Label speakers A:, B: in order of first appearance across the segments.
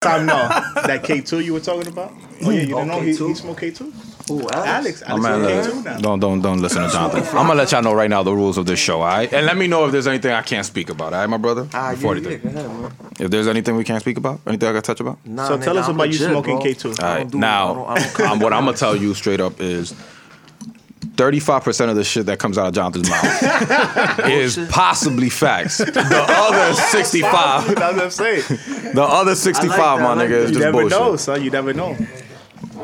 A: time no. That K two you were talking about? Oh yeah, you didn't know he,
B: K2?
A: he smoked K two?
B: Ooh,
A: Alex, Alex
C: Man,
A: smoked K
C: look,
A: two now.
C: don't don't don't listen to Jonathan. I'm gonna let y'all know right now the rules of this show, all right? And let me know if there's anything I can't speak about, all right, my brother?
B: Ah, yeah,
C: Before
B: yeah,
C: anything.
B: go ahead, man.
C: If there's anything we can't speak about, anything I got to touch about?
B: Nah,
A: So tell
B: nigga,
A: us
B: I'm
A: about you
B: legit,
A: smoking
B: bro.
A: K2.
C: All
B: I
C: right,
B: don't do- I
C: now
B: don't- I don't come
C: um, what I'm gonna
B: around.
C: tell you straight up is. 35% of the shit that comes out of Jonathan's mouth is
B: Oh,
C: possibly facts. The other 65,
A: That's what I'm saying.
C: the other 65,
B: that, I
C: my
B: like
C: nigga, is
A: You
C: just
A: never
C: bullshit.
A: know, son. You never know.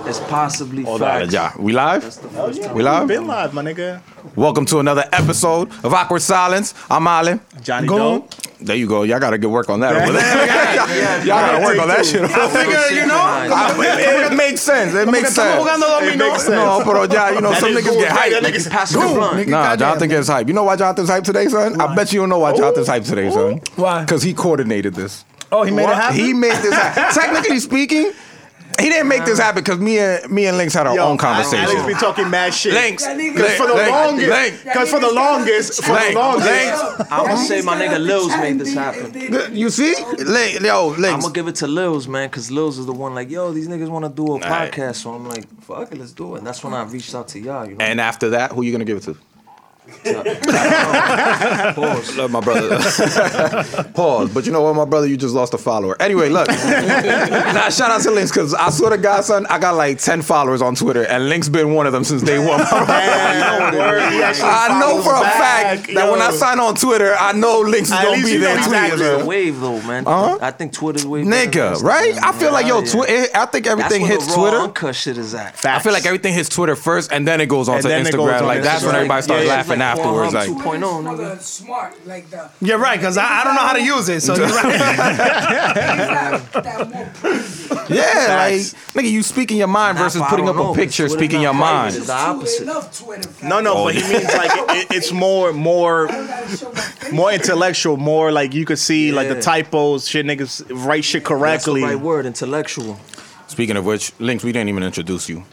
B: It's possibly
C: Hold on,
B: facts.
C: yeah. We live?
B: That's the first time.
C: We live?
A: Been live, my nigga.
C: Welcome to another episode of Awkward Silence. I'm Allen.
A: Johnny
C: Go.
A: Doe.
C: There you go. Y'all got to get work on that over there.
B: yeah,
C: Y'all got to work on that shit.
B: Nigga, you know?
C: it makes sense. It makes sense.
A: It makes
C: No, pero ya, you know, some
A: is
C: niggas
A: cool.
C: get
A: That
C: hyped.
A: nigga-
B: Niggas passing the blunt.
C: Nah, Jonathan gets hyped. You know why Jonathan's hyped today, son? I bet you don't know why Jonathan's hyped today, son.
D: Why?
C: Because he coordinated this.
D: Oh, he made
A: What?
D: it happen.
C: He made this happen. Technically speaking, he didn't make this happen because me and me and Lynx had our own conversation.
A: Alex be talking mad shit.
C: Links.
A: Because for the
C: Link,
A: longest.
C: Link.
A: Because for the longest. For the
C: Link,
A: longest.
B: I'm gonna say my nigga Lils made this happen.
C: You see, Link, yo,
B: I'm
C: Lynx.
B: gonna give it to Lils, man, because Lils is the one like, yo, these niggas wanna do a
C: right.
B: podcast. So I'm like, fuck it, let's do it. And that's when I reached out to y'all, you know?
C: And after that, who you gonna give it to?
B: Pause.
C: Love my brother. Pause. But you know what, my brother, you just lost a follower. Anyway, look. nah, shout out to Links because I swear to God, son, I got like ten followers on Twitter, and Links been one of them since day one.
A: Damn, word. He actually
C: I know
A: follows
C: for a
A: back,
C: fact that when I
A: yo.
C: sign on Twitter, I know Links is
A: At
C: gonna
A: least
C: be
A: you know
C: there
A: he's
C: tweeting.
A: active.
B: It's a
C: son.
B: wave though, man.
C: Uh-huh.
B: I think Twitter's wave. better than
C: Nigga,
B: Instagram,
C: right? I feel like yo,
B: Yeah.
C: Twitter. I think
B: That's
C: everything
B: where
C: hits
B: the raw
C: Twitter.
B: Uncut shit is at.
C: I feel like everything hits Twitter first, and then it goes on
A: And
C: to
A: then it goes
C: Instagram.
A: on
C: Like
A: to
C: that's when
A: Instagram.
C: everybody starts
A: Yeah, yeah.
C: laughing
B: It's like Pornhub
C: afterwards.
B: 2.0,
C: Like
E: For
B: oh, nigga.
E: the smart, like the
D: You're right, because I, I don't know how to use it. So you're right.
E: like that more prison.
C: Yeah, like nigga, you speaking your mind
B: Nah,
C: versus
B: but I
C: putting up
B: don't know,
C: a picture,
B: 'cause Twitter
C: speaking
B: not
C: your
B: private,
C: mind.
B: It's the opposite.
E: Enough Twitter. fam.
A: No, no, but he means like it, it's more, more,
E: I gotta show my face.
A: more intellectual, more like you could see like the
B: Yeah.
A: typos, shit niggas write shit
B: That's the
A: correctly.
B: right word, intellectual.
C: Speaking of which, Links, we didn't even introduce you.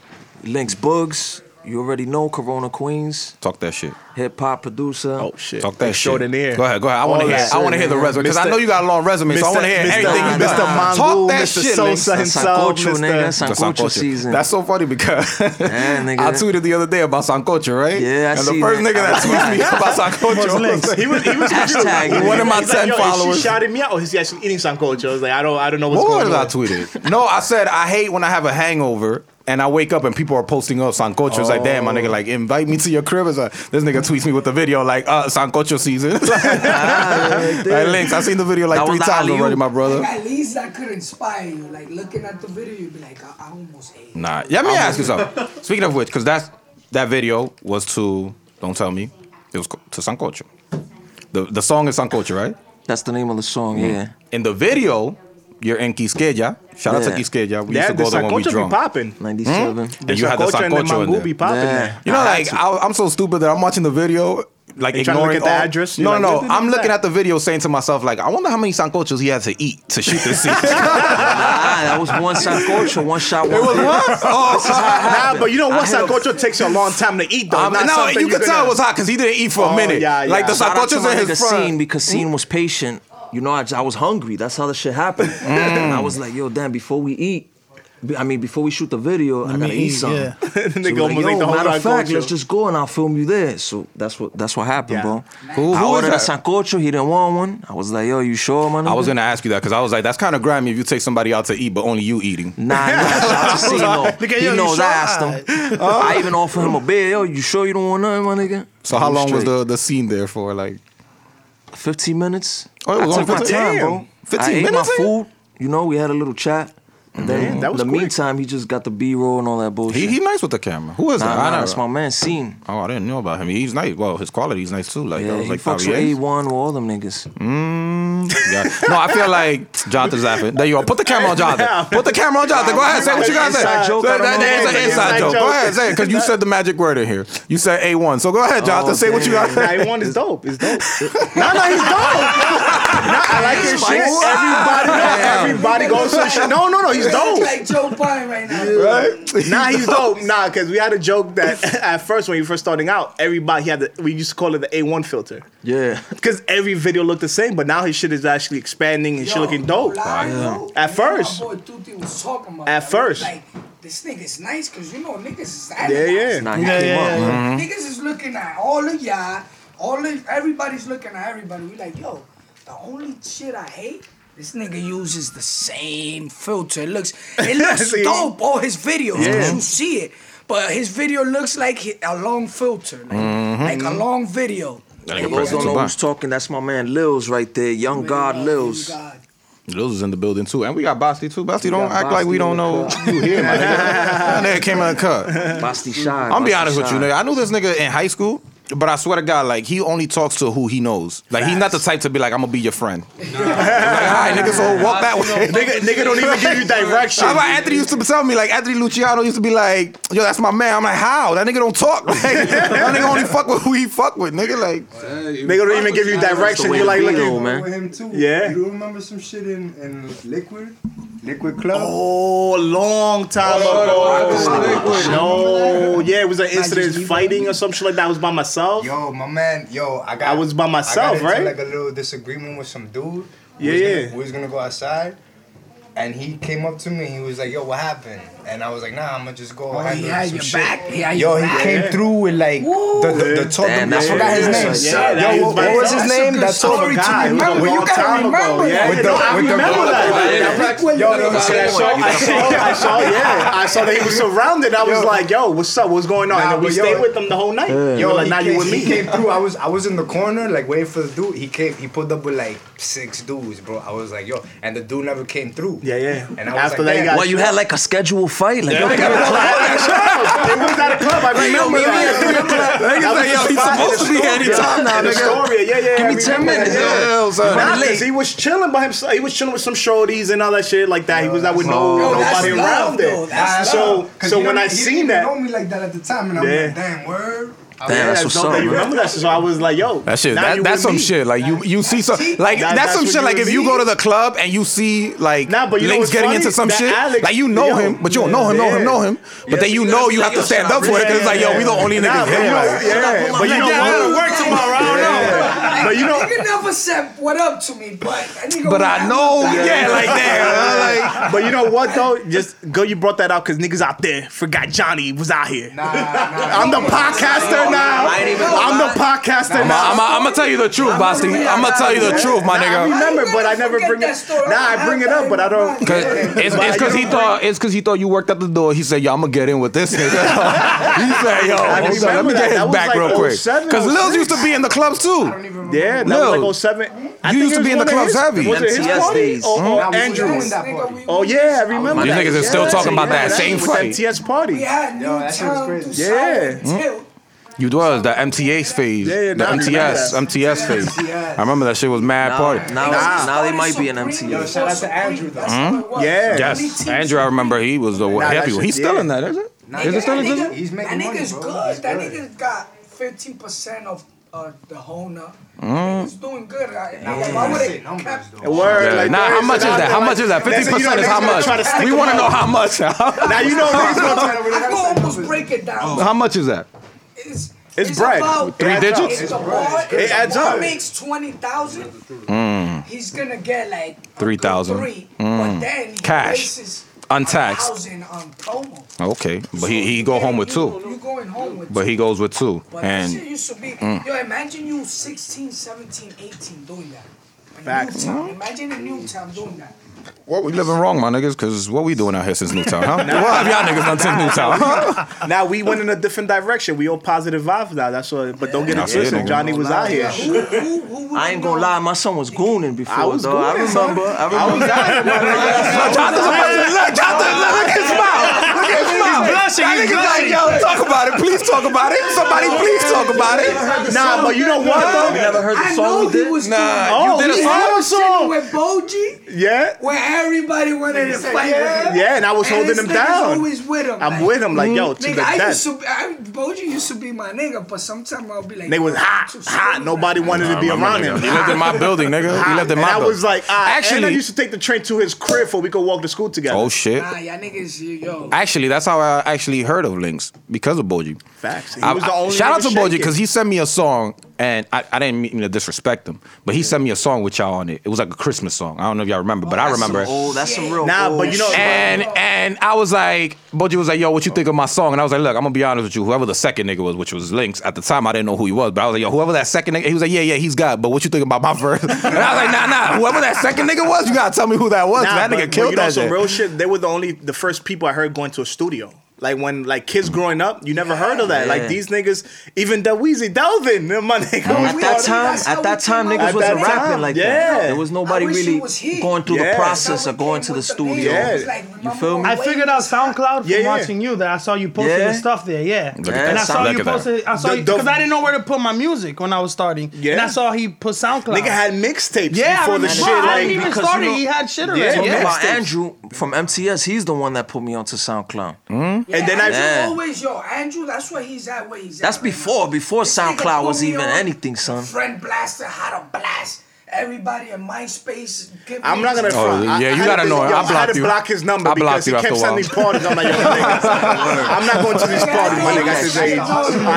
B: Links Bugs, you already know Corona Queens,
C: Talk that shit.
B: hip hop producer.
A: Oh shit!
C: Talk that shit.
A: Extraordinaire.
C: Go ahead, go ahead. I
A: All
C: want to hear.
A: that.
C: I want to hear the resume because I
A: Mr.
C: know you got a long resume, so I want to hear
A: Mr.
C: everything you
A: Mr.
C: done.
A: Mongo,
C: Talk that
A: Mr.
C: shit, Links.
A: Sosa himself,
B: Sancocho, nigga.
A: Mr.
C: The
B: Sancocho season.
C: That's so funny because
B: nigga.
C: I tweeted the other day about Sancocho, right?
B: Yeah, I
C: And the
B: see
C: first
B: that.
C: nigga that tweeted me about Sancocho
A: Links.
C: was
A: He was, he was confused.
B: Hashtag.
C: one of my
A: He's like,
C: ten
A: "Yo, is
C: followers.
A: She shouted me out. Or is he actually eating sancocho? I was like, I don't, I don't know what's
C: What
A: going
C: did I
A: on.
C: tweeted? No, I said I hate when I have a hangover and I wake up and people are posting up sancocho. It's like, damn, my nigga, like invite me to your crib. It's like, this nigga tweets me with the video like, uh, sancocho season. like links, I seen the video like
B: That
C: three
B: was the
C: times already,
B: alley-oop.
C: my brother.
E: At least I could inspire you. Like looking at the video, you'd be like, I, I almost ate.
C: Nah, let me ask you something. Speaking of which, because that's that video was to don't tell me it was co- to sancocho. The the song is sancocho, right?
B: That's the name of the song, yeah.
C: In the video, you're in Quisqueya. Shout out to
B: Yeah.
C: Quisqueya. We
A: Yeah,
C: used to
A: the
C: go there when we
A: sancocho
C: drunk.
A: be popping.
B: 97.
C: And you had the
A: and the
C: sancocho in
A: mangú
C: there.
A: be popping.
B: Yeah.
A: there.
C: You know,
B: I had
C: like
B: to.
C: I, I'm so stupid that I'm watching the video, like
A: You trying to
C: ignoring
A: look at the
C: all-
A: address?
C: No,
A: You're
C: no,
A: like,
C: no.
A: what the
C: I'm
A: fuck
C: looking
A: is
C: at the video, saying to myself, like, I wonder how many sancochos he had to eat to shoot this scene. it
B: Ah, that was one Sancocho, one shot, one.
C: was
B: hit.
C: what? Oh,
A: Nah, but you know what?
B: I had a-
A: Sancocho takes you a long time to eat, though.
C: um,
A: Not
C: no,
A: something
C: you could
A: can
C: tell it was hot because he didn't eat for a
A: Oh,
C: minute.
A: yeah,
C: Like the
A: yeah.
B: Shout out to
C: sancochos
B: my
C: in
B: nigga
C: his front.
B: Scene because Scene was patient. You know, I, I was hungry. That's how the shit happened.
C: Mm.
B: And I was like, yo, damn, before we eat, be- I mean, before we shoot the video, I gotta
D: me
B: eat
D: eat,
B: something.
D: yeah.
B: So
A: Nigga
B: we
A: almost ate the whole
B: matter of fact,
A: sancocho.
B: let's just go and I'll film you there. So that's what that's what happened,
A: Yeah.
B: bro.
C: Who-
B: I
C: who
B: ordered a
C: is that?
B: sancocho. He didn't want one. I was like, yo, you sure, man?
C: I was gonna ask you that because I was like, that's kind of grimy if you take somebody out to eat, but only you eating.
B: Nah, nah, shout out to C,
D: Look
B: no.
D: at
B: He
D: yo, you
B: knows I asked
D: sure?
B: him. I even offered him a beer. Yo, you sure you don't want nothing, my nigga?
C: So how
B: I'm
C: long was
B: straight.
C: the the scene there for? Like,
B: 15 minutes.
C: Oh, it was
B: I
C: only
B: took my
C: 15?
B: time,
A: Damn.
B: bro.
C: 15
B: I ate
C: minutes,
B: my
C: nigga?
B: food. You know, we had a little chat. And then
A: that was
B: in the
A: quick.
B: meantime, he just got the B roll and all that bullshit.
C: he he nice with the camera. Who is
B: nah,
C: that?
B: nah,
C: I
B: that's
C: never-
B: my man, Scene.
C: Oh, I didn't know about him. He's nice. Well, his quality's nice too. Like, that
B: Yeah,
C: was
B: he
C: like
B: fucks with
C: Javier.
B: A1 with all them niggas.
C: Yeah. No, I feel like Jonathan's laughing. There you go. Put the camera on Jonathan. Put the camera on Jonathan. Go ahead. Say what you guys say.
B: Inside joke,
C: Say
B: I don't
C: that-
B: know.
C: that is an inside
A: Inside
C: joke. Go
A: joke.
C: ahead. Say it. Because you said the magic word in here. You said A1. So go
B: Oh,
C: ahead, Jonathan. say what you got.
A: Nah, A1 is dope. It's dope. nah, nah, he's dope. nah, I like his shit.
B: Spice.
A: Everybody, nah,
B: Damn.
A: everybody goes to the shit. No, no, no. He's he's dope.
E: like Joe Biden right now.
C: right?
A: Nah, he's dope. Nah, because we had a joke that at first when you first starting out, everybody he had the we used to call it the A1 filter
B: Yeah.
A: because every video looked the same. But now his shit is actually expanding and shit looking dope. At first.
E: My boy Tutti was talking about
A: At
E: that. I was
A: first.
E: Like, this nigga's nice because you know niggas is
A: Yeah, yeah.
E: animals.
B: Nah, he
D: Yeah,
B: came
D: yeah,
B: up.
D: yeah.
E: Niggas is looking at all of y'all. All of everybody's looking at everybody. We like, yo, the only shit I hate. This nigga uses the same filter. It looks, it looks
A: See?
E: dope. All his videos, 'cause
A: Yeah.
E: you see it. But his video looks like he- a long filter, like,
B: Mm-hmm.
E: like a long video.
B: For
C: nigga press
B: those
C: it
B: don't
C: to
B: know
C: buy.
B: who's talking, that's my man Lils right there. Young God Lils.
E: God.
C: Lils is in the building too, and we got Basti too. Basti don't
B: got
C: act like
B: Basti
C: we don't
B: in the
C: know you here, my nigga. That nigga came in the cut.
B: Basti Shine.
C: I'm be
B: Basti
C: honest with you,
B: Shine.
C: nigga. I knew this nigga in high school, but I swear to God, like he only talks to who he knows. Like he's not the type to be like, I'm gonna be your friend. It's like, all right, nigga, so walk that way.
A: Nigga, nigga don't even give you direction.
C: How about Anthony used to tell me like Anthony Luciano used to be like, yo, that's my man. I'm like, how? That nigga don't talk. Like, that nigga only fuck with who he fuck with, nigga. Like,
A: Nigga don't even give you
B: the
A: direction.
B: way
A: You're
B: to
A: like
B: be,
A: looking.
B: though, man.
F: with him too.
A: Yeah.
F: You remember some shit in, in Liquid? Liquid Club?
A: Oh, a long time ago. No, yeah, it was an incident fighting or some shit like that. I was by myself.
F: Yo, my man, yo, I got
A: I was by myself,
F: I got into,
A: right?
F: Like a little disagreement with some dude. We
A: Yeah,
F: was
A: yeah.
F: Gonna, we was gonna go outside, and he came up to me. He was like, "Yo, what happened?" And I was like, "Nah, I'ma just go."
E: Oh,
F: handle
E: he had
F: some
E: your
F: shit."
E: back. He had
F: Yo,
E: your
F: he
E: back.
F: came through with like
E: Woo.
F: the the, the talk.
B: Damn,
F: I
B: that's
F: forgot
B: what
F: his
B: it
F: name.
B: is.
A: Yeah, that
F: yo,
A: is
F: what,
A: my
F: what was
A: son.
F: his
E: That's a
F: name?
E: good
F: That
E: story
F: talk.
E: to
A: God, it was a
E: remember. You
A: long
E: gotta
A: time ago.
E: remember
A: Yeah,
E: that.
F: With the-
A: no, I
F: with the-
A: remember that.
F: Yo, yo,
A: I saw, I saw, I saw, yeah, I saw that he was surrounded. I was like, "Yo, what's up? What's going on?" And
F: Nah,
A: then we
F: but yo-
A: stayed with him the whole night. Yo,
F: Yo,
A: like
F: he
A: now
F: came,
A: you with
F: he
A: me.
F: came through. I was I was in the corner, like waiting for the dude. He came. He pulled up with like six dudes, bro. I was like, yo, and the dude never came through.
A: Yeah, yeah.
F: And I was
A: After that,
F: After like,
A: he
F: that,
A: got-
B: Well, you had like a scheduled fight. Like, yo,
A: It was at a club. I remember that.
C: Nigga's like, yo, he's supposed to be here anytime now,
A: In
C: nigga.
A: Astoria, yeah, yeah.
B: Give me
A: I remember
B: 10
A: that,
B: minutes,
A: yeah.
B: yo.
C: Yeah, son.
B: Nah,
A: Nah,
B: late.
A: cause he was chilling by himself. He was chilling with some shorties and all that shit like that. He was not with no
E: Yo, that's
A: nobody
E: love,
A: around
E: though.
A: there.
E: That's
A: So, so when I seen that,
F: know me like that at the time, and I'm
A: Yeah.
F: like, damn, word. I
B: Damn, that's
A: yeah,
B: what's
A: don't
B: up,
A: they
B: man.
A: remember that? shit? So I was like, yo,
C: That shit.
A: now
C: That,
A: you
C: that's
A: with
C: some
A: me.
C: shit. Like you, you see some like
A: That-
C: that's
A: that's
C: some
A: what
C: shit.
A: you
C: Like if
A: and
C: you
A: me.
C: go to the club and you see like
A: Nah, but you know
C: links
A: what's
C: getting
A: funny?
C: into some
A: That
C: shit,
A: Alex-
C: like you know
A: Yo,
C: him, but you don't know him, know him,
A: yeah.
C: know him. But then you
B: so
C: know
B: that's
C: you
B: like,
C: have to
B: yo,
C: stand
B: should I
C: up for it
B: really-
C: because it's like yo, we the only
A: Nah,
C: niggas
A: but you
C: here.
A: know,
C: like-
A: yeah, but you know
B: Yeah,
A: what?
E: work tomorrow. I don't
A: Yeah. But you know,
E: Nigga never said what up to me, but that nigga
C: But
E: was
C: I know,
E: I'm back.
C: yeah, like that. huh, Like
A: but you know what though? Just go. You brought that out because niggas out there forgot Johnny was out here. I'm the podcaster now.
B: I ain't even gonna
A: I'm the
B: lie.
A: podcaster now.
C: I'm gonna tell you the truth, Basti. I'm gonna tell you the truth, my
A: I
C: nigga.
A: remember, but I never
E: Forget
A: bring
E: that
A: it.
E: story.
A: Nah, I bring it up, but I don't.
C: Cause it's
A: But
C: it's cause
A: you
C: he
A: don't
C: thought it's cause he thought you worked at the door. He said, "Yo, I'm gonna get in with this nigga." he said, "Yo,
A: I
C: hold on, let
A: remember
C: me
A: that.
C: get
A: That
C: his
A: was
C: back
A: like
C: real quick."
A: 07,
C: Cause Lils
A: 06.
C: used to be in the clubs too.
A: Yeah, that
C: Lil,
A: was like 07. I think
C: you used
A: it
C: to
A: was
C: be in
A: one
C: the
A: of
C: clubs
A: his-
C: heavy.
A: Was it his
B: MTS
A: party?
B: days.
A: Or,
F: Nah, we
A: or
F: was
A: Andrews?
F: doing that party.
E: we-
A: Oh yeah, I remember.
B: My
A: that.
C: niggas is
A: Yeah,
C: still talking about that
A: yeah,
C: same
A: with
C: fight.
A: That TS party.
E: We had new
F: Yo, that shit was
E: town
F: crazy.
E: to Silent
A: Yeah. Mm-hmm.
E: Hill.
C: You was the MTA's phase,
A: Yeah, yeah,
C: the
A: nah, I remember
C: MTS,
A: that.
C: MTS phase. I remember that shit was mad
B: Now,
C: party.
A: Nah.
B: now, now they might be an
E: Supreme.
B: MTV.
F: shout out to
E: Supreme.
F: Andrew, though.
E: That's how it was.
A: Hmm? Yeah.
C: Yes,
E: Supreme
C: Andrew, I remember he was the
A: that
C: heavy one.
A: shit-
C: He's still
A: yeah.
C: in that, is it? Is it still in
E: that,
C: this?
E: nigga,
F: He's making
E: that
F: money,
E: nigga's
F: bro.
E: good.
F: He's
E: that
F: good.
E: nigga's got fifteen percent of uh, the Hona.
F: Hmm?
E: Nigga's doing good. I, now, if I
F: That's it,
E: would
F: numbers,
E: have
F: though.
A: Word,
C: Yeah.
A: like
C: Now,
A: there
C: how
A: is
C: much is
A: another,
C: that? How
A: like-
C: much is that?
A: That's-
C: Fifty
A: you know,
C: percent is
A: niggas
C: how
A: gonna try to
C: much.
A: stick
C: We want to know how much.
A: Now you know niggas gonna try.
E: I could almost break it
F: Oh.
E: down.
C: How much is that?
E: It's,
A: It's bread.
E: About,
A: Three
E: it's
C: digits?
E: the bar-
A: It
E: if the
A: adds
E: bar
A: up.
E: makes twenty thousand. He's gonna get like a
C: Mm. Three
E: good
C: thousand. Mm.
E: Three, but then he
C: Cash.
E: bases
C: Untaxed.
E: 1,000 on promo.
C: Okay, but he he go home with two.
E: You going home with
C: But
E: two.
C: he goes with two,
E: But that shit
C: and mm.
E: used to be. Yo, imagine you 16, 17, 18 doing that. In
A: Facts.
E: Newtown. Imagine in Newtown doing that.
C: what we living wrong, my niggas? Cause what we doing out here since Newtown? Huh? What have y'all niggas done since Newtown?
A: Now we went in a different direction. We all positive vibes now. That's what. But don't get
C: Yeah.
A: it twisted.
C: Yeah.
A: Johnny was out here.
E: Who, who, who would
B: I
E: you
B: ain't gonna
E: know?
B: lie, my son was gooning before,
A: I was
B: though. I
A: gooning, son.
B: remember. I remember.
C: Jonathan's about to look. Jonathan, look at his mouth. Look at his mouth.
D: blushing, he's
C: niggas like, yo, talk about it. Please talk about it. Somebody please talk about it.
A: Nah, but you know what?
B: You
A: though?
B: never heard the
E: I
B: song
E: know
B: we
E: he
B: did?
E: was
C: Nah,
E: doing
A: Oh,
C: you did
A: we
C: a
E: it.
A: had
C: song.
A: a
E: sitting
A: song.
E: with Boji,
A: Yeah.
E: where everybody wanted to fight with him.
A: Yeah, and I was holding
E: this
A: him
E: nigga's
A: down.
E: Always with him.
A: I'm
E: like,
A: with him, like, yo, to the
E: Nigga, I used
A: death.
E: to, I, Boji used to be my nigga, but sometimes I'll be like,
A: They was
E: yo,
A: hot,
E: too slow,
A: hot.
E: man.
A: Nobody wanted to be
C: I remember,
A: around
C: nigga.
A: him.
C: He lived in my building, nigga. He lived in
A: And
C: my
A: I
C: building.
A: was like, ah, actually, and I
C: actually,
A: used to take the train to his crib before we could walk to school together.
C: oh shit.
E: Nah, y'all niggas, yo.
C: Actually, that's how I actually heard of Links because of Boji.
A: Facts. He
C: I-
A: was the
C: I-
A: only
C: shout out to
A: nigga
C: Boji
A: shaking.
C: because he sent me a song, and I, I didn't mean to disrespect him, but he sent me a song with y'all on it. It was like a Christmas song. I don't know if y'all remember, but I remember. it.
B: Oh, that's some real.
A: Nah, but
B: old
A: you know-
B: shit.
C: And and I was like, Boji was like, yo, what you think of my song? And I was like, look, I'm gonna be honest with you. Whoever the second nigga was, which was Lynx, at the time I didn't know who he was, but I was like, yo, whoever that second nigga, he was like, yeah, yeah, he's God, but what you think about my verse? And I was like, nah, nah, whoever that second nigga was, you gotta tell me who that was.
A: Nah,
C: that
A: but-
C: nigga
A: but
C: killed
A: you know,
C: that
A: some
C: shit.
A: real shit. They were the only, the first people I heard going to a studio. Like when, like kids growing up, you never heard of that. Like
B: Yeah.
A: these niggas, even Delweezy, Delvin, my nigga.
B: At
A: we
B: that
A: all-
B: time,
E: that's how
B: at that
E: we
B: time,
E: came
B: niggas
A: out.
B: wasn't
A: At that
B: rapping
A: time,
B: like
A: yeah.
B: that. There was nobody
E: I wish
B: really
E: he was here.
B: going through
A: Yeah.
B: the process of going to the
E: Someone came with
B: studio.
E: the video.
A: Yeah.
E: It's like,
B: You
E: remember
B: feel me?
E: when
D: I figured out SoundCloud from
A: Yeah, yeah.
D: watching you that I saw you posting
B: Yeah.
D: the stuff there, yeah.
C: Look at
B: that.
D: and I saw
C: Look
D: you
C: at that.
D: posted, I saw
A: The-
D: you
A: the-
D: because I didn't know where to put my music when I was starting.
A: Yeah.
D: And I saw he put SoundCloud.
A: Nigga had mixtapes
D: yeah,
A: before
D: I
A: the
D: remember.
A: shit.
D: Bro, I didn't
A: Like
D: even
B: because, you
D: start it.
B: know-
D: He had shit already.
A: Yeah.
B: Talking about
A: Mixtapes.
B: Andrew from MTS, he's the one that put me onto SoundCloud.
E: Hmm?
A: And then I-
E: Andrew
B: Yeah.
E: always yo, Andrew, that's where he's at, where he's
B: That's
E: at. right
B: before-
E: now.
B: before
E: This nigga
B: SoundCloud was
E: put me
B: even
E: on
B: anything, son.
E: Friend blaster, how to blast everybody in MySpace. give
A: I'm
E: me-
A: not gonna
C: Oh,
A: front. I-
C: yeah,
A: I
C: you
A: had
C: gotta
A: to-
C: know.
A: yo,
C: I
A: had
C: blocked
A: to
C: you.
A: blocked his number
C: I
A: because
C: blocked
A: he
C: you after
A: kept
C: a while.
A: sending parties. I'm like, yo, niggas, I'm not going to these parties, my nigga. I said, hey,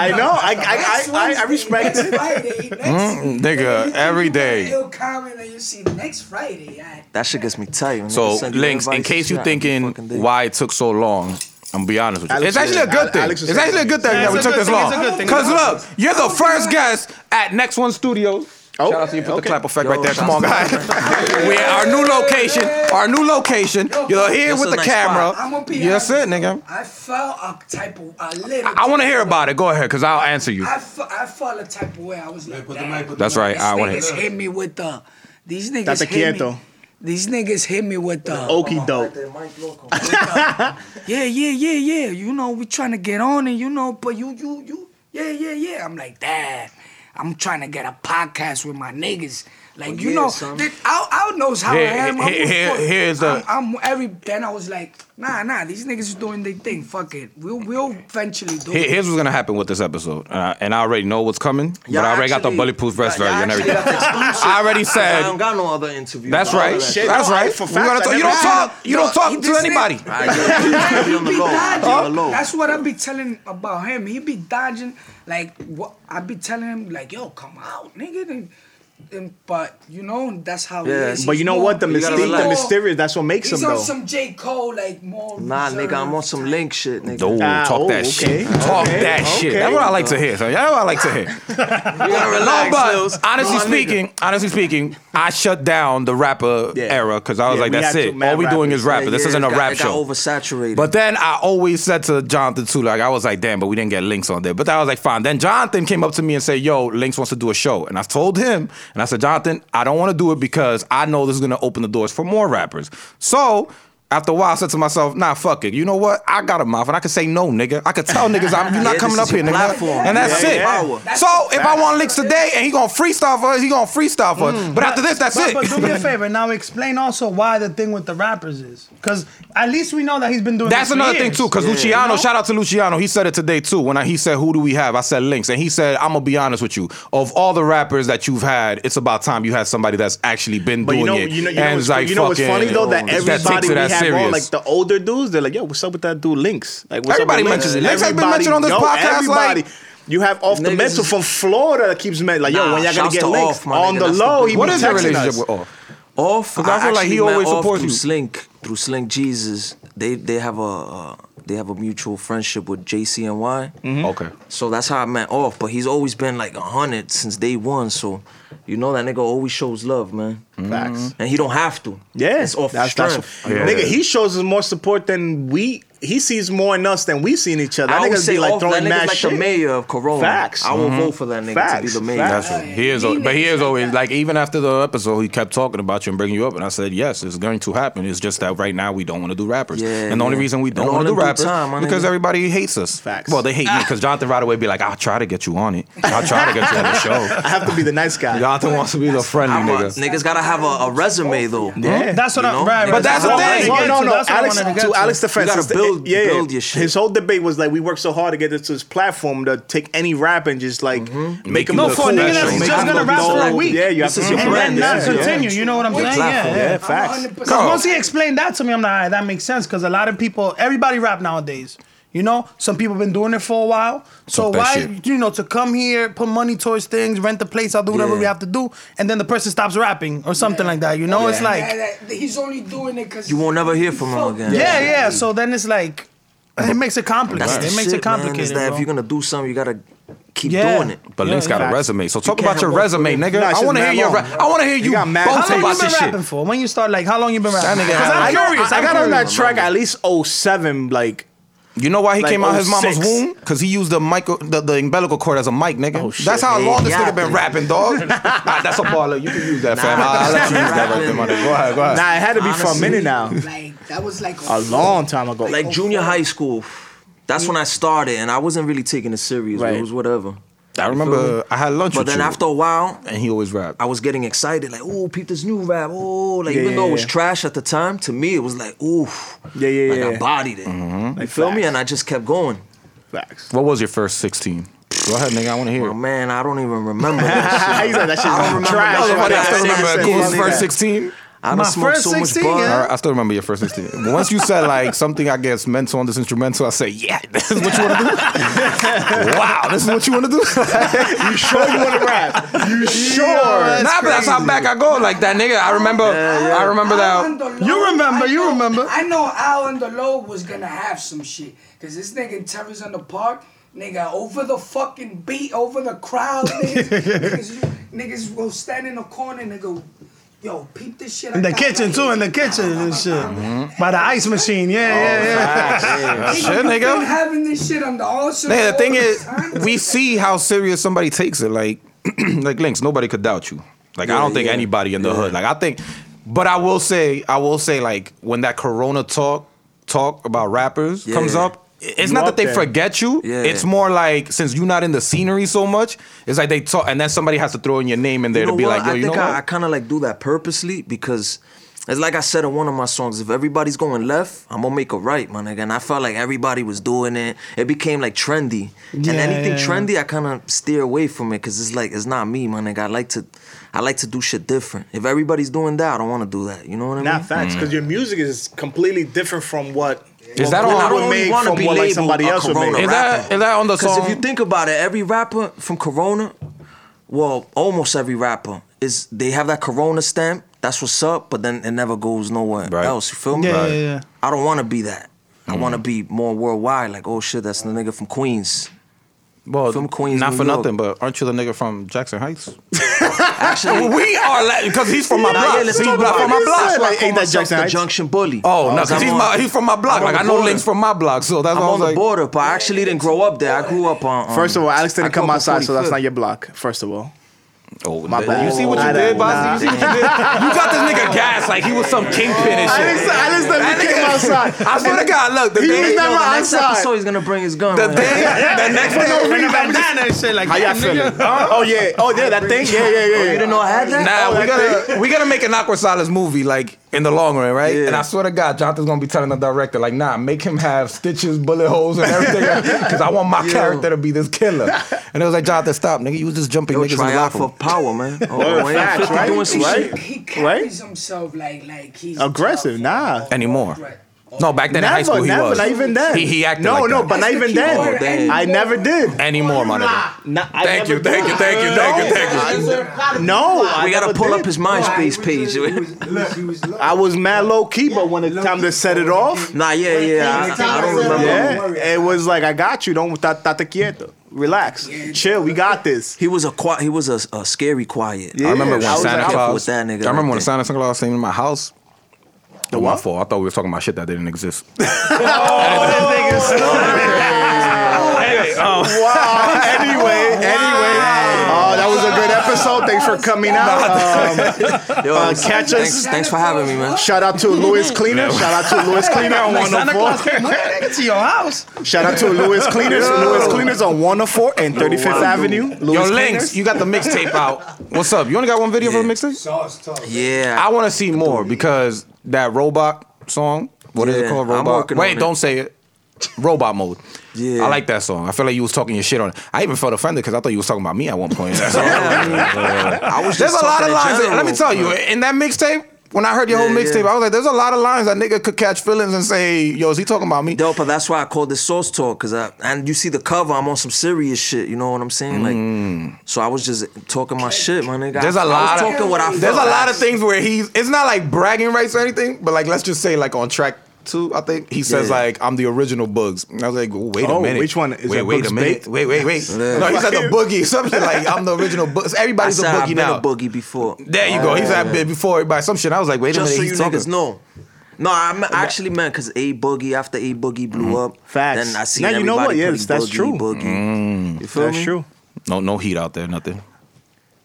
A: I know. I
E: Next
A: I I, I, I
E: Wednesday,
A: respect
E: next
A: it.
E: Friday, next-
C: Mm, nigga,
E: You
C: every
E: think you
C: day.
E: He'll comment and you see next Friday. I,
B: That shit gets me tight. when
C: So,
B: niggas send you
C: Links, in
B: invites
C: case
B: to
C: you're
B: shit every
C: thinking
B: fucking day.
C: why it took so long, I'm gonna be honest with you.
A: Alex
C: it's actually a
A: is-
C: good
A: Al-
C: thing.
A: Alex is
C: It's actually a good thing
D: Yeah,
C: that we
D: it's a
C: took
D: good
C: this
D: thing,
C: long.
D: it's a good thing.
C: Because look, you're the first guest at Next One Studios.
A: Oh.
C: Shout out to you. Put the
A: Okay.
C: clap effect
B: Yo,
C: right there.
B: shout
C: Come on, guys. We're at our new location. Our new location. You're here
B: This
C: with
B: is
C: the
B: a nice
C: camera.
B: spot.
E: I'm gonna be
C: Yes,
E: honest,
C: it, nigga.
E: I felt a type of a little.
C: I want to hear about it. Go ahead, because I'll answer you.
E: I felt, I felt a type of way. I was like, damn.
C: That's right.
E: These
C: I want to
E: niggas
C: hear.
E: hit me with the. These niggas
A: Tate
E: hit
A: quieto.
E: me. These niggas hit me with the.
A: Okey doke.
E: Yeah, yeah, yeah, yeah. You know, we trying to get on and you know, but you, you, you. Yeah, yeah, yeah. I'm like, damn. I'm trying to get a podcast with my niggas. Like
B: Well,
E: you
B: Oh, yeah,
E: know,
B: son.
E: that Al, Al knows how
C: Here-
E: I am. I'm
C: here- here-
E: fuck-
C: here's the-
E: I'm, I'm every. Then I was like, nah, nah. These niggas is doing their thing. Fuck it. We'll, we'll eventually do
C: Here-
E: it.
C: Here's what's gonna happen with this episode, uh, and I already know what's coming.
B: Y'all
C: But I already got the
B: actually-
C: bulletproof vest
B: y'all- y'all
C: version and
B: actually
C: everything.
B: got the exclusive.
C: I already
B: I
C: said
B: don't got no other interview.
C: That's
B: All
C: right.
B: of that shit.
C: That's
A: No, I-
C: right.
A: for
C: We
A: facts,
C: gotta
A: I
C: talk- You
A: never
C: don't
A: had-
C: talk. You don't talk
E: this
C: to anybody.
E: nigga-
B: All right, yeah, you gotta be on the
E: He be
B: low.
E: dodging.
B: On the low.
E: That's what I be telling about him. He be dodging. Like what I be telling him, like yo, come out, nigga. And, and- but you know, that's how. he
B: Yeah.
E: is.
A: But
E: He's
A: you know
E: more-
A: what? The
B: You gotta
A: mystique, the
B: relax.
A: mysterious. That's what makes him
E: He's on
A: though.
E: some J Cole like more.
B: Nah, nigga, I'm on
E: reserved.
B: some link shit, nigga.
C: Oh,
A: Ah,
C: talk
A: oh,
C: that
A: okay.
C: shit. Talk
A: Okay,
C: that shit. That's what I like to hear. Son. That's what I like to hear.
B: You gotta
C: no,
B: relax, Lils.
C: but honestly
B: Come on, nigga.
C: speaking, honestly speaking, I shut down the rapper
A: Yeah.
C: era because I was
A: Yeah,
C: like,
A: we
C: that's
A: had
C: it.
A: too mad
C: All we doing
A: rappers.
C: is rapping.
B: Yeah,
C: this
B: yeah,
C: isn't a
B: it got-
C: rap
B: it
C: show.
B: Got oversaturated.
C: But then I always said to Jonathan too, like I was like, damn, but we didn't get links on there. But I was like, fine. Then Jonathan came up to me and said, yo, Links wants to do a show. And I told him, and I said, Jonathan, I don't want to do it because I know this is gonna open the doors for more rappers. So after a while, I said to myself, nah, fuck it. You know what? I got a mouth and I could say no, nigga. I could tell niggas I'm you're
B: Yeah,
C: not
B: this
C: coming
B: is
C: up
B: your
C: here, nigga.
B: platform.
C: And that's
B: Yeah,
C: it.
B: yeah. Power.
C: So if I want links today and he gonna freestyle for us, he gonna freestyle for
B: Mm.
C: us. But after this, that's
D: But,
C: it.
D: but do me a favor. Now explain also why the thing with the rappers is. Because at least we know that he's been doing
C: That's
D: this for
C: another thing
D: years.
C: too, because Luciano, shout out to Luciano, he said it today too. When I, he said, "Who do we have?" I said, "Links," and he said, "I'm gonna be honest with you. Of all the rappers that you've had, it's about time you had somebody that's actually been
A: But
C: doing
A: you know,
C: it."
A: you know, you
C: and
A: know,
C: it's
A: what's,
C: like,
A: you know what's
C: fucking-
A: funny though? That
B: that takes
A: everybody
C: it
A: we
C: that
A: have
C: serious.
A: on, like the older dudes, they're like, "Yo, what's up with that dude, Links?" Like, what's
C: Everybody
A: up with
C: mentions it. Links has been
A: Everybody-
C: mentioned on this
A: yo,
C: podcast,
A: Everybody.
C: like-
A: you have off the
B: Niggas
A: mental
B: is-
A: from Florida that keeps men like, "Yo,
B: Nah,
A: when y'all gonna
B: shouts
A: get
B: to
A: Links
B: Off, my
A: on
B: nigga,
A: the
B: that's
A: low?"
B: the
A: He
C: what
A: be
C: is your
A: texting
C: relationship
A: us.
C: with Off?
B: off.
C: I feel like
B: actually
C: he
B: met
C: always
B: Off
C: supports
B: through
C: you.
B: Slink through Slink Jesus. They they have a uh, they have a mutual friendship with JCNY.
C: oh, Okay.
B: So that's how I met Off. But he's always been like a hundred since day one. So you know that nigga always shows love, man.
A: Facts.
B: And he don't have to.
A: Yeah,
B: it's off
A: that's,
B: the
A: that's
B: strength.
A: Nigga, he shows us more support than we he sees more in us than we seen each other.
B: I
A: That
B: always
A: niggas
B: say
A: be like
B: off, that
A: throwing
B: nigga's
A: mad
B: like
A: shit.
B: the mayor of Corona.
A: Facts.
B: I will vote for that nigga
A: Facts.
B: to be the mayor.
A: Facts.
C: That's true. He is, al- but he is always like even after the episode, he kept talking about you and bringing you up, and I said yes, it's going to happen. It's just that right now we don't want to do rappers,
B: Yeah,
C: and the only
B: yeah.
C: reason we
B: And
C: don't
B: all
C: want to
B: in
C: do
B: due
C: rappers
B: time, my
C: because
B: nigga.
C: everybody hates us.
A: Facts.
C: Well, they hate me because Jonathan right away be like, I'll try to get you on it. I'll try to get you on the
A: I
C: show.
A: have to be the nice guy.
C: Jonathan wants to be the friendly
B: I'm a-
C: nigga.
B: niggas gotta have a, a resume though.
A: Yeah.
D: That's what
B: You
D: I'm.
B: know?
D: Right, right,
C: But that's
D: what
C: the
D: I
C: thing.
D: wanted
A: No, no,
D: to get
A: no.
D: That's what I
A: Alex,
D: wanted
A: to,
D: to get
A: Alex defense,
B: gotta
A: it's the-
B: build-
A: yeah, yeah.
B: build your shit.
A: His whole debate was like, we worked so hard to get into this platform to take any rap and just like make him
C: No,
A: look
C: for a
A: cool.
C: nigga that's
A: Make
D: just
A: him
D: gonna
A: look
D: rap for a
A: dope.
D: week.
A: Yeah, you have
B: This
A: to
B: is
A: be
B: your
A: a
D: And
B: friend.
D: then
A: Yeah,
D: not
B: this is your-
D: continue. You know what I'm
B: Your
D: saying?
B: platform.
D: Yeah, yeah.
A: Yeah, facts.
D: Because once he explained that to me, I'm like, all right, that makes sense. Because a lot of people, everybody rap nowadays. You know, some people been doing it for a while. So
C: Talk that
D: why,
C: shit.
D: you know, to come here, put money towards things, rent the place, I'll do whatever
B: Yeah.
D: we have to do, and then the person stops rapping or something like that. You know, it's like,
E: Yeah,
D: yeah,
E: that- he's only doing it because
B: You won't never hear from him again.
D: yeah. So then it's like, it makes it complicated.
B: That's the
D: it makes
B: shit,
D: it complicated.
B: Man, is that
D: bro.
B: if you're gonna do something, you gotta keep
D: Yeah.
B: doing it.
C: But
D: Yeah,
C: Link's got
A: facts.
C: a resume, so talk
B: can't
C: about your
B: have both
C: resume,
B: of them.
C: nigga.
A: Nah, it's
C: I want to
A: just
C: hear
A: mad
C: your.
A: long.
C: Ra- I want to hear you.
A: got mad
C: both
D: how long
A: takes.
D: you
C: about
D: been
C: this shit.
D: rapping for? When you start, like, how long you been rapping?
C: nigga
D: Because
C: had
D: I'm
C: like-
D: curious.
A: I
D: I'm
A: got on that
D: curious.
A: track at least 07, like
C: You know why he
A: Like,
C: came out his
B: oh,
C: mama's
A: 06.
C: womb? Because he used the micro, the, the umbilical cord as a mic, nigga.
B: Oh, shit.
C: That's how
B: Hey,
C: long this
B: yeah,
C: nigga been
B: dude.
C: rapping, dog. Nah, that's a baller. You can use that, fam.
B: Nah,
C: I'll, I'll let you use that right there,
B: rapping.
C: my nigga. Go ahead, go ahead.
A: nah, it had to be for a
B: Honestly.
A: minute now.
E: Like that was like
A: A long time ago.
B: Like junior high school. That's when I started, and I wasn't really taking it serious. but
A: Right.
B: It was whatever.
C: I remember I had lunch
B: But
C: with
B: then
C: you,
B: after a while,
C: and he always rapped.
B: I was getting excited, like, oh, peep this new rap. Oh, like
A: Yeah,
B: even
A: yeah,
B: though it was
A: yeah.
B: trash at the time, to me it was like, ooh,
A: Yeah, yeah,
B: like
A: yeah. Mm-hmm.
B: I bodied it. You feel me?
A: facts.
B: And I just kept going.
A: Facts.
C: What was your first 16? Go ahead, nigga. I want to hear.
B: Oh
C: it.
B: man, I don't even remember that shit.
A: He's like, that shit's
B: I don't remember
A: trash.
B: that.
A: Like,
C: Nobody, I
A: that
C: still
A: shit
C: remember
A: is-
C: Cool's
A: is-
C: first 16.
B: I done
D: My
B: smoked
D: first
B: so much
D: 16,
B: bud.
D: yeah.
C: I, I still remember your first 16. But once you said like something, I guess mental on this instrumental, I said, yeah, this is what you want to do. wow, this is what you want to do.
A: You sure you want to rap? You sure?
C: nah, but that's how back I go. Like that nigga, I remember. I remember that.
D: You
E: I
D: remember, you
E: know-
D: remember.
E: I know Al and the Low was gonna have some shit. Cause this nigga Terror's on the park, nigga, over the fucking beat, over the crowd, nigga. niggas, niggas will stand in the corner and they go, yo, peep this shit. I
D: In the
E: got
D: kitchen
E: right
D: too,
E: here."
D: in the kitchen and shit. By the ice machine, yeah, yeah, yeah.
E: Nigga,
C: shit,
E: you
C: nigga.
E: been having this shit on the ulcer.
C: Nigga, the
E: all
C: thing
E: the
C: is,
E: time.
C: we see how serious somebody takes it. Like, like links, nobody could doubt you. Like, I
B: Yeah,
C: don't think
B: yeah.
C: anybody in the hood. Like, I think, but I will say, I will say, like, when that Corona talk talk about rappers
B: Yeah.
C: comes up. i- It's
A: You
C: not
A: up
C: that they
A: there.
C: forget you.
B: Yeah.
C: It's more like since you're not in the scenery so much, it's like they talk, and then somebody has to throw in your name in there
B: You know
C: to be
B: what?
C: like, yo,
B: I
C: you know
B: think I, I
C: what?
B: kind of like do that purposely because, it's like I said in one of my songs, if everybody's going left, I'm gonna make a right, my nigga. And I felt like everybody was doing it. It became like trendy, and
D: Yeah,
B: anything
D: yeah, yeah.
B: trendy, I kind of steer away from it because it's like it's not me, my nigga. I like to, I like to do shit different. If everybody's doing that, I don't want to do that. You know what I mean?
A: Not facts, because your music is completely different from what.
C: Is
A: what
C: that all-
A: would
C: I don't
B: really
A: make
B: wanna
A: from
B: be
A: what like
B: labeled
A: somebody
B: a
A: else would
B: Corona
A: make.
C: Is
B: rapper.
C: that is that on the
B: Because
C: song?
B: if you think about it, every rapper from Corona, well, almost every rapper is they have that Corona stamp. That's what's up, but then it never goes nowhere
C: Right. Mm.
B: else. You feel me?
D: Yeah, yeah, yeah.
B: I don't want to be that. I want to be more worldwide. Like, oh shit, that's the nigga from Queens.
C: well,
B: from Queens,
C: not
B: New
C: for
B: York.
C: nothing, but aren't you the nigga from Jackson Heights?
B: Actually,
C: We are because he's from my
B: Nah,
C: block.
B: yeah,
C: He's
B: let's talk
C: black
B: about
C: from my
B: it.
C: block.
B: That's why I
A: Like,
B: call
A: ain't that
B: myself
A: Jackson
B: the
A: Heights?
B: Junction Bully.
C: Oh no,
B: Because I'm
C: because he's
B: on-
C: my, he's from my block.
B: I'm on
C: Like
B: the
C: I know
B: border.
C: links from my block, so that's
B: I'm
C: why I
B: on
C: was
B: the
C: like.
B: border, but I actually didn't grow up there. I grew up on. um,
A: First of all, Alex
B: I
A: didn't
B: grew
A: come
B: up on
A: outside, so that's
B: 45th.
A: not your block. First of all,
C: Oh,
A: My
C: you
A: bad.
C: see what you
A: Nah,
C: did,
A: nah,
C: Bossy? You see what you did? You got this nigga gas like he was some kingpin and
A: Alex,
C: shit.
A: Alex
C: That
A: never
C: nigga-
A: came outside.
C: I swear to God, look, the
A: He was
C: day,
A: never
B: The next
A: outside.
B: episode, he's gonna bring his gun.
C: the
B: right?
C: day, the next day,
D: And a bandana and shit like
A: How y'all
D: that.
A: feeling? Oh yeah, oh yeah, that thing. Yeah, yeah, yeah.
B: Oh, You didn't know I had that?
C: Nah, we gotta we gotta make an Aqua Silas movie like in the long run, right?
B: Yeah.
C: And I swear to God, Jonathan's gonna be telling the director like, nah, make him have stitches, bullet holes, and everything, because I want my character to be this killer. And it was like, Jonathan, stop, nigga, you was just jumping
B: Yo,
C: niggas in
B: try
C: the
B: out
C: locker
B: for
C: room.
B: power, man. Oh,
A: Word,
B: ain't
A: facts,
B: 50
A: right?
B: doing some
A: Right?
B: shit.
E: He, he
A: Right?
E: carries himself like like he's
A: Aggressive,
E: tough.
A: nah.
C: Anymore.
E: Right.
C: No, back then in high
A: Never,
C: school he
A: never,
C: was.
A: not even then.
C: He, he acted
A: no,
C: like
A: no,
C: that.
A: but not even then.
E: Oh, damn.
A: I never did.
C: anymore, my nigga.
A: No, I
C: Thank you,
A: never
C: thank
A: did.
C: you, thank you, thank you, thank you.
A: No, I
B: We gotta
A: never
B: pull
A: did.
B: up his MySpace
F: He
B: page.
F: was, he was, he was low.
A: I was mad low key, but when it's time to set it off,
B: Nah, yeah, yeah. I, I don't remember.
A: yeah, it was like I got you. Don't ta- ta- ta- quieto. Relax, chill. We got this.
B: He was a qui- he was a, a scary quiet.
A: Yeah.
C: I remember when
A: I was
C: Santa
A: out
C: Claus.
B: with that nigga
C: I remember
B: right
C: when
B: there.
C: Santa Claus came to my house. The My fault. I thought we were talking about shit that didn't exist.
A: Wow. anyway, anyway. Uh, that was a good episode. Thanks for coming out. Um,
B: Yo,
A: catch us-
B: Thanks, thanks for having me, man.
A: shout out to Louis Cleaner. Shout out to Louis Cleaner on
D: Santa Claus
A: 104.
D: came my nigga to your house.
A: Shout out to Louis Cleaners. Louis Cleaners on 104 and 35th Avenue.
C: Yo,
A: Louis
C: Links, you got the mixtape out. What's up? You only got one video for the mixtape?
E: Sauce talk.
B: Yeah.
C: I want to see more because that robot song. What is
B: Yeah,
C: it called?
B: I'm
C: Robot.
B: working
C: Wait,
B: on it.
C: don't say it. Robot mode.
B: Yeah.
C: I like that song. I feel like you was talking your shit on it. I even felt offended because I thought you was talking about me at one point. That's all.
B: I was
C: There's
B: just
C: a lot
B: talking
C: of
B: in
C: lines. that-
B: general,
C: let me tell you, in that mixtape, when I heard your whole
B: Yeah,
C: mixtape,
B: yeah.
C: I was like, there's a lot of lines that nigga could catch feelings and say, yo, is he talking about me?
B: Yo, but that's why I call this Source Talk, cause I and you see the cover, I'm on some serious shit. You know what I'm saying? Like, so I was just talking my shit, my nigga.
C: Mm. There's
B: I,
C: a lot.
B: I was
C: Of,
B: talking what I felt.
C: there's a lot of things where he's. It's not like bragging rights or anything, but like let's just say like on track two, I think he says
B: Yeah.
C: like I'm the original Bugs. And I was like, wait
A: Oh,
C: a minute,
A: which one? Is
C: wait,
A: that
C: wait
A: Bugs
C: a minute.
A: Baked?
C: Wait, wait, wait.
B: Yeah.
C: No, he said the boogie, something like I'm the original Bugs.
B: I
C: Everybody's a
B: said I've
C: boogie
B: been
C: now.
B: a boogie before.
C: There you go. He said "I've been before everybody some shit. I was like, wait
B: just
C: a
B: so you
C: minute, he's
B: niggas
C: talking.
B: know. No, I me- actually meant because A Boogie after A Boogie blew up.
A: Mm-hmm. Facts.
B: Then I see
A: Now
B: everybody
A: you know what?
B: putting
A: Yes, that's
B: Boogie,
A: true. Mm.
B: Boogie. You feel
A: That's
B: me?
A: true.
C: No, no heat out there, nothing.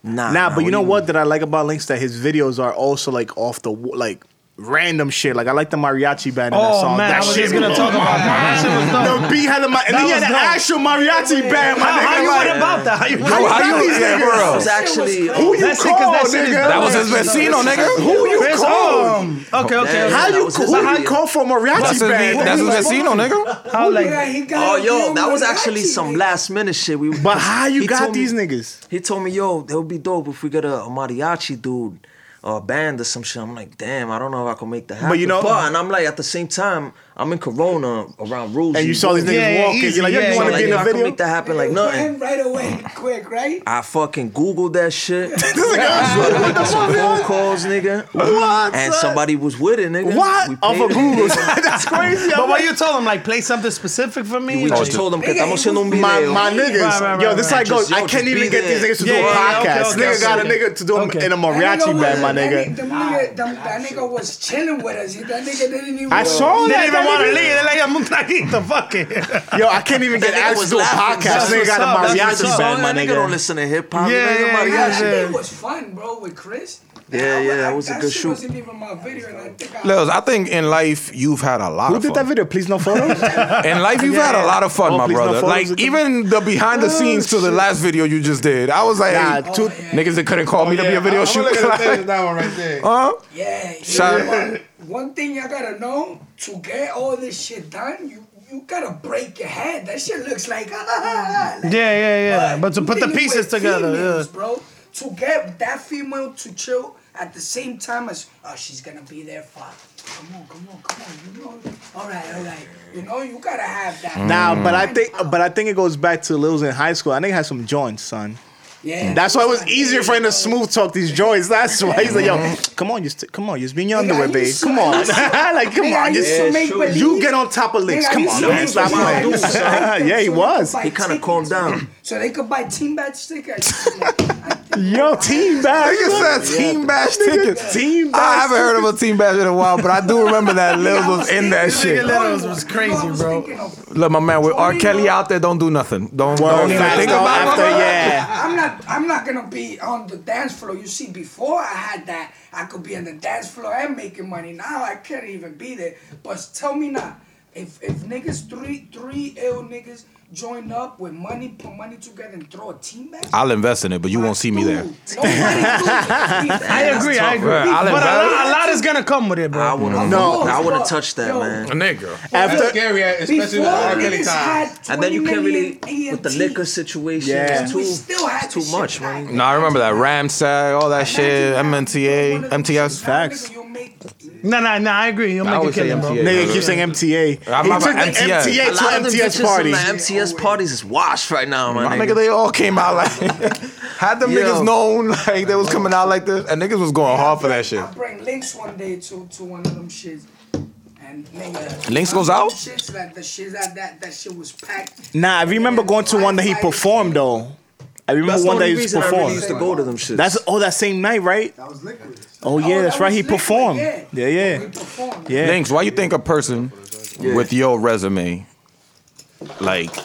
B: Nah,
A: Nah, but you know
B: we-
A: what that I like about Links that his videos are also like off the wa- like random shit. Like I like the mariachi band in that
D: Oh
A: song.
D: man,
A: that
D: I was
A: shit
D: just gonna
A: was-
D: talk about that. That shit was dope.
A: The beat had a ma- and
D: That
A: then he had an
D: was dope.
A: actual mariachi band. My
D: How,
A: nigga,
D: how you
A: like-
D: went about that? How you
C: Yo,
A: got
C: how you?
A: these
C: Yeah,
A: niggas?
C: bro.
B: It's actually
A: Who you
D: That shit- 'cause
A: call,
D: that shit is
A: nigga?
D: dope.
C: That was his vecino, nigga.
A: Who you
D: Chris,
A: call?
D: um, okay, okay,
B: Yeah,
D: okay.
A: How
B: That
A: you
B: was his
A: who you
B: idea.
A: call for a
C: That's
A: mariachi
C: his,
A: band?
C: that's his vecino, nigga.
E: Yeah,
D: How like?
E: he
B: Oh
E: got a
B: yo,
E: deal
B: that was
E: with
B: actually
E: Nike,
B: some
E: nigga.
B: last minute shit. We
A: But how you
B: he
A: got
B: told me-
A: these niggas?
B: He told me, yo, it would be dope if we get a, a mariachi dude or a band or some shit. I'm like, damn, I don't know if I can make that happen.
A: But you know-
B: but, and I'm like, at the same time, I'm in Corona around rules.
A: And you saw these niggas
D: Yeah, yeah,
A: walking.
D: easy,
A: You're like, yo,
D: yeah,
A: you
B: So
A: want
D: wanna
A: to
B: like,
A: be in
B: if
A: the
B: I could
A: video?
B: make that happen like
E: Put him
B: nothing.
E: right away, quick, right?
A: Ah,
B: I fucking googled that shit. Got some phone calls, nigga.
A: What?
B: And
A: son?
B: somebody was with it, nigga.
A: What?
B: We
A: Off
B: paid
A: of
B: it.
A: Google. That's crazy.
D: But
A: I'm
D: what
A: like,
D: you told him, like, play something specific for me.
B: We
D: Like-
B: just told them que
E: Nigga,
B: estamos haciendo un video.
A: my, my niggas,
D: Right, right,
A: yo,
D: right,
A: this
D: right.
A: how it goes.
B: Just, yo,
A: I can't
B: just
A: even
B: be
A: get these
B: there.
A: niggas to
D: Yeah,
A: do a
D: yeah, okay,
A: podcast.
D: okay,
A: nigga got a
D: okay.
A: nigga to do a-
D: Okay.
A: in a
E: That
A: mariachi
E: nigga
A: band, my
E: was- that
A: nigga.
E: That
B: Ah,
E: nigga, that, that nigga was chilling with us. That nigga didn't even.
A: I saw
D: They
A: that.
D: didn't even want to leave.
A: nigga.
D: They're like, I'm not eat the fucking.
A: Yo, I can't even get
B: nigga
A: asked to
B: was
A: do a
B: laughing.
A: podcast.
D: That's
A: Nigga got a
D: what's up. That's
A: mariachi
D: what's
A: band,
D: up.
A: my
B: That nigga don't
A: nigga.
B: listen to hip hop.
D: Yeah,
B: man.
D: yeah,
B: Nobody
D: yeah,
E: That
B: else.
D: yeah.
E: shit was fun, bro, with Chris.
B: Yeah, yeah,
E: I-
B: that was a good
E: shit
B: shoot.
E: wasn't even my video, and I think I.
C: Lils, I think in life you've had a lot
A: Who
C: of
A: did
C: fun.
A: that video? Please no photos.
C: In life, you've had a lot of fun,
A: Oh,
C: my
A: please, no
C: brother.
A: photos Oh,
C: like
A: of the-
C: even the behind the scenes to the last video you just did, I was like,
A: Nah,
C: hey,
A: two-
C: niggas that couldn't
A: Oh,
C: call me to be a video shoot.
G: that one right there.
C: huh?
E: Yeah. you
C: Shout-
E: know what? One thing y'all gotta know to get all this shit done, you you gotta break your head. That shit looks like. ah, ah, ah, like-
D: Yeah, yeah, yeah. But to
E: you
D: put the
E: dealing
D: pieces
E: with
D: together,
E: females,
D: yeah.
E: bro. To get that female to chill at the same time as oh she's gonna be there for. Come on, come on, come on. You know, all right, all right. You know you gotta have that. Mm.
A: Nah, but I
B: Mm.
A: think, but I think it goes back to Lil's in high school. I think I had some joints, son.
E: Yeah.
A: That's why it was easier for him to smooth talk these joints. That's why he's like, yo,
B: Mm.
A: come on, just come on, just be in your
E: Nigga,
A: underwear,
E: I
A: babe.
E: used to-
A: Come
E: I
A: on,
E: used to-
A: like come
E: Nigga, I
A: on,
E: used
A: just
E: to make believe.
A: you get on top of links.
E: Nigga, I
A: Come
E: used
A: on,
E: to
A: man,
E: make
A: stop
E: believe
A: playing.
E: so they could
A: Yeah, he
E: buy
A: was.
E: tickets.
B: He kinda calmed down.
E: So they could buy team badge tickets.
A: Yo, team bash.
C: Nigga said team bash tickets.
A: Team
C: I
A: bash.
C: haven't heard of a team bash in a while, but I do remember that Lil was in that shit.
D: Letters was crazy,
E: I was
D: bro.
E: thinking of-
C: Look, my man, with R. Kelly out there, don't do nothing. Don't,
A: Word
C: don't even
A: facts,
C: think
A: dog,
C: about
A: after,
C: it.
A: yeah.
E: I'm not. I'm not gonna be on the dance floor. You see, before I had that, I could be on the dance floor and making money. Now I can't even be there. But tell me now, if if niggas three three ill niggas join up with money, put money together and throw a team
B: Ah,
E: back.
C: I'll invest in it, but you won't see me there.
D: I agree, I agree.
C: Bro, I'll
D: But a lot,
C: invest-
D: a lot is gonna come with it,
B: I
D: bro.
B: would have.
A: No.
B: I would have touched that, man.
C: Nigga.
G: That's
A: After
G: scary, especially
E: Before
G: with R. Kelly
E: niggas
G: time.
E: had
B: And then you can't
E: 20
B: really
E: million
B: with the
E: EMT.
B: liquor situation.
A: Yeah.
B: It's
E: We
B: too,
E: still had
B: it's too
E: the shit
B: much,
E: back.
B: man.
C: No, I remember that Ramsay, all that shit,
E: Imagine that.
C: MNTA,
E: One of the
C: MTS.
E: shit that
A: Facts.
E: nigga you'll make
D: Nah, nah, nah. I agree. You'll
C: I
D: make a
C: would say
D: killing, bro.
C: MTA.
A: nigga keeps saying MTA,
C: I'm
A: he
C: about
A: took the
C: MTA.
A: MTA
B: A lot
A: to
B: of them
A: MTS
B: bitches
A: party.
B: from the MTS parties is washed right now,
C: My
B: man.
C: nigga, they all came out like had them
B: Yo.
C: niggas known like they was coming out like this, and niggas was going hard for that shit.
E: I'll bring links one day to, to one of them shits. And nigga,
C: Links
E: one
C: goes
E: of them
C: out?
E: Shits that the shit that, that that shit was packed.
A: Nah, I remember going to one that he performed though. I remember
B: That's the
A: one
B: only
A: day he was
B: reason I really
A: performing.
B: used to go to them shits.
A: That's oh, that same night, right?
E: That was liquid.
A: Oh yeah,
E: that
A: that's right.
E: was
A: He
E: liquid,
A: performed.
E: yeah.
A: Yeah, yeah,
E: We performed.
A: yeah.
C: Links, why you think a person with your resume, like,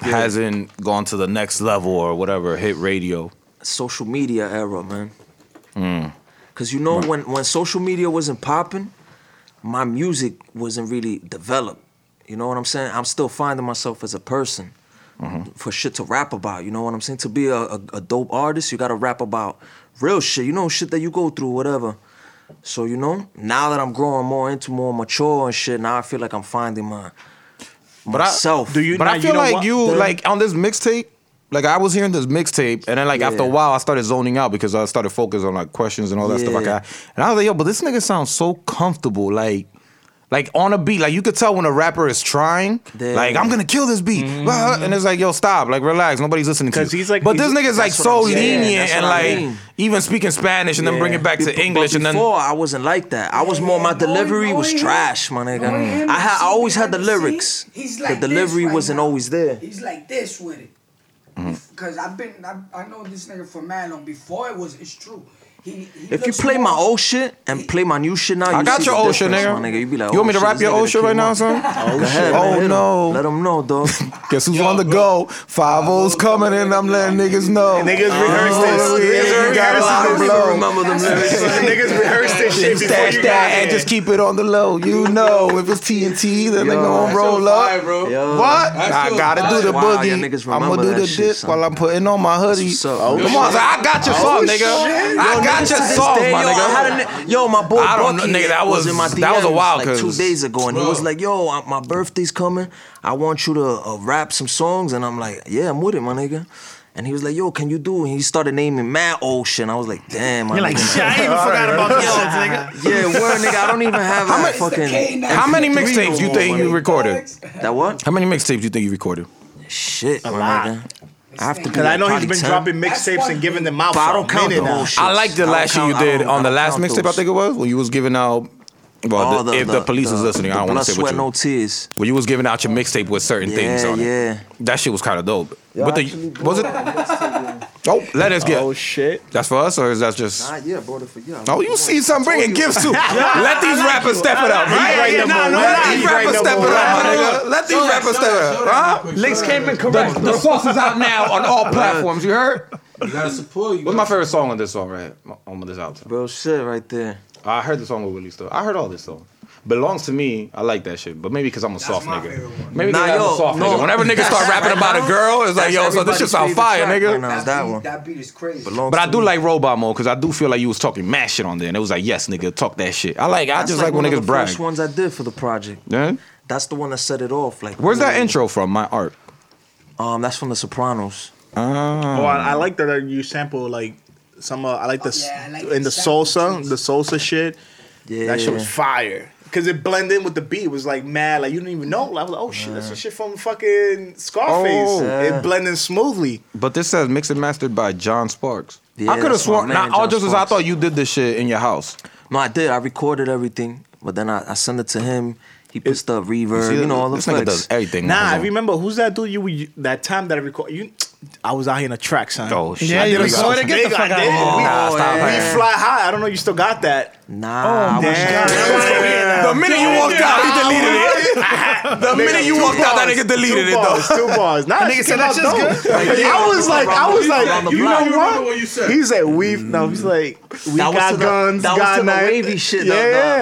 C: hasn't gone to the next level or whatever, hit radio?
B: social media era, man. Cause you know when when social media wasn't popping, my music wasn't really developed. You know what I'm saying? I'm still finding myself as a person for shit to rap about. You know what I'm saying? To be a, a, a dope artist, you gotta rap about real shit. You know shit that you go through, whatever. So you know, now that I'm growing more into more mature and shit, now I feel like I'm finding my
C: I-
B: myself.
A: do you-
C: But
A: Nah,
C: I feel
A: know
C: like
A: what?
C: you
B: The-
C: like on this mixtape. Like I was hearing this mixtape, and then like after a
B: Yeah.
C: while, I started zoning out because I started focusing on like questions and all that stuff. Like
B: Yeah.
C: I, and I was like, yo, but this nigga sounds so comfortable, like. Like on a beat, like you could tell when a rapper is trying,
B: Yeah. Mm-hmm.
C: like I'm gonna kill this beat, Blah, and it's like yo stop, like relax, nobody's listening to you.
A: 'Cause he's like-
C: but this
A: he's-
C: nigga's like
B: what I'm
C: so
B: saying.
C: lenient
B: That's
C: and
B: what I
C: like
B: mean.
C: even speaking Spanish and then bring it back
B: Be-
C: to
B: but
C: English and then
B: before I wasn't like that. I was more my
E: Yeah, knowing-
B: delivery was
E: knowing him-
B: trash, my
E: knowing
B: nigga.
E: him,
B: I had I
E: you see
B: always had the
E: behind the
B: lyrics.
E: scenes, he's
B: The
E: like this
B: delivery
E: right
B: wasn't
E: now.
B: always there. Mm.
E: He's like this with it. Cause I've been, I, I know this nigga for mad long. Before it was, it's true. He, he
B: If you
E: looks
B: play my
E: more-
B: old shit and play my new shit now, you
C: I got
B: see
C: your
B: the
C: old shit,
B: difference,
C: nigga.
B: my nigga. You be like,
C: you want
B: oh,
C: me to
B: shit,
C: rap
B: this
C: your
B: nigga
C: old shit
B: came
C: right now,
B: up.
C: son?
B: Go ahead,
C: Oh,
B: man, hit him.
C: no.
B: Let them know, dog.
C: Guess who's on the go? Five O's coming in. I'm letting niggas know.
A: Niggas rehearsed
C: Oh,
A: this.
C: yeah,
A: Niggas
C: you gotta
A: rehearsed
B: I
A: this.
C: let them
B: don't
C: blow.
B: even remember them lyrics.
A: Niggas rehearsed this shit before
C: Stash
A: you
C: that
A: got
C: and
A: here.
C: just keep it on the low. You know, if it's TNT, the nigga
B: that's
C: gonna roll
G: so fire,
C: up.
G: bro.
B: Yo.
C: What?
G: That's
C: I
G: so
C: gotta do
G: fire.
C: the
B: Wow, y'all
C: boogie.
B: niggas
C: I'm
B: remember
C: gonna do
B: that
C: the
B: shit,
C: dip
B: son.
C: while I'm putting on my hoodie.
B: What's up,
C: Come
B: man?
C: on, son, I got
F: Oh,
C: your song, nigga. I got your
B: This
C: song,
B: day,
C: my
B: yo, I
C: nigga.
B: had a ni- yo, my boy
C: I don't know,
B: Bucky
C: nigga, that was-
B: in my
C: that was a
B: DMs,
C: wild,
B: like two
C: 'cause-
B: days ago, and he
G: Bro.
B: was like, "Yo, I- my birthday's coming. I want you to uh, rap some songs," and I'm like, "Yeah, I'm with it, my nigga." And he was like, "Yo, can you do?" it?" And he started naming Mad Ocean. I was like, "Damn, my
D: You're like,
B: nigga."
D: shit, I even forgot about this shit, nigga.
B: yeah, word, nigga. I don't even have that
E: K
B: fucking.
E: now?
C: How many
B: MP3
C: mixtapes
B: no
C: you
B: more,
C: think you
B: my nigga.
C: recorded?
B: That what?
C: How many mixtapes you think you recorded?
B: Shit, my nigga. I have to.
A: Cause I know he's been
B: dropping.
A: dropping mixtapes and giving them out
B: But I don't
A: for a
B: count the
A: minute now.
B: whole shit.
C: I like the
B: I don't
C: last shit you
B: count- I
C: did
B: don't-
C: on
B: I
C: the
B: don't
C: last
B: count
C: mixtape. I
B: those.
C: think it was when you was giving out. Well,
B: All
C: the, if the, police is listening, I don't
B: the
C: want
B: blood,
C: to say what
B: sweat,
C: you.
B: no tears.
C: When you was giving out
D: Oh.
C: your mixtape with certain things
B: Yeah,
C: on it.
B: yeah.
C: That shit was kind of dope. but the was it? Oh, let us get.
A: Oh shit.
C: That's for us, or is that just?
B: Ah, yeah, bro. For you.
C: Oh, you see some bringing gifts too. Let these rappers step it up,
A: He
C: right?
A: write
D: yeah,
A: them
D: nah,
A: all.
D: no
A: Let
D: lie.
C: Let
A: these
C: these
D: He
A: write
C: rappers
A: them
C: step it
A: all.
C: up, my nigga. Let these rappers step it up, huh?
D: Links came in correct.
C: The sauce is out now on all platforms. You heard?
G: You gotta support you.
C: What's my favorite song on this song, right? On this album.
B: Bro, shit right there.
C: I heard the song with Willie Still. I heard all this song. Belongs to me. I like that shit, but maybe because I'm a soft
E: my
C: nigga.
E: favorite one.
C: Maybe
B: Nah,
C: because I'm a
B: yo,
C: soft
B: no.
C: nigga. Whenever niggas start rapping about a girl, it's like,
B: That's
C: yo, so this shit
B: everybody's
C: sound
B: favorite
C: fire,
B: track
C: nigga.
B: right now. How's that
E: beat,
B: one?
E: That beat is crazy.
B: Belongs
C: But I
B: to
C: do
B: me.
C: like robot mode because I do feel like you was talking mad shit on there, and it was like, yes, nigga, talk that shit. I like, I
B: That's
C: just like,
B: one
C: when
B: of
C: niggas
B: the
C: brag.
B: first ones I did for the project.
C: Yeah.
B: That's the one that set it off. Like,
C: Where's that
B: ooh.
C: intro from? My art.
B: Um, that's from The Sopranos.
A: Oh, I, I like that uh, you sample like some. Uh, I like the s-
E: Oh, yeah, I like
A: in the
E: the sample
A: salsa,
E: too.
A: the salsa shit.
B: Yeah,
A: That shit was fire. Cause it blended in with the beat. It was like mad. Like you didn't even know. I was like, oh shit, that's the shit from fucking Scarface.
C: Oh.
B: Yeah.
A: It blended smoothly.
C: But this says mixed and mastered by John Sparks.
B: Yeah,
C: I could have
B: that's my
C: sworn.
B: man,
C: Not all
B: John
C: just as I
B: Sparks.
C: thought you did this shit in your house.
B: no, I did. I recorded everything, but then I, I sent it to him. He puts the reverb, you, know, all the
C: this nigga does
B: flex.
C: everything.
A: Nah,
C: on
A: I
C: his own.
A: remember who's that dude? You, you that time that I record you. I was out here in a track, son.
C: Oh shit!
D: Yeah,
C: I
D: you
C: did a-
D: recorded. Get
A: Nigga,
D: the
A: I
D: fuck out
A: did. We-
C: Nah,
B: Oh,
C: stop
B: yeah.
A: We
C: playing.
A: fly high. I don't know. You still got that?
C: Oh,
B: Nah, I was
A: Damn.
C: The minute you walked out, he deleted it. The minute you walked out, that nigga deleted
A: Two
C: it though.
A: bars, two bars. Nah,
D: nigga
A: she
D: said
A: came out
D: that shit's
A: dope. I was like, I was
B: Around
A: like,
B: the
A: you
B: block.
A: know
G: You remember
A: what?
G: what you said.
A: He said we. No,
D: Mm.
A: he's like we
B: That was
A: got
B: to the-
A: guns,
B: that was
A: got
B: to the
A: knife.
B: wavy shit, the-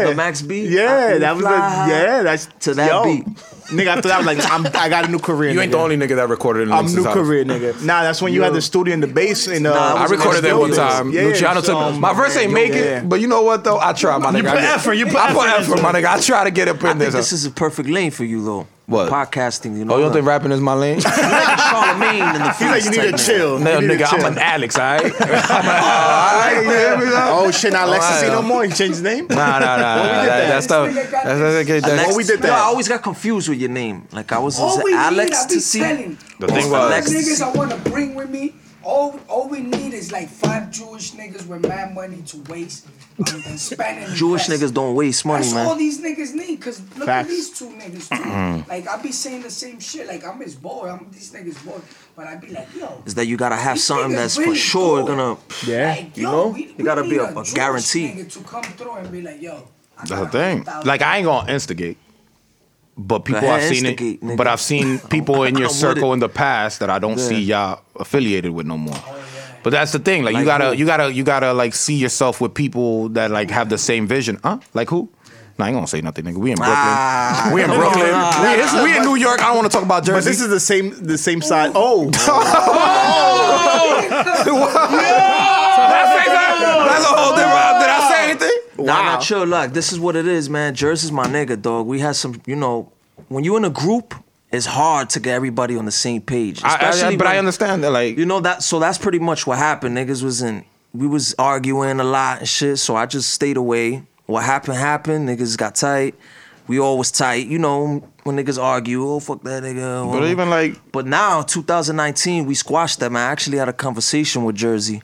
B: the- the Max B. I
A: Yeah,
B: flew
A: that was the
B: fly
A: yeah. That's
B: to that
A: yo.
B: beat.
A: Nigga, after that, I was like, I'm, I got a new career.
C: You ain't
A: nigga.
C: the only nigga that recorded in
A: I'm
C: Lynx's
A: new
C: house.
A: career, nigga. Nah, that's when you had the studio in the bass and uh,
B: Nah,
C: I
B: was in
C: recorded
B: the
C: that one
B: studio.
C: time.
A: Yeah,
C: Luciano
A: so,
C: took my verse ain't
B: yo,
C: make
A: yeah.
C: it, but you know what though? I tried, my nigga.
D: put
C: I did.
D: effort, you put
C: I put
D: effort into
C: effort, my nigga. I tried to get up in
B: I think
C: this.
B: this is a perfect lane for you, though.
C: What?
B: Podcasting, you know.
C: Oh, you don't
B: the-
C: think rapping is my lane?
B: like Charlemagne and the
A: He's like,
B: Freaks
A: you need to
B: type nigga.
A: chill.
C: No,
A: You need to
C: nigga, I'm
A: chill.
C: an Alex, all right? I'm an, all right, man, we got-
A: Oh shit, now Alexis
C: Alright.
A: ain't no more. He changed his name.
C: Nah, nah, nah. nah,
A: did that.
C: that, That's the. That's, that's, that's,
B: Alex,
A: Well, we did that.
B: No, I always got confused with your name. Like I was, is
E: All
B: it
E: we need,
B: Alex
E: I be
B: to see?
E: telling.
C: the thing
B: Alex
C: was,
B: to
E: niggas
B: see.
E: I want to bring with me. all all we need is like five Jewish niggas with mad money to waste um, and spend. and
B: Jewish
E: invest.
B: niggas don't waste money,
E: That's
B: man.
E: all these niggas need. Cause look
A: Facts.
E: at these two niggas too.
B: Mm-hmm.
E: like I be saying the same shit. Like I'm his boy. I'm these niggas boy. But I be like, yo.
B: is that you gotta have
E: these
B: something that's
E: niggas
B: for
E: really
B: sure
E: good.
B: gonna.
A: Yeah,
E: Like,
B: you
E: yo,
B: know?
E: we-
B: You
E: we
B: gotta be
E: need
B: a- a
E: Jewish
B: guarantee.
E: nigga to come through and be like, yo. I
C: That's the
E: got
C: thing.
E: 100,000.
C: Like I ain't gonna instigate, but people
B: ahead,
C: I've seen it.
B: instigate, nigga.
C: But I've seen people in
B: I'm
C: your
B: with
C: circle
B: it.
C: in the past that I don't
B: Yeah.
C: see y'all affiliated with no more. But that's the thing. Like, you
B: Like
C: gotta,
B: who?
C: you gotta, you gotta like see yourself with people that like have the same vision. Huh? Like who? Nah, I ain't gonna say nothing, nigga. We in Brooklyn.
B: Ah,
C: we in
B: come on,
C: Brooklyn.
B: nah.
C: we, it's- we in New York. I don't want to talk about Jersey.
A: But this is the same the same side. Oh,
C: that's, that's a whole different. Did I say anything?
B: Nah, nah, chill. Look, this is what it is, man. Jersey's my nigga, dog. We had some, you know, when you in a group, it's hard to get everybody on the same page.
C: I- I-
B: Especially
C: but I
B: when-
C: understand that, like,
B: You know that. So that's pretty much what happened. Niggas was in. We was arguing a lot and shit. So I just stayed away. What happened happened. Niggas got tight. We all was tight. You know when niggas argue. Oh fuck that nigga.
C: but
B: Well,
C: even like,
B: But now, 2019, we squashed them. I actually had a conversation with Jersey,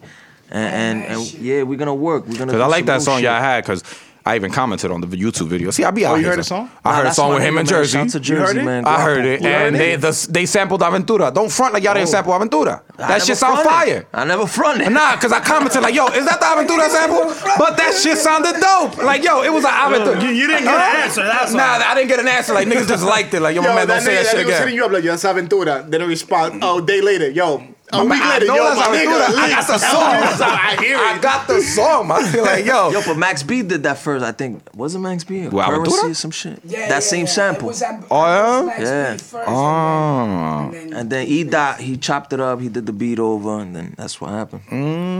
B: and and, and yeah, we're gonna work. We're gonna.
C: Cause
B: do
C: I like
B: some
C: that
B: new
C: song
B: shit.
C: y'all had because I even commented on the YouTube video. See, I be out
A: you
C: here,
A: heard
C: so-
A: the song?
C: I
B: Nah,
C: heard a
B: that's
C: song
B: my
C: with him
B: nigga,
C: and
B: man.
C: Jersey.
B: Shout out to
A: heard
B: Jersey,
A: it?
B: man.
C: I heard it,
A: You heard
C: and they
A: it?
C: the, they sampled Aventura. Don't front like y'all didn't sample Aventura.
B: I
C: That
B: never
C: shit sound
B: fronted.
C: fire.
B: I never fronted.
C: Nah, cause I commented like, yo, is that the Aventura sample? But that shit sounded dope. Like, yo, it was an Aventura.
D: You- you didn't get an
C: Huh?
D: answer, that's
C: nah,
D: all.
C: I didn't get an answer. Like niggas just liked it. Like, yo, my
A: yo,
C: man,
A: that
C: don't say
A: nigga,
C: that
A: that
C: shit
A: nigga was hitting
C: again.
A: you up like, yo, that's Aventura. They don't respond. Oh, day later, yo, a
C: My
A: week
C: man, I
A: later, yo,
C: know that's
A: my
C: Aventura.
A: nigga,
C: I got the song.
A: I hear
C: I
A: it.
C: got the song. I feel like, yo,
B: Yo, but Max B did that first. I think was it Max B? Or
C: What, Aventura?
B: Currency or some shit.
E: Yeah,
B: that
E: yeah,
B: same
E: yeah. It
B: sample.
E: was Am-
C: Oh, yeah? Ah.
E: it was Max B
B: Yeah.
E: first, and then-
B: and then E Dot he chopped it up. He did the beat over, and then that's what happened.
C: Mm.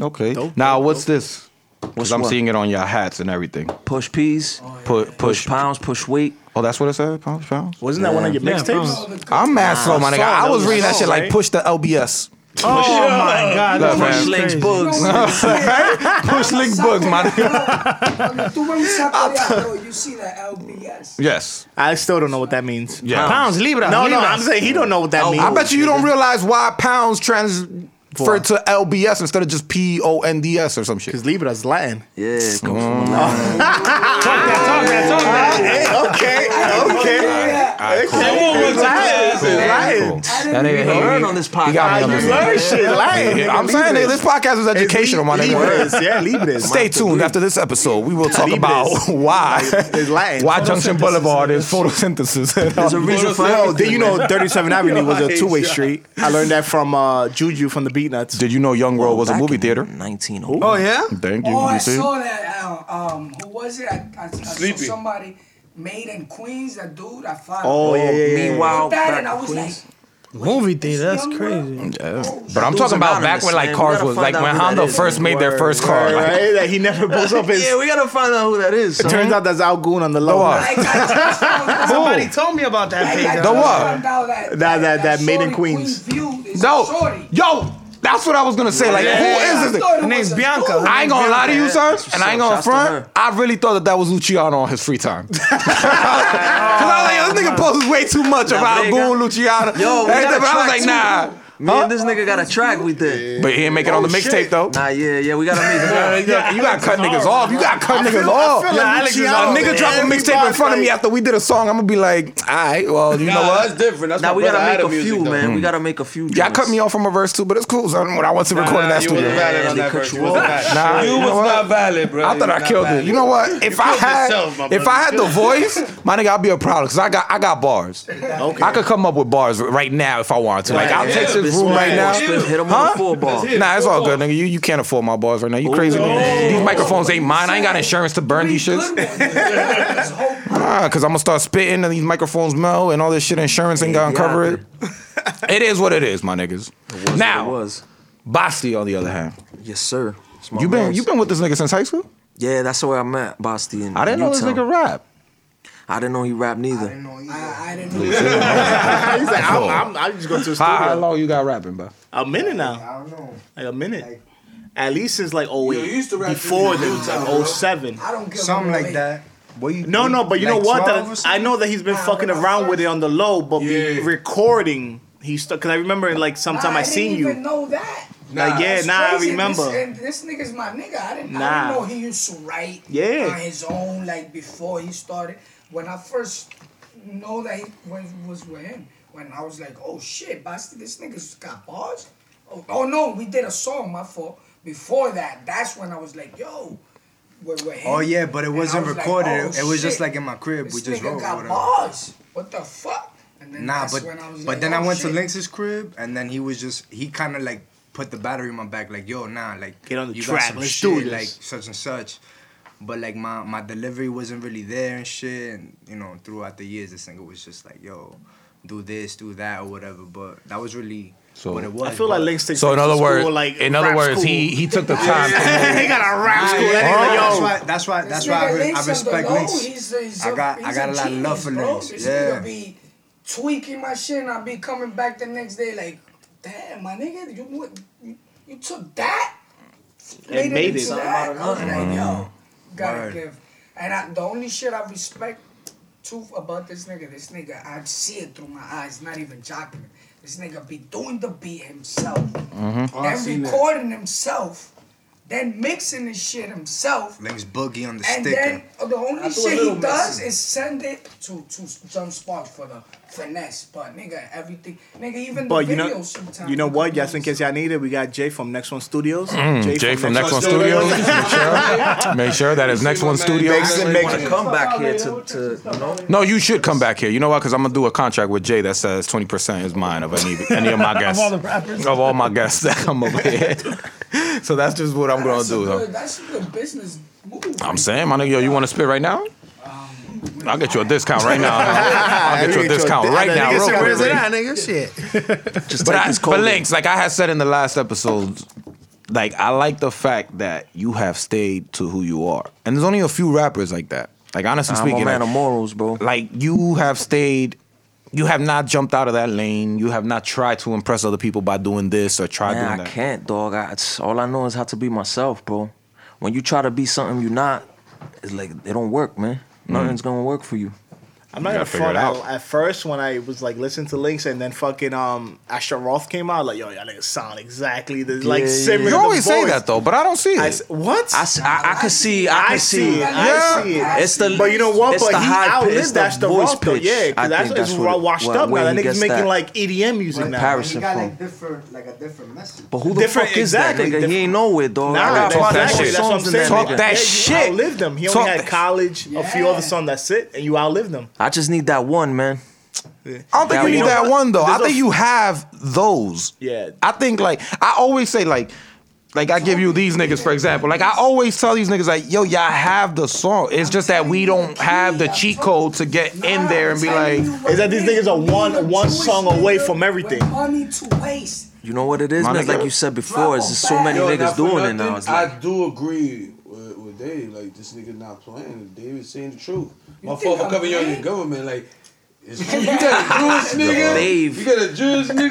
C: Okay. now what's this? Because
B: What's
C: I'm
B: what?
C: seeing it on your hats and everything.
B: Push
E: Oh,
B: P's,
C: Pu-
B: push
C: push.
B: pounds, push weight.
C: Oh, that's what it said. Pounds, pounds.
A: Wasn't that one of your
G: Yeah,
A: mixtapes?
G: bro.
C: I'm mad slow, my nigga. I was reading that shit like push the LBS,
D: Oh my god,
C: Look,
D: that's
C: man.
D: crazy.
B: Slings, bugs.
C: push link bugs, my nigga.
E: Tú ves un saco de arroz, you see the LBS.
C: Yes.
A: I still don't know what that means.
C: Yeah. Oh,
G: Pounds, libras.
A: No, no,
G: libras.
A: I'm saying he don't know what that means.
C: I bet you you don't realize why pounds transfer to LBS instead of just P O N D S or some shit.
A: because Libra's Latin.
B: Yeah, it comes
C: Mm.
B: from a lot.
G: Talk that, talk that, talk that.
A: Hey, okay, okay.
G: Someone
C: Oh,
A: It's
G: was
A: Latin. It's Latin.
E: I
C: That
E: didn't
C: nigga
E: even
C: hate
B: Learn
C: me.
B: on this
C: He got me
B: podcast.
C: on
A: You
C: this.
A: learn shit, Latin.
C: Yeah, I'm
A: nigga,
C: saying that
A: Libras.
C: this podcast is
A: It's
C: educational, my nigga.
A: Libras, yeah, Libras.
C: Stay tuned after this episode. We will talk about why
A: It's Latin.
C: why Junction Boulevard is photosynthesis.
B: There's a reason for
A: Yo,
B: everything.
A: did you know 37th Avenue was a two-way street? I learned that from uh, Juju from the Beatnuts.
C: Did you know Young Road was a
B: Back
C: movie
B: in
C: theater?
B: 1901.
G: Oh, yeah?
C: Thank you.
E: Oh, I
C: you see?
E: saw that. uh, Um, who was it? I, I, I saw
G: Sleepy.
E: somebody made in Queens. That dude, I found.
A: Oh, yeah, yeah, yeah.
B: Meanwhile,
E: that,
B: back
E: and I was
B: in
E: like,
B: Queens.
D: Movie theater, that's
E: Young
D: crazy.
C: But I'm
B: Dudes
C: talking about back
B: Anonymous,
C: when like
B: man.
C: cars
B: We
C: was
B: gotta
C: like
B: find
C: when
B: out who
C: Honda
B: that is.
C: first made their first car.
A: Right,
C: Like,
A: right? That he never pulls up his.
B: Yeah, we gotta find out who that is. son.
C: Uh-huh.
A: Turns out that's Al Goon on the low.
C: Dog.
E: Like, I just found out-
D: Somebody told me about that
E: like, I
D: thing.
E: just
C: The what?
E: found out That,
A: that- that made in
E: shorty
A: Queens.
E: Queen View is
C: No,
E: shorty.
C: yo, that's what I was gonna say. Like, who is this?
E: I thought
C: nigga?
E: it
D: Her name's
E: was a
D: Bianca.
E: dude.
D: Her
C: I ain't gonna lie to you, son, and I ain't gonna
B: Shouts to
C: front.
B: her.
C: I really thought that that was Luciano on his free time. Cause I was like, this nigga posts way too much about
B: nigga.
C: Goon Luciano.
B: Yo, we
C: Everything,
B: got a
C: but I was like,
B: track
C: nah.
B: Me and this nigga got a track we did.
C: But he ain't make it on the
B: Oh,
C: mixtape though.
B: Nah, yeah, yeah, we gotta make
C: Yeah,
B: it.
C: you gotta cut niggas off. You gotta cut
A: I
C: niggas
A: feel
C: off.
A: like
C: a
A: Luciano
C: nigga
A: in
C: drop a
A: every
C: mixtape in
A: podcast.
C: front of me after we did a song. I'm gonna be like, all right, well, you know
G: Nah,
C: what?
G: That's different. That's
B: Now
G: my
B: we
G: brother
B: gotta make
G: Adam
B: a
G: music,
B: few,
G: though.
B: man. We gotta make a few.
C: Hmm. Y'all cut me off from a verse too, but it's cool. Son. When I went to record in that
G: you
C: studio,
G: was valid on
B: they
G: that
B: cut
G: verse.
B: you
G: You was
B: off.
G: valid.
C: Nah,
G: you
C: you know
G: was
C: what?
G: not valid, bro.
C: I thought I killed it. You know what? If I
G: killed
C: had,
G: yourself, my
C: if
G: brother.
C: I had the voice, my nigga, I'd be a problem because I got, I got bars. Okay. I could come up with bars right now if I wanted to. Like I'll
B: Yeah,
C: take this
B: this
C: room
B: one
C: right
B: four
C: now.
B: spin, Hit him on
C: Huh?
B: the four ball.
C: Nah, it's all good, nigga. You, you can't afford my bars right now. You crazy?
B: Oh.
C: These microphones ain't mine. I ain't got insurance to burn these shits. Nah, cause I'm gonna start spitting and these microphones melt and all this shit. Insurance ain't gonna
B: Yeah.
C: cover it. It is what it is, my niggas.
B: It
C: now,
B: was.
C: Basti, on the other hand,
B: Yes, sir. It's my
C: you been
B: mans.
C: you been with this nigga since high school.
B: Yeah, that's where I met Basti. In
C: I didn't know this
B: Newtown.
C: nigga rap.
B: I didn't know he rapped neither.
E: I, I didn't know.
A: He's like, I'm, I'm, I just go to the
C: How, how
A: studio.
C: long you got rapping, bro?
A: A minute now,
E: I don't know.
A: like a minute. At least since like 08.
G: used to rap to
A: before
G: the
A: then,
G: news,
A: like
G: bro.
A: 07.
E: I don't give a
F: Something like
E: rate.
F: that. What you,
A: No, no, but you
F: like
A: know what?
F: 12 or
A: That, I
F: something?
A: know that he's been
E: Nah,
A: fucking
E: when I
A: around
E: first-
A: with it on the low, but be
G: Yeah.
A: recording. He stuck because I remember like
E: Nah,
A: sometime I,
E: I
A: seen
E: didn't
A: you.
E: even know that.
A: like, yeah,
E: That's
A: nah, I
E: crazy.
A: remember.
E: This, and this nigga's my nigga. I didn't, I
A: Nah.
E: didn't know he used to write
A: Yeah.
E: on his own, like before he started. When I first know that he was, was with him, when I was like, oh shit, Basti, this nigga's got bars? Oh, oh no, we did a song, my fault. Before that, that's when I was like, yo. With, with him.
F: Oh yeah, but it
E: And I
F: wasn't
E: was like,
F: recorded.
E: oh,
F: it, it was just
E: shit,
F: like in my crib.
E: This
F: we just
E: nigga
F: wrote. or
E: got
F: whatever.
E: bars. What the fuck? And then
F: Nah,
E: that's
F: but
E: when I was
F: but
E: like,
F: then
E: oh,
F: I went
E: shit.
F: to Lynx's crib, and then he was just he kind of like put the battery in my back, like yo, nah, like
A: Get on the
F: you
A: track,
F: got some
A: let's
F: shit,
A: do this.
F: like such and such. But like my my delivery wasn't really there and shit, and you know throughout the years, this nigga was just like yo, do this, do that, or whatever. But that was really
C: So-
F: what it was.
A: I feel
F: but-
A: like Links takes
C: So in
A: us to
C: other words,
A: school, like
C: in other
A: rap
C: words,
A: school.
C: he he took the time. to-
A: he got a rap
F: Ah,
A: school.
F: yeah,
A: That
F: that's
A: nigga, yo,
F: why. That's why. That's
E: This
F: why I,
E: nigga
F: re- I
E: Lynx on the
F: respect
E: low,
F: Lynx.
E: he's a- he's
F: I
E: a-
F: got. I
E: he's
F: got a lot of
E: genius,
F: love for
E: bro.
F: Lynx.
E: This
F: Yeah.
E: nigga be tweaking my shit, and I be coming back the next day like, damn, my nigga, you what, you, you took that
A: and made
E: into
A: it.
E: that? I was like, yo, gotta
F: Word.
E: give. And I, the only shit I respect too about this nigga, this nigga, I see it through my eyes, not even jocking. it. This nigga be doing the beat himself,
A: Mm-hmm.
F: Oh, I
E: then
F: seen that.
E: recording himself, then mixing his shit himself.
F: Lynx boogie on the
E: And
F: sticker.
E: then uh, the only
G: threw a
E: shit he
G: little
E: does
G: message.
E: is send it to to John Sparks for the finesse. But nigga, everything, nigga, even
A: But
E: the
A: you
E: videos
A: know,
E: sometimes.
A: you know
E: he
A: what?
E: do
A: Yes, in
E: this.
A: case y'all need it, we got Jay from Next One Studios.
C: Hmm. Mm, Jay from Next One Studios. Make sure, make sure that is Next One Studios.
B: I want to come back here to, to you know.
C: No, you should come back here. You know why? Because I'm gonna do a contract with Jay that says 20 percent is mine of any any of my guests
D: all the rappers.
C: of all my guests that come over here. so that's just what I'm gonna
E: That's a
C: do.
E: good- That's a good business move.
C: I'm saying, my nigga, yo, you want to spit right now? I'll get you a discount right now. I'll get you a discount right now. Real quick.
D: Where's it at, nigga? Shit.
B: Just
C: But
B: take
C: I,
B: this cold
C: but links, like I had said in the last episode, like I like the fact that you have stayed to who you are, and there's only a few rappers like that. Like honestly
B: I'm
C: speaking,
B: a man
C: like,
B: of morals, bro.
C: like you have stayed you have not jumped out of that lane you have not tried to impress other people by doing this or try
B: Man,
C: doing
B: I
C: that
B: can't, dog. I, it's, all I know is how to be myself, bro. When you try to be something you're not, it's like it don't work, man.
C: Hmm.
B: Nothing's gonna work for you.
A: I'm not gonna
C: You gotta figure
A: front
C: it
A: out.
C: out.
A: At first, when I was like listening to links, and then fucking um Asher Roth came out, like yo, y'all niggas sound exactly the like
B: Yeah, yeah,
A: similar.
C: you
A: the
C: always say
A: voice.
C: that though but i don't see it
A: I s- what?
B: I, s- I, I could see, I,
A: I
B: could see.
A: see it.
E: Yeah.
A: I see it.
B: It's the,
A: But you know what?
B: It's
A: but
B: the
A: he
B: high pitch.
A: outlived
B: It's
A: that's
B: the
A: the
B: voice
A: rough though.
B: pitch.
A: Yeah,
B: I
A: because that's,
B: think
A: it's
B: what-
A: washed
B: what-
A: up now.
B: where
A: That
B: he
A: nigga's
B: gets
A: making
B: that.
A: like EDM music now.
B: Comparison
F: He got
B: from.
F: like different, like a different message.
B: But who the
A: Different-
B: fuck is
A: exactly,
B: that nigga? He
A: different-
B: ain't know it, dog.
A: Nah,
B: I got
A: that's,
C: talk
B: fucking
C: that
A: exactly,
C: shit.
A: that's what I'm
B: songs in
A: saying.
C: Talk that
A: Yeah,
C: shit.
A: You outlived him. He
C: Talk
A: only had
C: that-
A: college, a few
E: Yeah.
A: other songs. That's it, and you outlived him.
B: I just need that one, man.
C: I don't think
B: Yeah,
C: you
B: you
C: need
B: know
C: that
A: what?
C: one though. I
A: There's a-
C: think you have those.
A: Yeah.
C: I think like I always say like like I give you these niggas for example. Like I always tell these niggas like yo y'all have the song. It's just that we don't have the cheat code to get in there and be like
A: Is that these niggas are one- one song away from everything.
E: With money to waste.
B: You know what it is,
C: My
B: man? It's
C: nigga.
B: Like you said before, it's just so many
E: Yo,
B: niggas
H: not for
B: doing it now.
H: nothing,
B: It's like,
H: I do agree with, with Dave. Like this nigga not playing. Dave is saying the truth. My
E: think
H: fault for
E: I'm
H: covering you on your
E: playing?
H: government. Like it's true. You got a Jewish nigga.
B: Dave.
H: You got a Jewish nigga.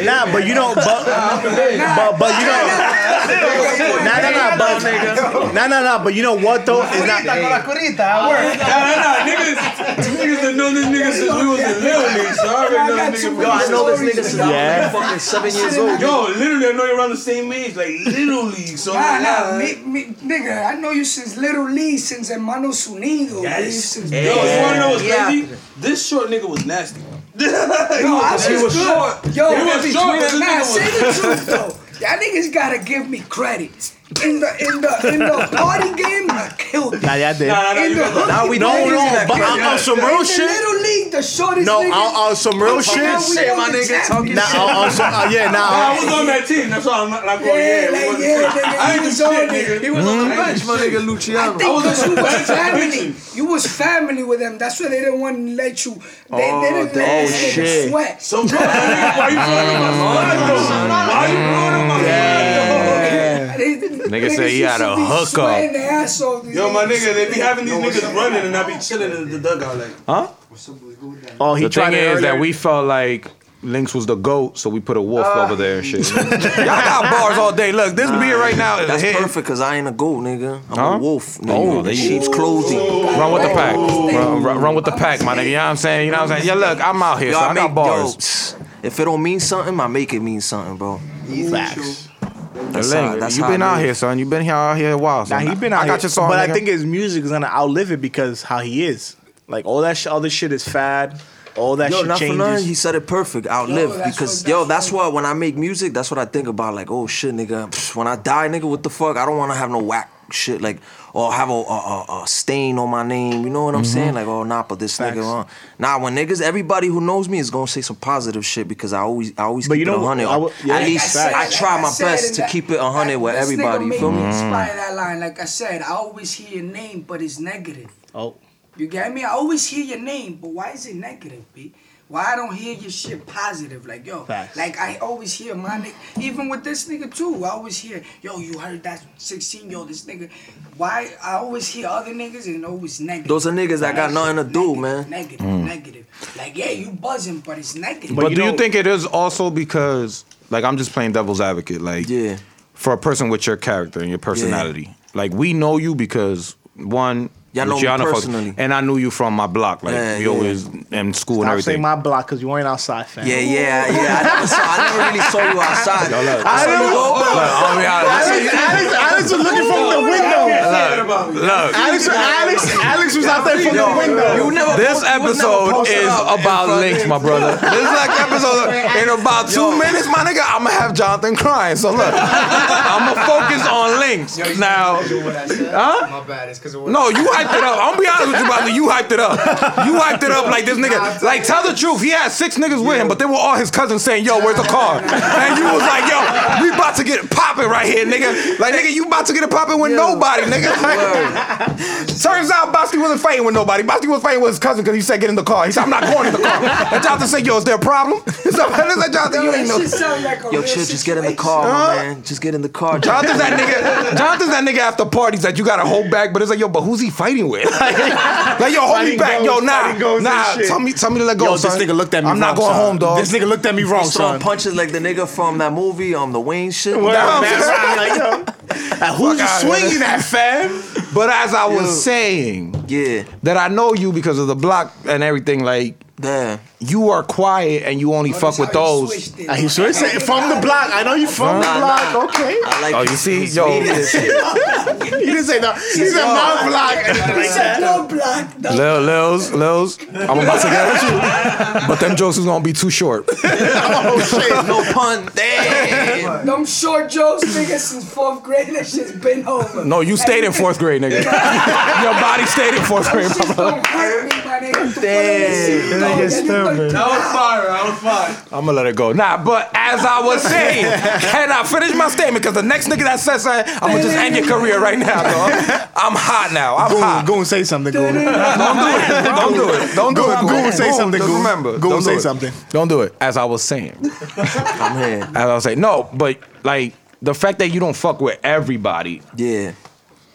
H: Dave.
A: Nah, but you don't. But, but, but you don't. Nah, nah, nah, but nah, nah, nah. But you know what though? It's not.
H: Nah, nah, nah, niggas, niggas that know this nigga since we was a little nigga, so I
E: I
H: already know
E: got
H: this
E: too
H: nigga.
E: many
H: Yo, I know
B: this nigga
E: stories,
B: since I was
A: Yeah.
B: like fucking seven years old.
H: Yo, literally, I know you're around the same age, like literally. So
E: Nah,
H: I'm
E: nah,
H: like,
E: me, me, nigga, I know you since Little Lee, since Hermanos Unidos.
H: Yes.
E: Since
H: Yo, you wanna know what's
B: Yeah.
H: crazy? This short nigga was nasty.
E: Yo, I
H: He was
E: good.
H: short.
E: Yo,
H: He was
E: Billy,
H: short, but this
E: nah,
H: nigga
E: say
H: was-
E: the truth though. Y'all niggas gotta give me credit. In the in the in the party game, I killed it.
A: Nah, yeah, I did.
H: Nah, nah,
E: In
H: you
E: the
H: got
E: hood,
B: Now we
E: game,
B: don't
E: in the
B: know,
E: little
A: but on on some real shit.
E: Little league, the shortest
A: No,
E: nigga.
A: on on some real
E: Talking
A: shit.
E: shit, my nigga, talking
A: Nah, on on some uh, yeah.
H: I
A: Nah, on-
H: was on that team. That's why I'm not like,
E: Yeah,
H: oh yeah, we
E: like
H: wasn't
E: yeah,
H: shit.
E: nigga,
H: I
E: he
H: ain't
E: was
H: shit,
E: on it. He was on
A: Mm-hmm.
E: the bench.
H: my
E: I
H: nigga I
E: think
H: was
E: because
H: on
E: you
H: the
E: was
H: bench.
E: family. You was family with them. That's why they didn't want to let you. They, they didn't let
A: oh,
E: you
A: shit.
E: sweat.
H: So bro, why you blowing up my spot though? Why you blowing up my spot
C: Nigga said he had a hookup.
H: though? Yo, my nigga, they be having these niggas running and I be chilling in the dugout like.
A: oh, he
C: the
A: tried
C: thing
A: it
C: is that
A: earlier.
C: we felt like Lynx was the goat, so we put a wolf over there and shit. Uh, Y'all got bars all day. Look, this beer right now is
B: That's
C: a hit.
B: perfect because I ain't a goat, nigga. I'm
C: Huh?
B: a wolf. Nigga.
C: Oh,
B: Oh,
C: there you
B: sheep's clothing.
C: Run with the pack. Run, run- run with the pack, my nigga. You know what I'm saying? You know what I'm saying? Yeah, look, I'm out here, so I got
B: yo,
C: bars.
B: pss, if it don't mean something, I make it mean something, bro.
A: Facts.
B: That's how- that's
C: you
B: how
C: been
B: it
C: out
B: is.
C: here, son. You been here out here a while.
A: Nah,
C: Son.
A: he been
C: I
A: out
C: got
A: here,
C: your song.
A: but
C: nigga.
A: I think his music is gonna outlive it because how he is. Like all that sh- other shit is fad. All that
B: Yo,
A: shit
B: not for nothing.
A: changes.
B: He said it perfect. Outlive
E: Yo, that's
B: because
E: what-
B: yo,
E: that's
B: that's why when I make music, that's what I think about. Like, oh shit, nigga, psh, when I die, nigga, what the fuck? I don't want to have no whack shit like or have a, a, a, a stain on my name. You know what I'm saying? Like, oh nah, but this nigga wrong. Nah, when niggas, everybody who knows me is gonna say some positive shit because I always I always
A: But
B: keep
A: you
B: it
A: know what-
B: hundred.
A: I would- yeah,
B: At
A: like
B: least
A: I said,
B: I, try
E: like
B: my
E: I said
B: best to
E: that-
B: keep it hundred
E: like,
B: with
E: this
B: everybody.
E: nigga
B: You
E: made
B: feel
E: me
B: me?
C: Mm.
E: Inspire that line. Like I said, I always hear your name, but it's negative.
A: oh,
E: You get me? I always hear your name, but why is it negative, B? Why I don't hear your shit positive? Like, yo,
A: Facts.
E: like I always hear my nigga, even with this nigga too, I always hear, yo, you heard that 16 yo, this nigga. Why I always hear other niggas and always negative.
B: Those are niggas that got nothing to do,
E: Negative,
B: man.
E: Negative,
F: Mm.
E: negative. Like, yeah, you buzzing, but it's negative.
A: But
C: But
A: you
C: do you
A: don't-
C: think it is also because, like, I'm just playing devil's advocate, like,
B: Yeah.
C: for a person with your character and your personality, like, we know you because one,
B: Y'all know me
C: Luciano fucks-
B: personally.
C: and I knew you from my block, like,
B: Yeah,
C: we
B: yeah.
C: always in school and
A: I'll say
C: everything.
A: my block because you ain't outside, fam.
B: Yeah, yeah, yeah. I never, saw, I never really saw you outside.
C: look.
B: I saw you go,
C: Look, I'll be honest.
A: Alex, Alex was looking from the window.
C: Look,
A: Alex, Alex, Alex was out there from the window.
B: You never post-
C: this
B: you would never
C: episode
B: post it
C: is
B: up.
C: about links, my brother. This is like episode in about two minutes, my nigga. I'm gonna have Jonathan crying. So look, I'm gonna focus on links now. Huh?
F: My bad. It's because of what
C: No, you hyped it up. I'm gonna be honest with you, brother. You hyped it up. You hyped it up like this nigga. Like, tell the truth. He had six niggas with him, but they were all his cousins saying, "Yo, where's the car?" And you was like, "Yo, we about to get it popping right here, nigga." Like, nigga, you about to get it popping with nobody, nigga. Turns out Bosky wasn't fighting with nobody. Bosky was fighting with his cousin because he said, "Get in the car." He said, "I'm not going in the car." And Jonathan said, "Yo, is there a problem?" So, like, Jonathan, you
E: Yo, that
C: ain't know.
E: shit sound like a
B: Yo,
E: real
B: chill, just get in the
E: situation.
B: car, my man. Just get in the car. Just
C: Jonathan's that nigga. Jonathan's that nigga after parties that you got to hold back, but it's like, yo, but who's he fighting with? Like, yo, hold me
A: Fighting
C: back, yo,
A: goes,
C: nah,
A: fighting goes and
C: nah.
A: shit.
C: Tell me, tell me to let go.
A: Yo, this
C: son.
A: nigga looked at me.
C: I'm not
A: wrong,
C: going
A: son.
C: home, dog.
A: This nigga looked at me wrong,
B: throwing
A: son.
B: punches like the nigga from that movie, um, The Wayne shit.
C: Nah,
A: Wow,
C: man.
A: man, right, like, yo. Like, who's you
C: outta
A: swinging at, fam?
C: But as I was
B: Yo.
C: saying,
B: Yeah,
C: that I know you because of the block and everything. Like,
B: damn.
C: you are quiet and you only
E: But
C: fuck
E: that's
C: with
E: how you
C: those.
E: switched it.
A: Uh, He sure said from the block. I know you from
B: Nah,
A: the block.
B: nah.
A: Okay.
B: I like
C: Oh, you
B: his-
C: see,
B: his
C: yo.
B: media and shit.
A: He didn't say no. He said my block. and shit like that.
E: No block, no.
C: Lil, Lils, Lils, I'm about to get at you, but them jokes is gonna be too short.
A: Oh shit.
B: No pun. Damn.
E: Them short jokes, nigga, since fourth grade, that shit's been over.
C: No, you stayed in fourth grade, nigga. Your body stayed in fourth grade,
E: Them shits don't hurt me, my nigga. Damn.
D: That nigga's stupid.
H: I was fire. I was fire.
C: I'm gonna let it go. Nah, but as I was saying, can I finish my statement? Because the next nigga that says something, I'm gonna just end your career right now, dog. I'm hot now. I'm
A: Goon,
C: hot.
A: goon, say something, goon.
C: Don't do it. Don't do
A: Goon,
C: it.
A: goon, say something,
C: Just
A: goon.
C: Remember.
A: Goon,
C: Don't do
A: say
C: it.
A: something.
C: Don't do it. As I was saying.
B: I'm here.
C: As I was saying. No, but like the fact that you don't fuck with everybody,
B: Yeah.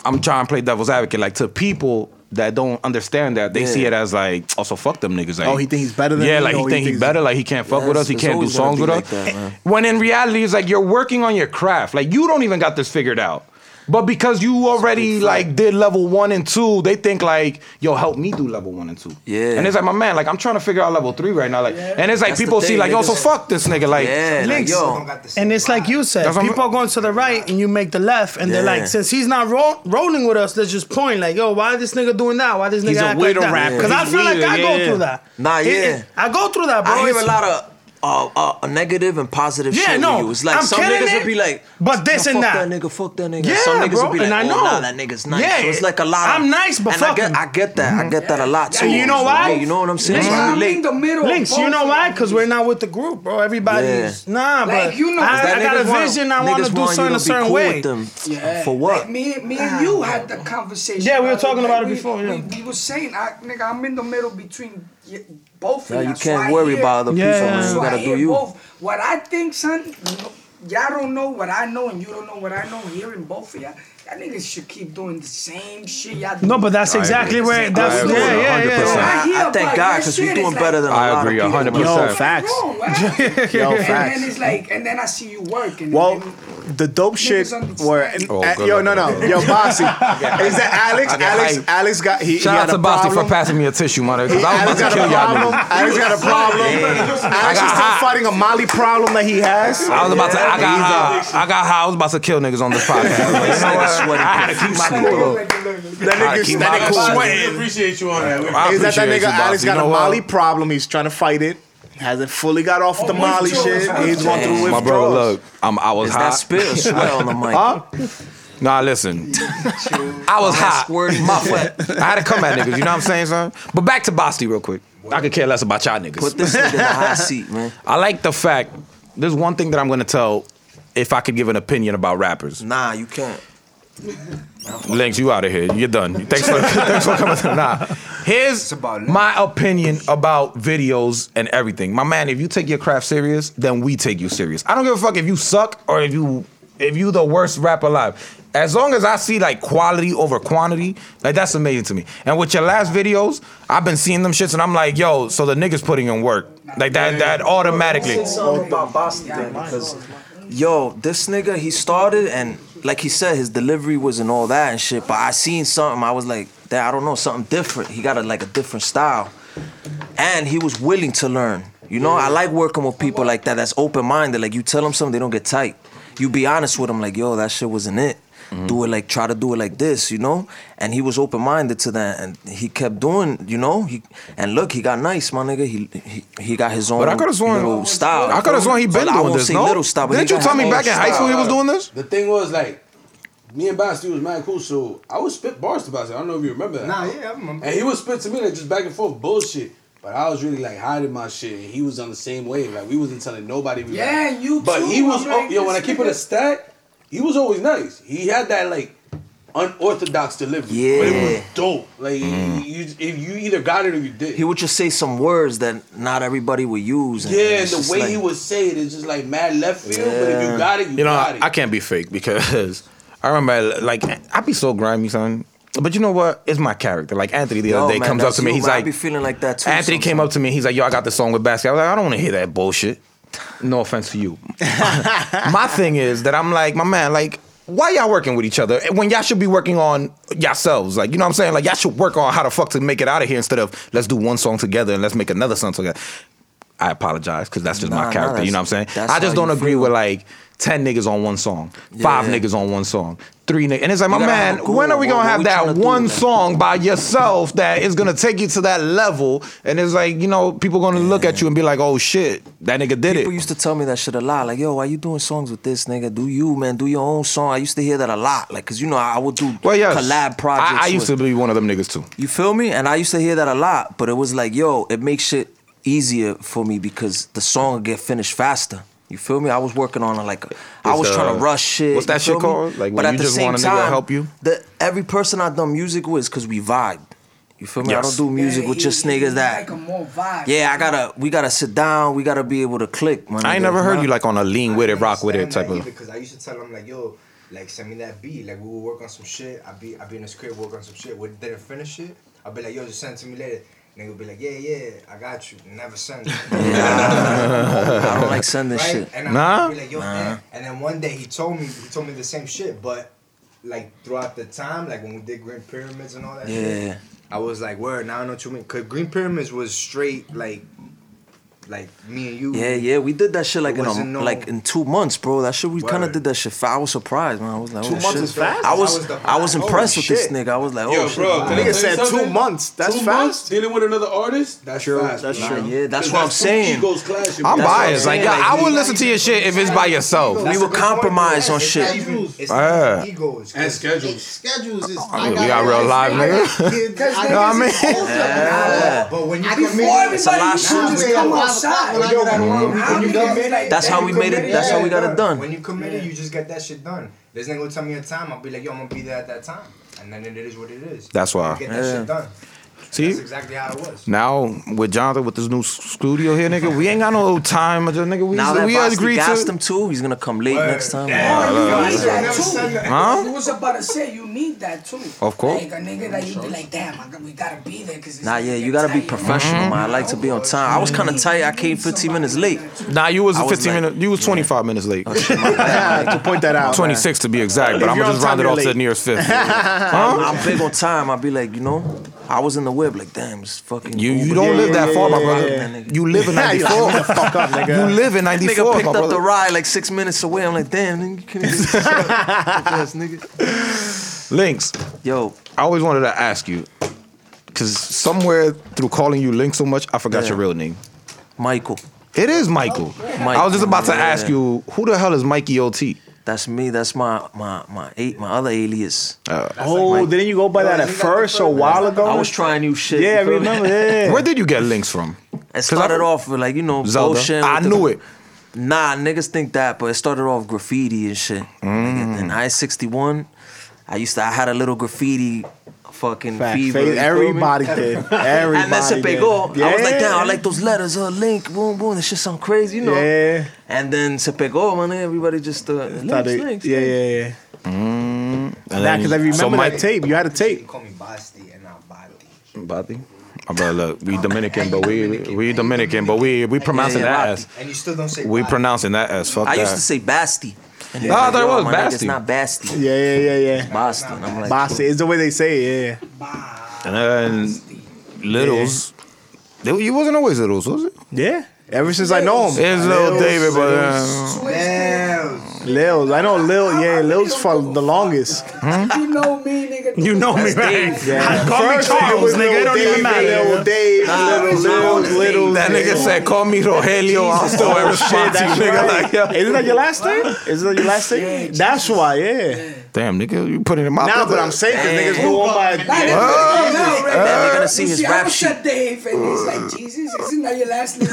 C: I'm trying to play devil's advocate. Like to people that don't understand that, they
B: Yeah.
C: see it as like, also fuck them niggas. Like,
A: Oh, he think he's better than
C: yeah,
A: me,
C: like he
A: or he
C: think he
A: thinks-
C: better. Like he can't fuck
B: Yeah,
C: with
B: it's-
C: us. He
B: it's
C: can't do
B: always gonna
C: songs
B: be
C: with
B: like
C: us.
B: that, man.
C: when in reality, it's like you're working on your craft. Like you don't even got this figured out. But because you already like did level one and two, they think like, yo, help me do level one and two.
B: Yeah.
C: And it's like, my man, like I'm trying to figure out level three right now. Like, and it's like
B: That's the
C: people see
B: thing,
C: like, yo, so
B: niggas-
C: fuck this nigga. Like,
B: Yeah, like,
D: links.
B: yo.
D: And it's like you said,
C: That's what I'm-
D: people are going to the right and you make the left, and they're
B: Yeah.
D: like, since he's not ro- rolling with us, let's just point like, yo, why this nigga doing that? Why this nigga
A: He's a
D: act
A: weirdo
D: like that?
A: rapper.
D: Because I
A: He's
D: feel like
A: weird,
D: I
A: yeah,
D: go
A: yeah.
D: through that.
B: Nah,
D: It- it-
B: yeah.
D: I go through that, bro.
B: I hear a
D: It's-
B: lot of uh, uh, negative and positive
D: Yeah,
B: shit.
D: no,
B: with you. it's like
D: I'm
B: some
D: killing
B: niggas
D: it,
B: would be like,
D: but this
B: "Yo,
D: and
B: fuck
D: that."
B: nigga, fuck that nigga.
D: Yeah,
B: some niggas
D: bro,
B: would be like,
D: and I
B: oh,
D: know.
B: nah, that nigga's nice.
D: Yeah.
B: so it's like a lot. Of,
D: I'm nice, but
B: and I
D: fuck
B: get,
D: him.
B: I get that. I get that a lot. too.
D: And you know
B: So,
D: why?
B: yeah, You know what I'm saying?
E: Niggas,
B: So I
E: I'm
B: relate.
E: in the middle.
D: Links,
E: of
D: you know
E: both
D: why?
E: of
D: Because
E: them.
D: we're not with the group, bro. Everybody's
B: Yeah.
D: nah,
E: Like,
D: but
E: you know-
D: I,
B: That
D: I got a
B: niggas want-
D: vision. I want
B: niggas
D: to do
B: you
D: something
B: be
D: a certain
B: cool
D: way.
B: with them.
E: Yeah.
B: For what?
E: Like me, me and you had the conversation.
D: Ah. Yeah, we were
E: brother.
D: talking
E: Like,
D: about it
E: we-
D: before, yeah.
E: We, we were saying, I, nigga, I'm in the middle between y- both
B: Yeah,
E: of
B: you
E: y'all. So
B: can't
E: I
B: worry
E: hear-
B: about other
D: Yeah,
B: people,
D: yeah,
B: man.
E: So
B: You
E: I
B: gotta
E: hear
B: do you.
E: both. What I think, son, y'all don't know what I know, and you don't know what I know. Hearing both of y'all, y'all niggas should keep doing the same shit. Y'all
D: No,
E: do.
D: but that's exactly where. That's
C: agree.
D: yeah, yeah, yeah,
B: So
D: yeah.
C: 100%.
E: I hear
B: I, I thank
E: about
B: God
E: that
B: because
E: shit.
B: we're doing
E: It's
B: better
E: like-
B: than a
C: I
B: lot
C: agree,
B: of people.
C: 100%.
A: Yo,
E: What's
A: facts.
E: wrong, right?
A: Yo,
E: And then
A: facts.
E: it's like, and then I see you work, and
A: Well,
E: and-
A: the dope shit
E: understand.
A: were
C: Oh,
A: uh,
C: good
A: yo
C: luck,
A: no no yo Bossy is that Alex
C: I got
A: Alex
C: hype.
A: Alex got he, he
C: Shout out
A: had
C: to
A: a
C: Basti for
A: problem.
C: passing me a tissue, mother. Because I
A: Alex
C: was about
A: got
C: to
A: a
C: kill y'all.
A: problem.
C: niggas.
A: Alex got a problem. Alex is
C: got
A: still
C: hot.
A: fighting a Molly problem that he has.
C: I was about to. I got high. I got high. I was about to kill niggas on this podcast. But you know what? I had to keep my cool.
A: That
C: I
A: nigga,
C: keep
A: that
C: my
A: nigga
C: cool.
A: sweating.
H: We appreciate you on that. We-
C: I
A: Is that that
C: appreciate
A: nigga
C: you, Basti.
A: Alex
C: You
A: got
C: know
A: a
C: what?
A: Molly problem? He's trying to fight it. Hasn't fully got off the Molly shit. He's going through withdrawals.
C: My brother, look, I'm, I was
B: Is
C: hot.
B: that spit or sweat on the mic?
C: Nah, listen. I was hot.
B: squirty
C: My fault. I had to come at niggas. You know what I'm saying, son? But back to Basti real quick. I could care less about y'all niggas.
B: Put this nigga in the hot seat, man.
C: I like the fact. There's one thing that I'm gonna tell. If I could give an opinion about rappers,
B: Nah, you can't.
C: Links, you out of here. You're done. Thanks for thanks for coming. Through. Nah, here's
F: about Lynx.
C: my opinion about videos and everything. My man, if you take your craft serious, then we take you serious. I don't give a fuck if you suck or if you if you the worst rapper alive. As long as I see like quality over quantity, like that's amazing to me. And with your last videos, I've been seeing them shits, and I'm like, yo, so the niggas putting in work, like that that automatically.
B: something about Boston then because yo, this nigga he started and like he said his delivery wasn't all that and shit, but I seen something I was like that I don't know something different. He got a like a different style, and he was willing to learn. You know, I like working with people like that that's open minded. Like you tell them something, they don't get tight. You be honest with them, like yo, that shit wasn't it. Do it like try to do it like this, you know. And he was open minded to that, and he kept doing, you know. He and look, he got nice, my nigga. He he, he got his own
C: But I coulda sworn-
B: Um, little style.
C: I could have sworn he been
B: Well, I
C: doing
B: won't
C: this.
B: say
C: No,
B: little style, but he
C: didn't you
B: got
C: tell
B: his
C: me
B: own
C: back in high
B: style.
C: school he was doing this?
I: Uh, The thing was like, me and Basti was mad cool, so I would spit bars to Basti. I don't know if you remember that.
F: Nah, yeah, I remember.
I: And he would spit to me like just back and forth bullshit. But I was really like hiding my shit, and he was on the same wave. Like we wasn't telling nobody. We
E: Yeah,
I: rapped.
E: you
I: But
E: too.
I: he was
E: I'm like,
I: yo. When I
E: this
I: keep it a
E: nigga-
I: stat, he was always nice. He had that like unorthodox delivery. but it
B: Yeah.
I: was dope. Like
C: Mm.
I: you, if you either got it or you did.
B: He would just say some words that not everybody would use. and
I: yeah, and
B: it's
I: the
B: just
I: way
B: like-
I: he would say it is just like mad left field. But if you got it, you,
C: You know,
I: got
C: I,
I: it.
C: I can't be fake because I remember, like, I be so grimy, son. But you know what? It's my character. Like Anthony the
B: Yo,
C: other day
B: man,
C: comes up
B: that's
C: to me.
B: you,
C: he's
B: bro. I
C: like,
B: be feeling like that too.
C: Anthony came up to me. He's like, yo, I got this song with Basket. I was like, I don't want to hear that bullshit. No offense to you. my thing is that I'm like, my man, like, why y'all working with each other when y'all should be working on yourselves? Like, you know what I'm saying? Like, y'all should work on how the fuck to make it out of here instead of let's do one song together and let's make another song together. I apologize because that's just
B: Nah,
C: my
B: nah,
C: character. you know
B: that's-
C: what I'm saying?
B: that's
C: I just
B: how
C: don't
B: you
C: agree
B: feel.
C: with like ten niggas on one song, five
B: Yeah.
C: niggas on one song, three niggas, and it's like, my
B: gotta have
C: man,
B: a goal.
C: when are we
B: What-
C: gonna
B: what
C: have
B: we tryna
C: that
B: do,
C: one
B: man?
C: song by yourself that is gonna take you to that level? And it's like, you know, people gonna look at you and be like, oh shit, that nigga did
B: People
C: it.
B: used to tell me that shit a lot. Like, yo, why you doing songs with this nigga? Do you, man? Do your own song. I used to hear that a lot. Like, cause you know, I would do
C: Well, yes.
B: collab projects.
C: I, I used
B: with-
C: to be one of them niggas too.
B: You feel me? And I used to hear that a lot, but it was like, yo, it makes shit easier for me because the song would get finished faster. You feel me? I was working on it like I
C: It's,
B: was trying to
C: uh,
B: rush shit.
C: what's
B: you
C: that shit
B: feel me?
C: called? Like, when you just want a nigga to help you?
B: The, every person I've done music with is because we vibe. You feel me? I
C: Yes.
B: don't do music
E: Yeah,
B: with
E: he-
B: just
E: he-
B: niggas
E: he
B: that.
E: Like a more vibe.
B: yeah, I gotta. We gotta sit down. We gotta be able to click. My
C: I ain't
B: nigga.
C: never heard you like on a
F: I
C: lean with it,
F: didn't
C: rock with it
F: understand
C: type
F: that
C: of.
F: either, Cause I used to tell him like, yo, like send me that beat. Like we would work on some shit. I be I be in the script work on some shit. We didn't finish it. I'd be like, yo, just send it to me later. Nigga be like, yeah, yeah, I got you. Never send it.
B: I don't like sending
F: right?
B: shit.
F: And I
C: Nah.
F: be like, yo, eh. And then one day he told me, he told me the same shit, but like throughout the time, like when we did Green Pyramids and all that shit,
B: Yeah.
F: I was like, word, now I know what you mean. Cause Green Pyramids was straight like, like me and you.
B: Yeah, yeah, we did that shit like
F: It
B: in a,
F: wasn't no-
B: like in two months, bro. That shit we kind of
F: Word.
B: did that shit. fa- I was surprised, man. I was like, two oh,
A: months
B: shit.
A: is fast?
B: I
F: That was
B: was
F: the
B: I was
F: vibe.
B: impressed
A: Holy
B: with this
A: shit.
B: nigga. I was like, oh
H: Yo,
B: shit.
H: bro, can I
A: Nigga
H: tell you
A: said two
H: something?
A: months. That's
I: Two months
A: fast.
I: dealing with another artist. That's
A: True,
I: fast.
A: that's
I: bro.
A: true.
B: Yeah, that's
I: 'Cause
B: what I'm
I: two
B: saying.
I: Egos clashing.
C: I'm
I: bro.
B: what I'm
C: biased. Like,
B: saying,
C: yo,
B: like,
C: I
B: he-
C: would listen to your shit if it's by yourself.
B: We
F: That's
B: would
F: a good point, though.
B: compromise on
F: It's
B: shit.
F: not even- It's
C: Ah.
F: not even egos.
I: And schedules.
J: Schedules is.
C: I mean, we got real live, nigga.
E: Cause
C: know what I mean?
F: But- But when you
E: Before
F: come in,
E: everybody
B: It's a lot of
E: should just
J: shit.
E: come outside.
J: When you
E: Like,
F: when you
E: how
F: commit,
E: many-
B: That's how we made it. That's how we got it
F: When
B: done.
F: you committed, you just get that shit done. There's nigga gonna tell me a time. I'll be like, yo, I'm gonna be there at that time. And then it is what it is.
C: That's why.
F: You Get that shit done.
C: See,
F: That's exactly how it was.
C: Now with Jonathan with this new s- studio here, nigga, we ain't got no time, just, nigga. We
B: Now that
C: we
B: Boston
C: agreed
B: gassed
C: to.
B: him too, he's gonna come late next time.
E: Oh, you
F: I
E: need that
F: never
E: too.
F: said that.
C: Huh?
E: You was about to say you need that too.
C: Of course.
E: Like a nigga that you be like, damn, I, got- we gotta be there because.
B: Nah, yeah, you gotta be professional, man. I like to be on time. I was kind of tight. I came 15 minutes late.
C: Nah, you was
B: I was
C: 15
B: late.
C: minutes. You was 25 minutes late.
A: to point that out.
C: 26 to be exact, but
A: If
C: I'm
A: you're
C: gonna
A: on
C: just
A: time,
C: round it
A: you're
C: off to the
A: late.
C: nearest fifth.
B: I'm, I'm big on time. I'd be like, you know, I was in the whip, like, damn, it's fucking.
C: You you
B: Uber
C: don't
B: Eats.
C: live that far, my
B: yeah,
C: brother.
B: yeah, yeah.
C: You live in
A: Yeah, you like,
C: 94.
A: "Where the fuck up,
C: You
A: nigga.
C: live in
B: Nigga
C: 94,
B: picked
C: my
B: up
C: brother.
B: the ride like six minutes away. I'm like, damn, nigga, you can't even- Yes, nigga.
C: Links.
B: Yo,
C: I always wanted to ask you, because somewhere through calling you Link so much, I forgot
B: Yeah.
C: your real name.
B: Michael,
C: It is Michael. I was just about to
B: Michael, yeah.
C: ask you, who the hell is Mikey OT?
B: that's me. That's my my my eight my other alias.
C: Uh,
A: Oh, didn't you go by that at first or a while ago?
B: I was trying new shit.
A: Yeah, I
B: you feel me?
A: remember. Yeah.
C: Where did you get links from?
B: It started
C: I-
B: off with like you know
C: Zelda.
B: bullshit.
C: I
B: with the-
C: knew it.
B: Nah, niggas think that, but it started off graffiti and shit. Like,
C: Mm.
B: in I sixty one, I used to I had a little graffiti fucking
A: Fact,
B: fever.
A: face-
B: you feel me?
A: everybody did. Everybody
B: And Mr.
A: did.
B: Pegó, I was like, damn, I
A: Yeah.
B: like those letters, uh, link, boom, boom. That shit sound crazy, you know.
A: Yeah.
B: And then se pegó, man. Everybody just uh, links,
A: Thought they-
B: links.
A: yeah, yeah, yeah. Nah, because I remember
C: so
A: that
C: Mike-
A: tape. You had a
F: You
A: tape.
F: call me Basti and not Bati.
C: Bobby. My brother, look, we Dominican, but we we Dominican, but we we pronouncing
B: Yeah, yeah,
C: that as.
F: And you still don't say
C: We
F: Bati.
C: pronouncing that as. Fuck
B: I
C: that.
B: used to say Basti. And they
C: Oh, I
B: like,
C: thought it
B: "Yo,
C: was
B: my nigga, It's
C: Basti.
B: not Basti.
A: Yeah, yeah, yeah, yeah.
B: Basti. And I'm like,
A: Boss, it's the way they say it.
C: and then littles. They- you wasn't always littles, was it?
A: Yeah, yeah. Ever since I know him,
C: It's little David, but uh,
F: Damn.
A: Lil. I know Lil. Yeah, Lil's for the longest.
E: You know me, nigga.
D: You know me, right?
A: Yeah.
D: Call me
A: First, it
D: Charles,
A: was
D: nigga. It
A: Lil
D: don't
A: Dave,
D: even matter.
A: Lil Dave, Lil, Lil, Lil.
C: that nigga said, "Call me Rogelio." I'm still a
A: Shit,
C: response,
A: that's
C: you nigga.
A: right.
C: Like, yo.
A: Isn't that your last name? Isn't that your last name? That's why, yeah.
C: Damn, nigga, you putting in my.
A: Nah, but I'm saying because niggas go on by.
B: yeah, they're gonna see
E: You
B: his
E: see, I
B: rap
E: was
B: sheet.
E: at Dave, and he's like, Jesus, isn't that your last name?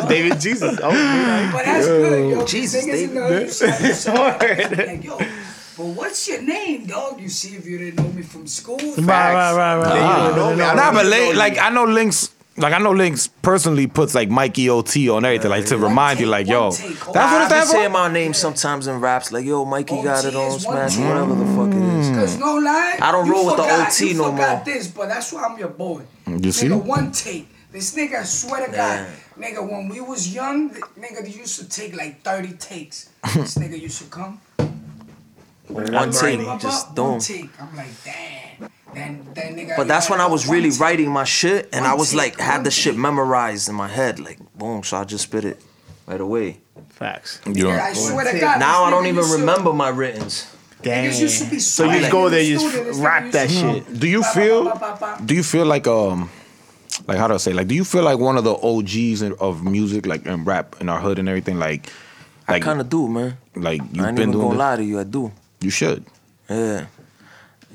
E: but
A: David Jesus. Oh, yeah.
E: that's good, yo.
B: Jesus,
E: niggas
B: Dave.
E: know you shot yourself. Like, yo, but what's your name, dog? You see, if you didn't know me from school,
D: Right, right, right, right.
A: You know me, I
C: Uh-huh. Nah,
A: don't
C: but
A: even
C: Link,
A: know you.
C: like I know Links. Like I know Links personally puts like Mikey OT on everything, like to remind you, like yo, that's
E: Nah,
C: what
B: I
C: it's
B: be
C: that
B: saying
C: for.
B: my name sometimes in raps, like, yo, Mikey got it
E: OT
B: on
E: is one
B: Smash,
E: team.
B: whatever the fuck it is.
E: Cause no lie,
B: I don't
E: you
B: roll with the
E: forgot-
B: OT
E: you
B: no
E: forgot
B: more.
E: This, but that's why I'm your boy.
C: You see?
E: nigga, one take. This nigga, I swear to God, nigga, when we was young, th- nigga, they used to take like 30 takes. this nigga used to come,
C: Mm.
B: One take,
E: came up,
B: just
E: one
B: don't.
E: take. I'm like, damn. Then, then nigga,
B: But that's
E: like,
B: when I was
E: one
B: really
E: take.
B: writing my shit, and I
E: One
B: was
E: take,
B: like, had
E: one
B: the shit
E: take.
B: memorized in my head, like, boom, so I just spit it right away.
A: Facts.
C: You
E: Yeah, I
C: know,
E: swear to God.
B: Now
E: this
B: I don't
E: nigga
B: even
E: used to-
B: remember my writtens.
A: Damn.
E: Niggas used to be
A: So you
E: swag
A: go
E: in the
A: there, you
E: studio, this
A: just
E: nigga
A: rap
E: used to
A: that shit.
C: do you
E: ba, ba,
C: feel?
E: ba, ba, ba, ba.
C: Do you feel like um, like how do I say? Like, do you feel like one of the OGs in- of music, like in rap in our hood and everything? Like,
B: I
C: like,
B: kind of do, man.
C: like
B: I
C: you've
B: ain't
C: been
B: even
C: doing.
B: gonna
C: This?
B: lie to you, I do.
C: You should.
B: Yeah.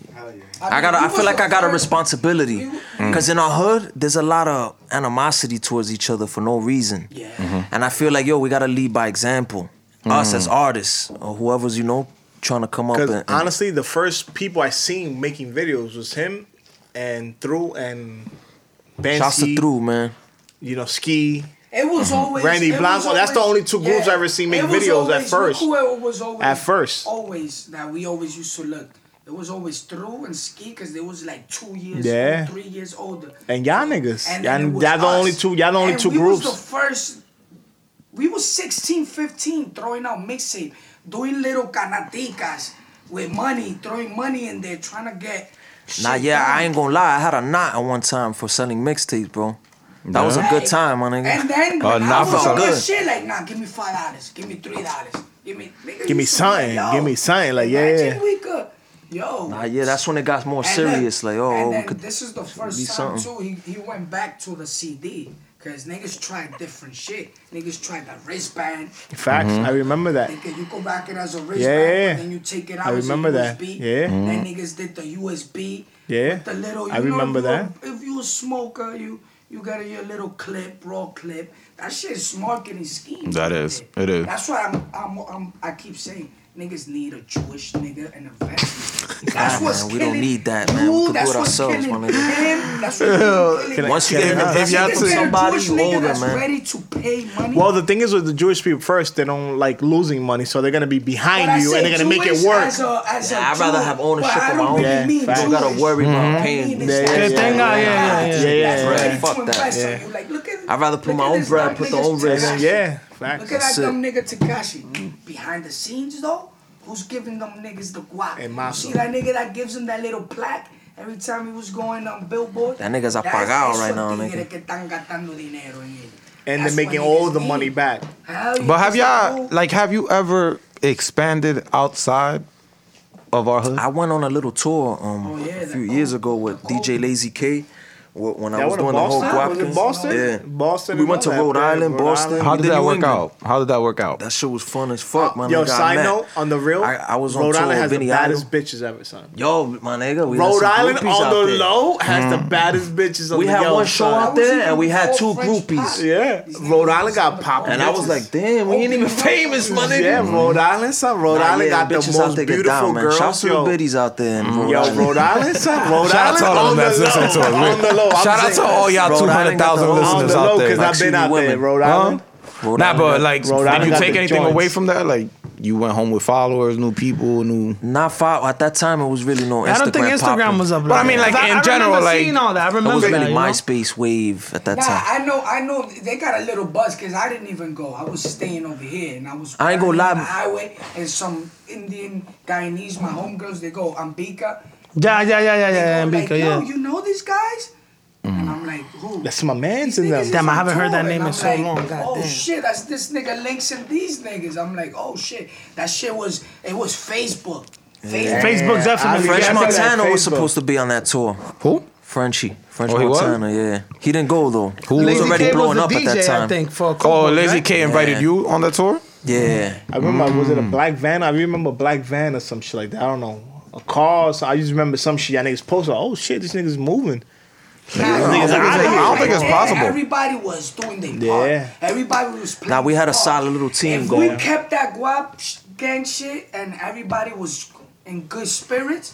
E: mean,
B: I gotta.
E: you
B: I
E: was
B: feel like
E: the
B: I got a
E: first-
B: responsibility,
A: Mm.
B: cause in our hood, there's a lot of animosity towards each other for no reason.
E: Yeah.
A: Mm-hmm.
B: And I feel like yo, we gotta lead by example.
A: Mm.
B: Us as artists or whoever's you know trying to come up and,
A: Because
B: and-
A: honestly, the first people I seen making videos was him and Through and
B: shouts to
A: Bansky,
B: through man.
A: you know, Ski.
E: It was always
A: Mm-hmm. Randy
E: it was
A: Blanco, that's the only two groups I ever seen make
E: It was
A: videos at
E: always-
A: first.
E: look who it was always,
A: At first.
E: always that we always used to look. It was always through and ski because they was like two years,
A: Yeah.
E: old, three years older.
A: And y'all niggas.
E: And then
A: y'all,
E: it was
A: y'all the
E: us.
A: only two. Y'all the only
E: And
A: two
E: we
A: groups.
E: Was the first. We was 16, 15 throwing out mixtape, doing little canaticas with money, throwing money in there, trying to get.
B: Nah,
E: shit
B: yeah,
E: done.
B: I ain't gonna lie. I had a knot at one time for selling mixtapes, bro. That was a good time, my nigga.
E: And then
A: Oh,
C: Uh,
E: I
C: nah,
E: was
C: for some
E: on that
B: good.
E: shit like, nah, give me five dollars, give me three dollars, give me, nigga,
A: Give me
E: you so like,
A: something,
E: yo,
A: give me something, like, yeah,
E: imagine
A: yeah.
E: we could, yo.
B: Nah, yeah, that's when it got more
E: And then-
B: serious. like, oh,
E: and
B: we
E: then
B: could.
E: this is the first
B: be
E: time
B: something.
E: too. He, he went back to the CD because niggas tried different shit. Niggas tried the wristband.
A: Facts.
F: Mm-hmm.
A: I remember that.
E: Nigga, you go back it as a wristband,
A: Yeah, yeah, yeah.
E: and then you take it out.
A: I
E: as a
A: remember that.
E: USB.
A: Yeah.
B: Mm-hmm.
E: Then niggas did the USB.
A: Yeah.
E: With the little, you
A: I
E: know,
A: remember
E: if you
A: that.
E: a- if you a smoker, you you got your little clip, raw clip. That shit is marketing scheme.
C: That
E: right
C: is.
E: there.
C: It is.
E: That's why I'm, I'm, I'm I keep saying Niggas need a Jewish nigga and a veteran. That's
B: Nah,
E: what's
B: man, we
E: killing
B: don't need that, man. We
E: you,
B: can do
E: that's
B: it
E: what's
B: ourselves,
E: killing
B: my nigga.
E: him, That's what's killing him.
B: Once you get
C: If- if
B: if
C: y'all
B: y'all
C: took-
E: Niggas get a
B: somebody,
E: Jewish
B: you
E: nigga
B: owe them,
E: that's
B: man.
E: ready to pay money.
A: Well, the thing is with the Jewish people first, they don't like losing money, so they're gonna be
E: When
A: behind
E: I
A: you
E: say
A: and they're gonna make
E: Jewish
A: it work.
E: as a- as a
B: Yeah, I'd rather
E: Jew,
B: have
E: but
B: ownership
E: I
B: of my
E: don't
B: own.
E: really
A: Yeah,
E: mean
A: facts.
B: You don't gotta
E: Jewish.
B: worry about paying.
E: Yeah, yeah,
D: Good thing, yeah, yeah, yeah, yeah.
A: yeah, yeah.
E: Bread,
B: Yeah, fuck
E: fuck
B: that.
E: that.
A: Yeah.
B: I'd rather put my own bread, put the own risk.
A: Yeah,
E: Look
A: facts.
E: at that
B: That's it.
E: dumb nigga Takashi. Behind the scenes though, who's giving them niggas the guap?
A: And Maso.
E: See that nigga that gives him that little plaque every time he was going on Billboard.
B: That nigga's
E: That's
B: apagado
E: esos
B: right now,
E: tigres
B: nigga.
E: que están gastando dinero en él.
A: And they're
E: That's
A: making
E: what niggas
A: all the
E: need.
A: money back.
E: Hell yeah,
C: But have
E: that's
C: y'all
E: the
C: like have you ever expanded outside of our hood?
B: I went on a little tour um,
E: Oh, yeah,
B: a
E: that
B: few
E: cold-
B: years ago with
E: that cold.
B: DJ Lazy K. wh- When I
A: That
B: was
A: one in
B: doing the whole
A: Boston?
B: guap
A: Was it
B: thing.
A: Boston?
B: yeah.
A: Boston
B: We
A: and
B: went to
A: all that,
B: Rod
A: yeah,
B: Island,
A: Rhode
B: Boston.
A: Island.
B: We
C: How did
B: did
C: that
B: New
C: work
B: England.
C: out? How did that work out?
B: That shit was fun as fuck, my nigga.
A: Yo,
B: I
A: side
B: met-
A: note on the real.
B: I, I was on
A: Rhode
B: tour
A: Island has
B: with Vinny
A: the
B: Idol.
A: baddest bitches ever, son.
B: Yo, my nigga, we had
A: Rhode
B: some
A: Island
B: groupies out
A: on the
B: there. Mm-hmm.
A: low has the baddest bitches on
B: We
A: the
B: had
A: yo,
B: one show
A: son.
B: out
E: was
B: there,
E: even
B: and we had two
E: before French
B: groupies.
E: Pop.
A: Yeah, Rhode Island got popping.
B: And I was like, damn, we ain't even famous, my nigga.
A: Yeah, Rhode Island, son. Rhode
B: Nah,
A: Island
B: yeah,
A: got the
B: bitches
A: most
B: out there get
A: beautiful
B: down, man.
A: girls.
B: Shout out to the
A: yo.
B: biddies out there in Rhode
A: Yo,
B: Island.
A: Rhode Island, son. Rhode
C: Shout out
A: Island
C: to all
A: on
C: of them that's listening
A: the
C: to us.
A: low. On the low. I'm
C: Shout out
A: saying-
C: to all y'all
B: Rhode
C: two
B: Island got
C: hundred
B: the
C: thousand
B: whole-
A: on
C: listeners
A: the
C: out
A: low
C: there.
A: because I've
B: Actually,
A: been out there.
B: women.
A: Rhode
C: Huh?
A: Island.
B: Rhode
C: Nah,
B: Island
C: but
B: got-
C: like,
A: Rhode
C: did
A: Island
C: you
A: got
C: take
A: the
C: anything
A: joints.
C: away from that? Like, you went home with followers, new people, new.
B: not far at that time. It was really no. Instagram
D: I don't think Instagram
B: popping.
D: was up.
C: But I mean, like,
D: that.
C: in
D: I,
C: general,
D: I remember
C: like,
D: seeing all that. I
B: It was
D: remember that,
B: really
D: you know?
B: MySpace wave at that
E: Nah,
B: time.
E: I know, I know. They got a little buzz because I didn't even go. I was staying over here, and I was.
B: I ain't gonna
E: riding
B: lie.
E: on The highway and some Indian Guyanese, my homegirls, they go Ambika.
D: Yeah, yeah, yeah, yeah,
E: They
D: yeah,
E: go,
D: yeah,
E: like,
D: Ambika,
E: Yo,
D: yeah. Mm.
E: you know these guys? And I'm like, who?
A: That's my man's
E: These
A: in
E: niggas
A: them.
E: is
D: Damn, I
E: on
D: haven't heard
E: tour,
D: that
E: and
D: name in
E: I'm
D: so long,
E: Oh
D: goddamn.
E: shit, that's this nigga links and these niggas. I'm like, oh shit, that shit was it was Facebook. Facebook.
D: Facebook definitely.
A: I
B: French
A: saw
D: yeah.
A: that
B: Montana was
A: Facebook.
B: supposed to be on that tour.
C: Who?
B: Frenchy, French
C: Oh, he was?
B: Montana, yeah. He didn't go though. Who
C: Lazy
B: was already
D: K
B: blowing
D: the
B: up at that
D: DJ,
B: time?
D: I think for
C: Oh,
D: Coco,
C: Lazy
D: right?
C: K invited
B: Yeah.
C: you on that tour.
B: Yeah.
A: I remember was
C: Mm.
A: it a black van? I remember black van or some shit like that. I don't know. A car. So I just remember some shit. Y'all niggas posted. like, Oh shit, this nigga's moving.
C: I don't think it's- I don't think it's possible.
E: Everybody was doing their part.
A: Yeah.
E: Everybody was playing.
B: Now we had a
E: their part.
B: solid little team
E: if
B: going.
E: we kept that guap sh- gang shit and everybody was in good spirits,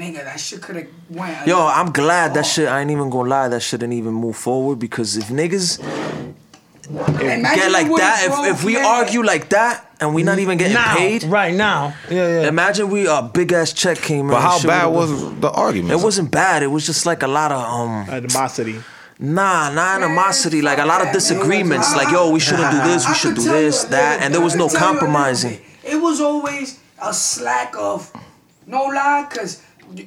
E: nigga, that shit could have went. a
B: Yo,
E: lot
B: I'm glad that
E: far.
B: shit. I ain't even gonna lie. That shit didn't even move forward because if niggas
E: Imagine
B: get
E: we
B: like
E: would've
B: that,
E: drove
B: if, if we
E: there.
B: argue like that and we not even getting
D: now,
B: paid,
D: right now. Yeah, yeah.
B: imagine we a big ass check came. in
C: But
B: and
C: how
B: shit
C: bad
B: would've
C: was
B: been-
C: the argument?
B: It wasn't bad. It was just like a lot of um,
A: Animosity.
B: nah, nah animosity, like a lot of disagreements. Like yo, we shouldn't do this.
E: I
B: We should
E: could
B: do
E: tell you
B: this,
E: a
B: that,
E: little
B: and there was
E: bit. I
B: no
E: could tell you a little
B: compromising.
E: bit. It was always a slack of, no lie, cause.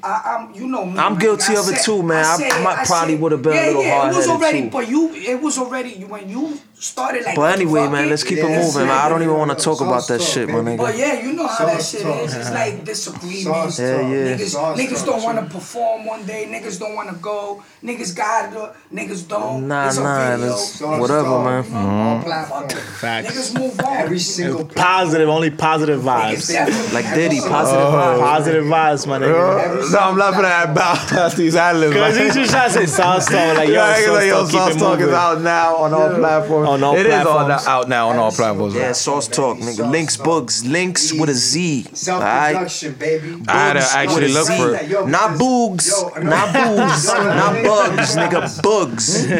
E: I, I'm, you know me.
B: I'm
E: man.
B: guilty
E: I
B: of it
E: said-
B: too, man.
E: I,
B: I-
E: said it,
B: my- probably
E: I said it.
B: would've been a
E: yeah,
B: little
E: yeah, It was
B: hard-headed
E: already,
B: too.
E: but you, it was already when you started like.
B: But anyway, man, let's keep it
E: fuck
B: moving, man.
E: it's
B: I don't
E: like-
B: even want to talk about that shit, my
E: But
B: nigga.
E: yeah, you know how that
F: Sauce
E: shit
F: talk.
E: is. It's like disagreements.
F: Sauce Yeah, talk.
B: yeah.
E: Niggas,
F: Sauce
E: niggas
F: talk,
E: don't
F: too.
E: want to perform one day. Niggas don't want to go. Niggas got to. Niggas don't.
B: Nah,
E: it's
B: nah,
E: a video.
B: that's- Whatever, man.
F: All platforms.
A: Facts.
E: Niggas move on.
F: Every single
A: Positive. Only positive vibes.
E: Definitely.
B: Like Diddy,
E: Every
B: positive vibes.
A: Positive vibs, my nigga.
C: no, I'm laughing at about these ad libs.
A: Cause he just trying to say sauce talk like yo,
C: Yeah,
A: sauce
C: like, yo,
A: talk, keep
C: Sauce
A: it
C: Talk is
A: moving.
C: out now on all platforms.
A: On all
C: It is all
A: platforms.
C: na- out now on all
F: Every single
C: platforms.
B: Yeah, sauce talk, nigga. Links, bugs, links with a Z. All
F: Self
B: right.
F: production, baby.
C: I had to
B: Bugs
C: actually
B: with a
C: look
B: Z.
C: for
F: it.
B: Not boogs,
F: Yo,
B: not boogs,
F: Yo,
B: not
F: yo.
B: bugs, nigga, bugs.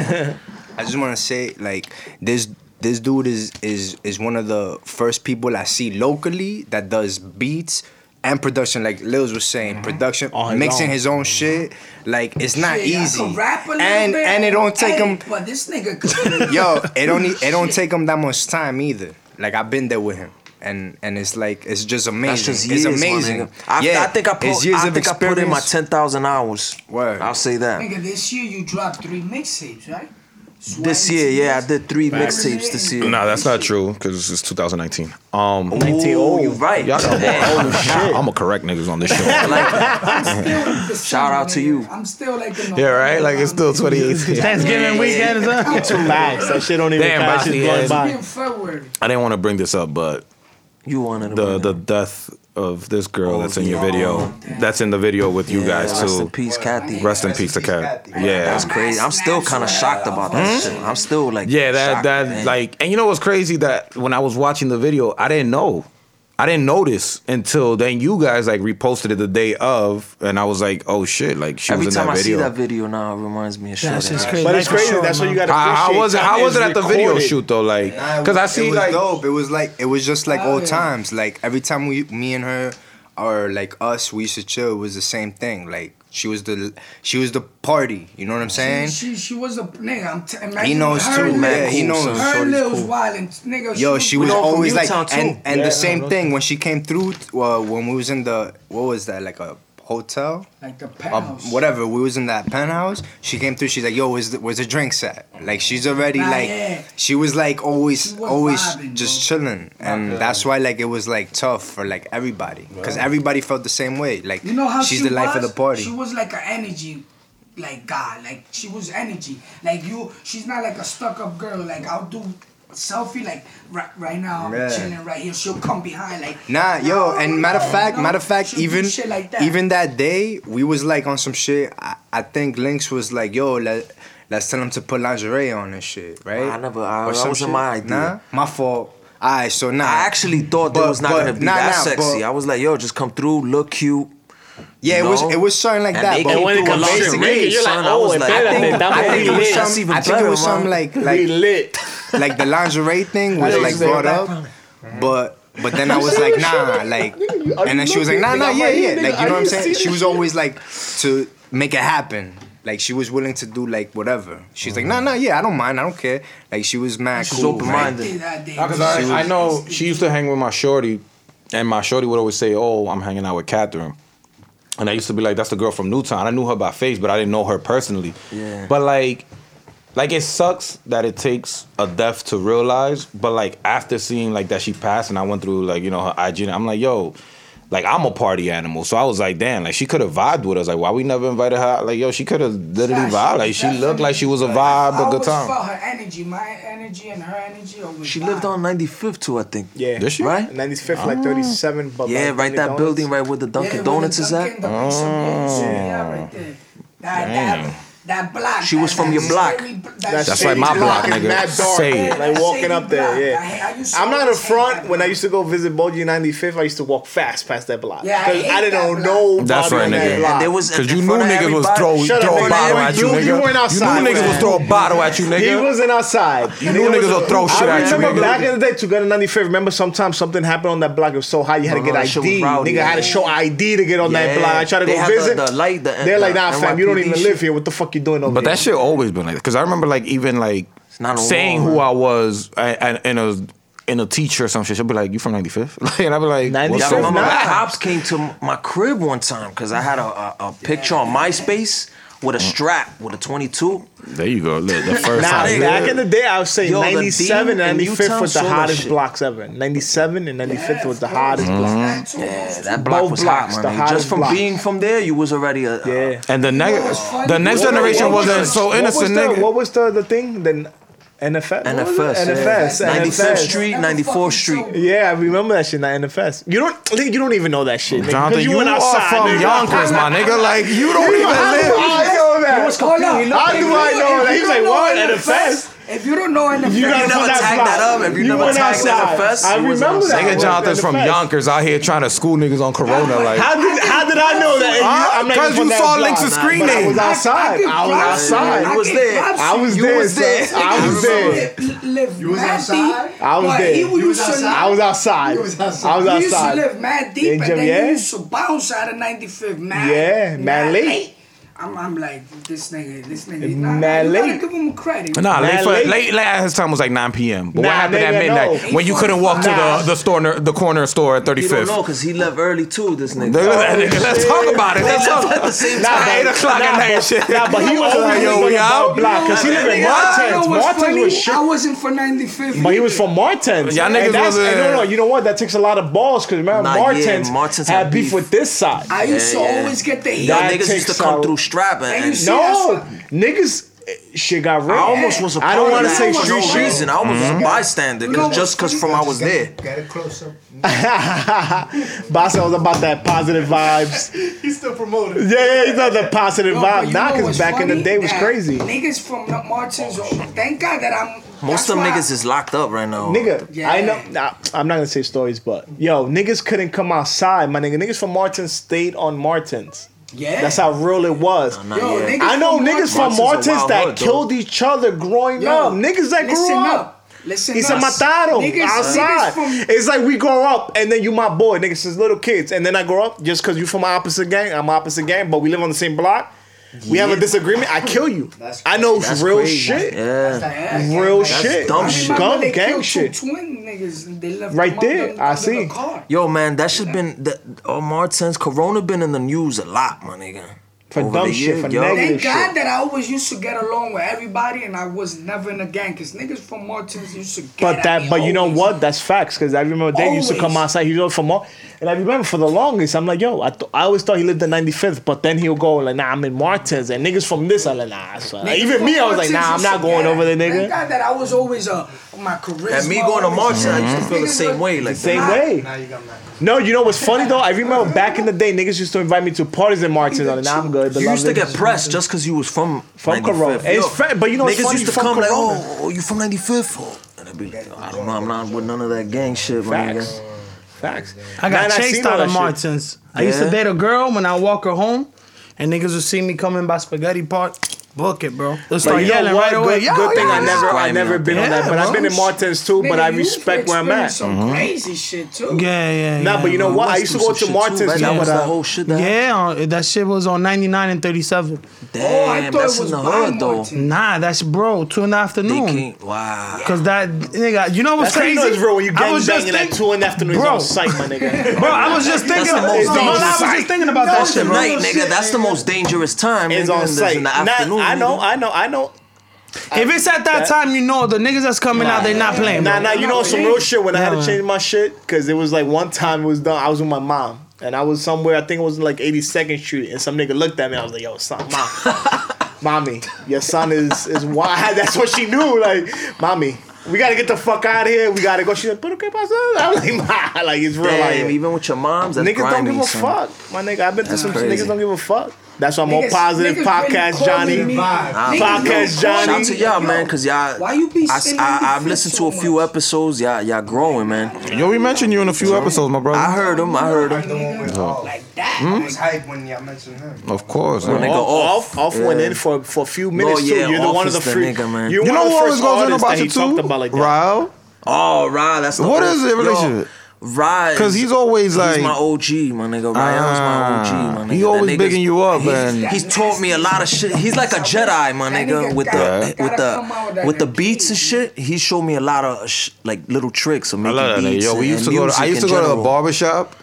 F: I just want to say, like, this this dude is is is one of the first people I see locally that does beats and production. Like Lils was saying,
C: Mm-hmm.
F: production,
A: his
F: mixing
A: own.
F: his own shit. Like, it's not
E: Shit, I
F: easy,
E: could rap a little
F: and
E: bit,
F: and it don't take him.
E: edit, But this nigga could.
F: yo, it don't e- it don't
E: Shit.
F: take him that much time either. Like I've been there with him, and and it's like it's just amazing.
B: That's just
F: it's
B: years, my
F: amazing.
B: nigga. I,
F: yeah,
B: I think I put,
F: it's years
B: I
F: of
B: think I put in my
F: experience.
B: ten thousand hours.
F: Word.
B: I'll say that.
E: Nigga, this year you dropped three mixtapes, right?
B: This year, yeah, I did three mixtapes this year.
C: Nah, that's not true because it's 2019. Um,
A: Nineteen.
B: Ooh,
A: Oh,
B: you right.
C: y'all got
B: Damn.
C: I'm gonna correct niggas on this show.
B: Shout out to you.
E: I'm still like in
C: yeah, right. Like it's still 2018.
D: Thanksgiving weekend is up.
E: It's
A: Facts. That shit don't even
C: Damn,
A: count.
C: Basti,
A: Shit's going
C: yeah.
A: by.
E: in February.
C: I didn't want to bring this up, but
B: You wanted
C: the the death of this girl that's in your
B: Oh, yeah.
C: video, that's in the video with you guys
B: Rest in
C: too.
B: peace, Kathy.
C: Rest in peace to Cat.
F: Kathy.
C: Yeah,
B: That's crazy. I'm still kind of shocked about that shit. I'm still like
C: Hmm? Yeah, that
B: shocked,
C: that
B: man.
C: like, and you know what's crazy that when I was watching the video, I didn't know. I didn't notice until then you guys like reposted it the day of, and I was like, oh shit, like she
B: Every
C: was in
B: time
C: that
B: I see
C: video.
B: that video now, it reminds me of shit.
D: That's just crazy.
A: But it's
D: Life is
A: crazy.
D: short,
A: That's what you
D: man.
A: got to
C: How, how was it? How was it at the video shoot though? Like,
F: Nah, it
C: cause I
F: was- it
C: see
F: was
C: like
F: dope. It was like it was just like old
E: yeah.
F: times. Like every time we, me and her, or like us, we used to chill. It was the same thing. Like she was the she was the party. You know what I'm saying?
E: She she was a nigga. I'm t- imagine
F: He knows
E: her
F: too,
E: and
F: man.
E: Lil-
F: He knows.
E: Her
B: Shorty's
E: little
B: cool.
E: wild and nigga.
F: Yo, she
B: We
F: was
B: know from
F: always like,
B: Newtown, too.
F: and and
A: Yeah,
F: the same
A: no,
F: thing when she came through. Uh, when we was in the what was that like a hotel?
E: like the
F: Uh,
E: penthouse.
F: whatever, we was in that penthouse. She came through. She's like, "Yo, where's the, where's the drinks at?" Like she's already
E: Nah,
F: like,
E: yeah.
F: she was like always
E: She was
F: always
E: vibing,
F: just
E: bro.
F: chilling, and that's why like it was like tough for like everybody, because everybody felt the same way. Like
E: You know how
F: she's
E: she
F: the life
E: was?
F: of the party.
E: She was like an energy, like God. Like she was energy. Like you, she's not like a stuck-up girl. Like I'll do selfie. Like right, right now, I'm
F: Yeah.
E: chilling right here. She'll come behind. Like
F: Nah, yo, and matter of fact,
E: No,
F: matter of fact,
E: she'll do
F: even
E: shit like that.
F: even that day, we was like on some shit. I, I think Lynx was like, "Yo, let let's tell him to put lingerie on and shit, right?"
B: I never- I-
F: Or
B: that
F: some
B: wasn't
F: shit.
B: my idea.
F: Nah, my fault. Alright, so nah.
B: I actually thought that
F: But-
B: was not
F: but-
B: gonna be
F: nah,
B: that
F: nah,
B: sexy.
F: but-
B: I was like, yo, just come through, look cute.
F: Yeah, it was
B: No.
F: it was something like
B: And
F: that.
B: they
F: But
B: came
A: when it
B: through
A: comes
B: with
A: to
B: basic
A: rings,
B: rates,
A: you're like,
B: son. I
A: oh,
B: was
A: it
B: like,
A: better
B: I think,
A: than that.
B: I think it
A: Yeah.
B: was
F: some-
B: something even
F: I
B: better.
F: think it was something
B: man.
F: like
A: We
F: like
A: lit.
F: like the lingerie thing was
A: Yeah,
F: like
A: exactly.
F: brought up, but but then I was like, nah, like, and then she was like, nah, nah, yeah, yeah, like you know what I'm saying. She was always like to make it happen. Like she was willing to do like whatever. She's like, nah, nah, yeah, I don't mind, I don't care. Like she was mad
B: She's
F: cool.
B: open-minded.
F: Right?
E: Did that day.
C: Because I, I know she used to hang with my shorty, and my shorty would always say, "Oh, I'm hanging out with Catherine." And I used to be like, "That's the girl from Newtown." I knew her by face, but I didn't know her personally.
B: Yeah.
C: But like, like it sucks that it takes a death to realize. But like after seeing like that she passed, and I went through like you know her IG, and I'm like, "Yo." Like I'm a party animal, so I was like, damn, like she could have vibed with us. Like, why we never invited her? out? Like, yo, she could have literally vibed. Like, she looked like she was a vibe, a good
E: I always
C: time.
E: felt her energy, my energy and her energy. always
B: She lived
E: vibe.
B: on 95th too, I think.
A: Yeah.
C: Did she?
B: Right?
A: 95th, like 37. But
B: Yeah,
A: like
B: right. That
A: Dunkin'
B: building
A: Donuts.
B: right where the Dunkin'
E: Yeah,
B: Donuts
E: with
B: is
E: the
B: at.
E: Dunkin' Donuts, yeah, right there. That,
C: Oh. Damn.
E: that, that block.
B: She was
E: that-
B: from
E: that
B: your block.
E: scary bl- that
A: That
C: That's
E: shady
C: like my
A: shady
C: block,
A: is
C: nigga.
A: mad dark.
C: Say it.
A: Like walking
E: Shady
A: up there,
E: block. I
A: yeah.
E: hate- I used to
A: I'm not a
E: always hate
A: front.
E: that
A: When I
E: block.
A: used to go visit Bogie 95th, I used to walk fast past that block.
E: Yeah, I
A: Because
E: hate
A: I didn't
E: that
A: know
E: block.
A: nobody
C: That's right,
A: on
C: nigga.
A: that
C: And
A: block.
B: And there was
C: Cause
B: in
C: you knew
B: front of
C: niggas was
B: everybody-
C: throw,
A: Shut up,
C: throw a
A: nigga.
C: bottle at you,
A: You-
C: nigga.
A: you weren't outside,
C: You knew niggas
A: man.
C: was throw a bottle at you, nigga.
A: He wasn't outside.
C: You knew niggas will throw shit
A: I
C: at you,
A: remember
C: nigga.
A: back in the day, to get a 95. Remember, sometimes something happened on that block. It was so high, you had
B: No,
A: to get
B: no, Uh-huh, that shit was
A: ID.
B: rowdy,
A: nigga had to
B: yeah.
A: show ID to get on that
B: Yeah.
A: block. I tried to
B: They
A: go
B: had the-
A: visit.
B: the light, the-
A: They're like, nah,
B: the
A: fam, you don't
B: NYPD
A: even
B: shit.
A: live here. What the fuck you doing over
C: But
A: there?
C: that shit always been like that. Cause I remember like even like
B: not a
C: saying
B: wall,
C: who
B: man.
C: I was and in a in a teacher or some shit. She'll be like, "You from 95th? Like, and I'll be like,
A: 95th?
C: "What's
B: Y'all
C: so
B: remember
A: Nah.
B: the cops came to m- my crib one time because I had a, a, a picture on MySpace with a
A: Mm.
B: strap with a 22.
C: There you go. Look, the first
A: Nah,
C: time.
A: back in the day, I would say
B: Yo, the
A: 97
B: dean
A: and
B: in
A: 95th was the
B: Newtown sold
A: hottest
B: shit. Mm.
A: blocks ever. 97 and 95th was the
E: Yeah,
A: hottest blocks.
E: That too, those
B: Yeah,
E: two
B: that block
A: Both
B: was
A: blocks,
B: hot,
A: the
B: man.
A: hottest
B: Just from
A: block.
B: being from there, you was already a. a-
A: Yeah.
C: and the next
E: funny?
C: the next
E: What-
C: generation
E: what was
C: wasn't
E: the-
C: so
A: what was
C: innocent,
A: the,
C: nigga.
A: What was the, the thing? The NFS? What was
B: NFS,
A: it?
B: yeah.
A: NFS.
B: 95th
A: NFS.
B: Street,
E: That
B: 94th
E: was fucking
B: Street.
E: so-
A: Yeah, I remember that shit. Not NFS. You don't. You don't even know that shit. nigga, 'cause
C: Jonathan, you,
A: went
C: are
A: outside,
C: from
A: nigga.
C: Yonkers, my nigga. Like you don't even
A: How do
C: live.
A: I know that?
E: Hold up.
A: How do I know that?
E: If
A: He's
E: you
A: like,
E: don't know
A: what? NFS?
E: NFS? If you don't know NFS,
A: You gotta
B: never
A: put that
B: tagged
A: block.
B: that up. If you never
A: went
B: tagged
A: outside.
B: NFS,
A: I
B: you wasn't
A: remember that. one.
B: outside.
C: Nigga, Jonathan's from
A: NFS.
C: Yonkers out here trying to school niggas on Corona. Like
A: How did how did I know that? And you-
C: Huh?
A: I'm not even
C: 'Cause
A: from
C: you
A: that
C: saw
A: block.
C: links
A: Nah,
C: of
A: but I
C: screening.
A: was outside. I was outside.
B: I was there.
A: I was
B: You
A: there.
B: was
A: son.
B: there.
A: I was there.
E: You
F: was outside?
A: I was there.
E: He
A: You
E: used to live-
A: I was outside.
F: You was outside.
A: I was
E: We used to
A: outside.
E: live mad
A: In
E: deep, and
A: Jam-
E: then
A: yeah.
E: we used to bounce out of 95th mad.
A: Yeah, mad late.
E: I'm, I'm like, this nigga, this nigga, nah,
A: Mad
E: mad you
A: late.
E: gotta give him credit.
C: Nah, late,
A: Nah,
C: for,
A: late.
C: late. late at his time was like 9 p.m. But
A: Nah,
C: what happened at
A: nigga,
C: midnight
A: no.
C: when you couldn't walk to the the store the corner store at
B: You don't
C: 35th?
B: know because he left early too, this nigga.
C: Nigga, nigga, Let's talk about it. Let's talk.
B: At the same
A: Nah,
B: time.
A: but-
C: Eight o'clock at night and shit.
A: Nah, but he always
C: like, yo,
A: lived
C: we
A: on the
C: out.
A: block because he lived in Martins. Martins was shit.
E: I wasn't for 95th.
A: But he was from Martins.
C: Y'all
A: And
C: niggas
A: that's-
C: wasn't-
A: and No, no, you know what? That takes a lot of balls because remember,
B: Nah, yeah,
A: Martins,
B: Martins
A: had
B: had
A: beef,
B: beef.
A: with this side.
E: I used to
B: Yeah, yeah.
E: always get the heat.
B: Y'all
A: That
B: niggas used to
A: takes
B: come
A: out-
B: through strapping.
E: And
B: And
E: you see-
A: no, niggas, eh, shit got real.
B: I almost was a
A: I
B: part
A: don't
B: want
A: wanna
B: to
A: say
B: for no
A: street shit.
B: reason. I almost was a bystander 'cause
E: know what's
B: just because from I was there.
F: Got it close up.
A: Basa was about that positive vibes.
F: He's still promoting.
A: Yeah, yeah, he's not the positive
E: Yo, but
A: vibe.
E: you
A: Nah,
E: know
A: because
E: what's
A: back in the
E: funny?
A: day was
E: That
A: crazy.
E: Niggas from Martins, thank God that I'm
B: Oh, Most of them
E: That's why-
B: niggas is locked up right now.
A: Nigga,
E: Yeah.
A: I know. Nah, I'm not gonna say stories, but yo, niggas couldn't come outside. My nigga, niggas from Martin stayed on Martins.
E: Yeah.
A: That's how real it was.
B: Nah,
E: Yo,
B: yeah.
E: niggas
A: I know niggas
E: from
B: Martins
A: from
B: is a
A: Martins
B: wild
A: that
B: hood, though.
A: killed each other growing
E: Yo,
A: up. Niggas that grew
E: listen
A: up.
E: Listen
A: He said
E: up.
A: mataron
E: Niggas-
A: outside.
E: niggas from-
A: it's like we grow up and then you my boy, nigga, since little kids. And then I grow up just because you from my opposite gang, I'm opposite gang, but we live on the same block. We have a disagreement. I kill you.
E: That's
A: I know
B: That's
A: real
B: crazy.
A: shit.
B: Yeah.
E: Yeah.
A: Real
E: Like,
A: shit.
B: dumb
E: I
B: shit.
E: remember
A: Dumb
E: they
A: gang
E: killed two
A: shit.
E: Twin niggas. and They left
A: Right
E: them under-
A: there, I
E: under
A: see.
E: The car.
B: Yo, man, that should been that. Oh, Martins, Corona been in the news a lot, my nigga.
A: For
B: Over
A: dumb
B: the
A: shit,
B: year,
A: for
B: yo.
A: negative
E: Thank
A: shit.
E: God that I always used to get along with everybody, and I was never in a gang because niggas from Martins used to get.
A: But
E: at
A: that,
E: me
A: but you know
E: always.
A: what? That's facts. Because I remember Dave used to come
E: Always.
A: outside. He was from all, and I remember for the longest, I'm like, yo, I, th- I always thought he lived in 95th, but then he'll go like, nah, I'm in Martins, and niggas from this, I'm like, nah, that's fine. Like,
E: Niggas
A: even
E: from
A: me, I was like,
E: Martins
A: nah, I'm
E: used
A: not
E: to
A: going
E: get at
A: over there,
E: me.
A: nigga.
E: Thank God that I was always uh, my charisma.
B: And me going to
E: always-
B: Martins, I used to feel the
E: Niggas
B: same
E: was-
B: way. Like,
A: Same
B: damn.
A: way.
F: Now you got mad.
A: No, you know what's funny though? I remember back in the day, niggas used to invite me to parties in Martins. I'm like, nah, I'm good.
B: You used to
A: beloved.
B: get pressed just because you was from
A: From
B: 95th.
A: Corona. It's
B: Yo,
A: fa- but you know what's
B: niggas
A: funny?
B: used to
A: From
B: come like,
A: Corona.
B: oh, oh, you from 95th? Oh. And I'd be like, I don't know, I'm not with none of that gang shit, my
A: Facts.
B: nigga.
A: Facts.
D: I
A: Nah,
D: got
A: and I
D: chased
A: seen all
D: out
A: that
D: of
A: shit.
D: Martins. I used to
B: Yeah.
D: date a girl when I walk her home, and niggas would see me coming by Spaghetti Park. Book it, bro. They'll
A: But
D: start
A: you know
D: yelling
A: what?
D: right away.
A: Good,
D: Yo,
A: good thing
D: yo,
A: I
D: yo.
A: never, I
B: Grimy
A: never
B: out
A: been on
D: there.
A: that. But
D: Yeah,
A: I've been in
D: bro.
A: Martins too. But I
E: Nigga, you used to
A: respect where I'm
E: experience
A: at. Mm-hmm.
E: Some crazy shit too.
D: Yeah, yeah.
A: Nah,
D: yeah,
A: but you know
D: bro.
A: what? I used to go to Martins.
B: That
A: now,
B: was
A: but
B: the
A: I-
B: whole shit. That
D: Yeah, uh, that shit was on 99 and 37.
E: Oh, I
B: Damn,
E: thought
B: that's
E: it
B: in
E: was
B: the
E: by
B: hood though.
E: Martins.
D: Nah, that's bro, two in the
B: They
D: afternoon.
B: can't. Wow.
D: Cause that nigga, you know what's
A: That's how
D: crazy?
A: you know it's real when you
D: I was just
A: gangbanging at
D: think-
A: two in the afternoon. It's
D: Bro.
A: on site, my nigga.
D: Bro, I was just thinking.
B: the
D: about-
B: most
D: No, no, I was
B: dangerous
D: just thinking about that
B: That's the
D: shit, bro.
B: night, nigga. That's the most dangerous time.
A: It's
B: nigga,
A: on
B: and
A: site.
B: In the
A: Not-
B: afternoon.
A: I know,
B: nigga.
A: I know, I know.
D: If it's at that time, you know the niggas that's coming out, they not playing.
A: Nah,
D: Bro.
A: nah, you know some real shit when I had
D: Nah.
A: to change my shit because it was like one time it was done. I was with my mom and I was somewhere. I think it was like 82nd Street and some nigga looked at me. I was like, "Yo, son, mom, mommy, your son is is wild." That's what she knew. Like, mommy, we gotta get the fuck out of here. We gotta go. She's like, "Pero qué pasó?" I'm like, "Ma, like it's real."
B: Damn,
A: Like,
B: even with your moms, that's
A: niggas don't
B: grimy,
A: give a
B: son.
A: fuck, my nigga. I've been to
B: That's
A: some
B: crazy.
A: niggas don't give a fuck. That's why I'm on
E: Niggas-
A: positive
E: niggas really
A: podcast,
E: calling
A: Johnny.
E: me.
A: Ah,
E: Niggas
A: Podcast
E: really
A: Johnny.
E: calling
B: Shout out
E: me.
B: to y'all,
E: Yo,
B: man, cause y'all.
E: Why you be
B: I,
E: sending me
B: I, have
E: fits
B: listened to
E: so
B: a few
E: much?
B: episodes. Y'all, y'all growing,
A: Oh.
B: man.
C: Yo, we mentioned you in a few episodes, my brother.
B: I heard him. I heard him.
F: The one with Hov.
E: Like that.
A: Hmm?
F: I was hyped when y'all mentioned him.
C: Of course.
B: When they go
A: off,
B: off,
A: off went
B: yeah. Oh,
A: in for for a few minutes
B: yeah,
A: too. You're the
B: off
A: one of
B: is
A: the
B: the
A: free.
B: nigga, man.
A: You're
C: You
A: one
C: know
A: of the
C: who always
A: first
C: goes in
A: artists
C: about
A: that
C: you
A: he talked
C: too?
A: about like that.
C: Ryle.
B: Oh, Rod, that's the
C: What
B: old-
C: is their
B: yo,
C: relationship?
B: Rod,
C: Because he's always like. Ah,
B: he's my OG, my nigga. Ryan's my OG, my nigga.
C: He
B: That
C: always
B: nigga's-
C: bigging you up,
E: he's-
C: man.
B: He's taught me a lot of shit. He's like a Jedi, my
E: That
B: nigga,
E: nigga
B: with
E: gotta-
B: the with
E: gotta come out
B: the
E: with that
B: with the
E: new
B: beats and
E: key.
B: shit. He showed me a lot of sh- like little tricks of
C: I
B: making
C: love that. nigga.
B: beats.
C: Yo, we
B: and-
C: used to
B: and
C: go. To,
B: music
C: I used to
B: in
C: go to a
B: general.
C: barber shop,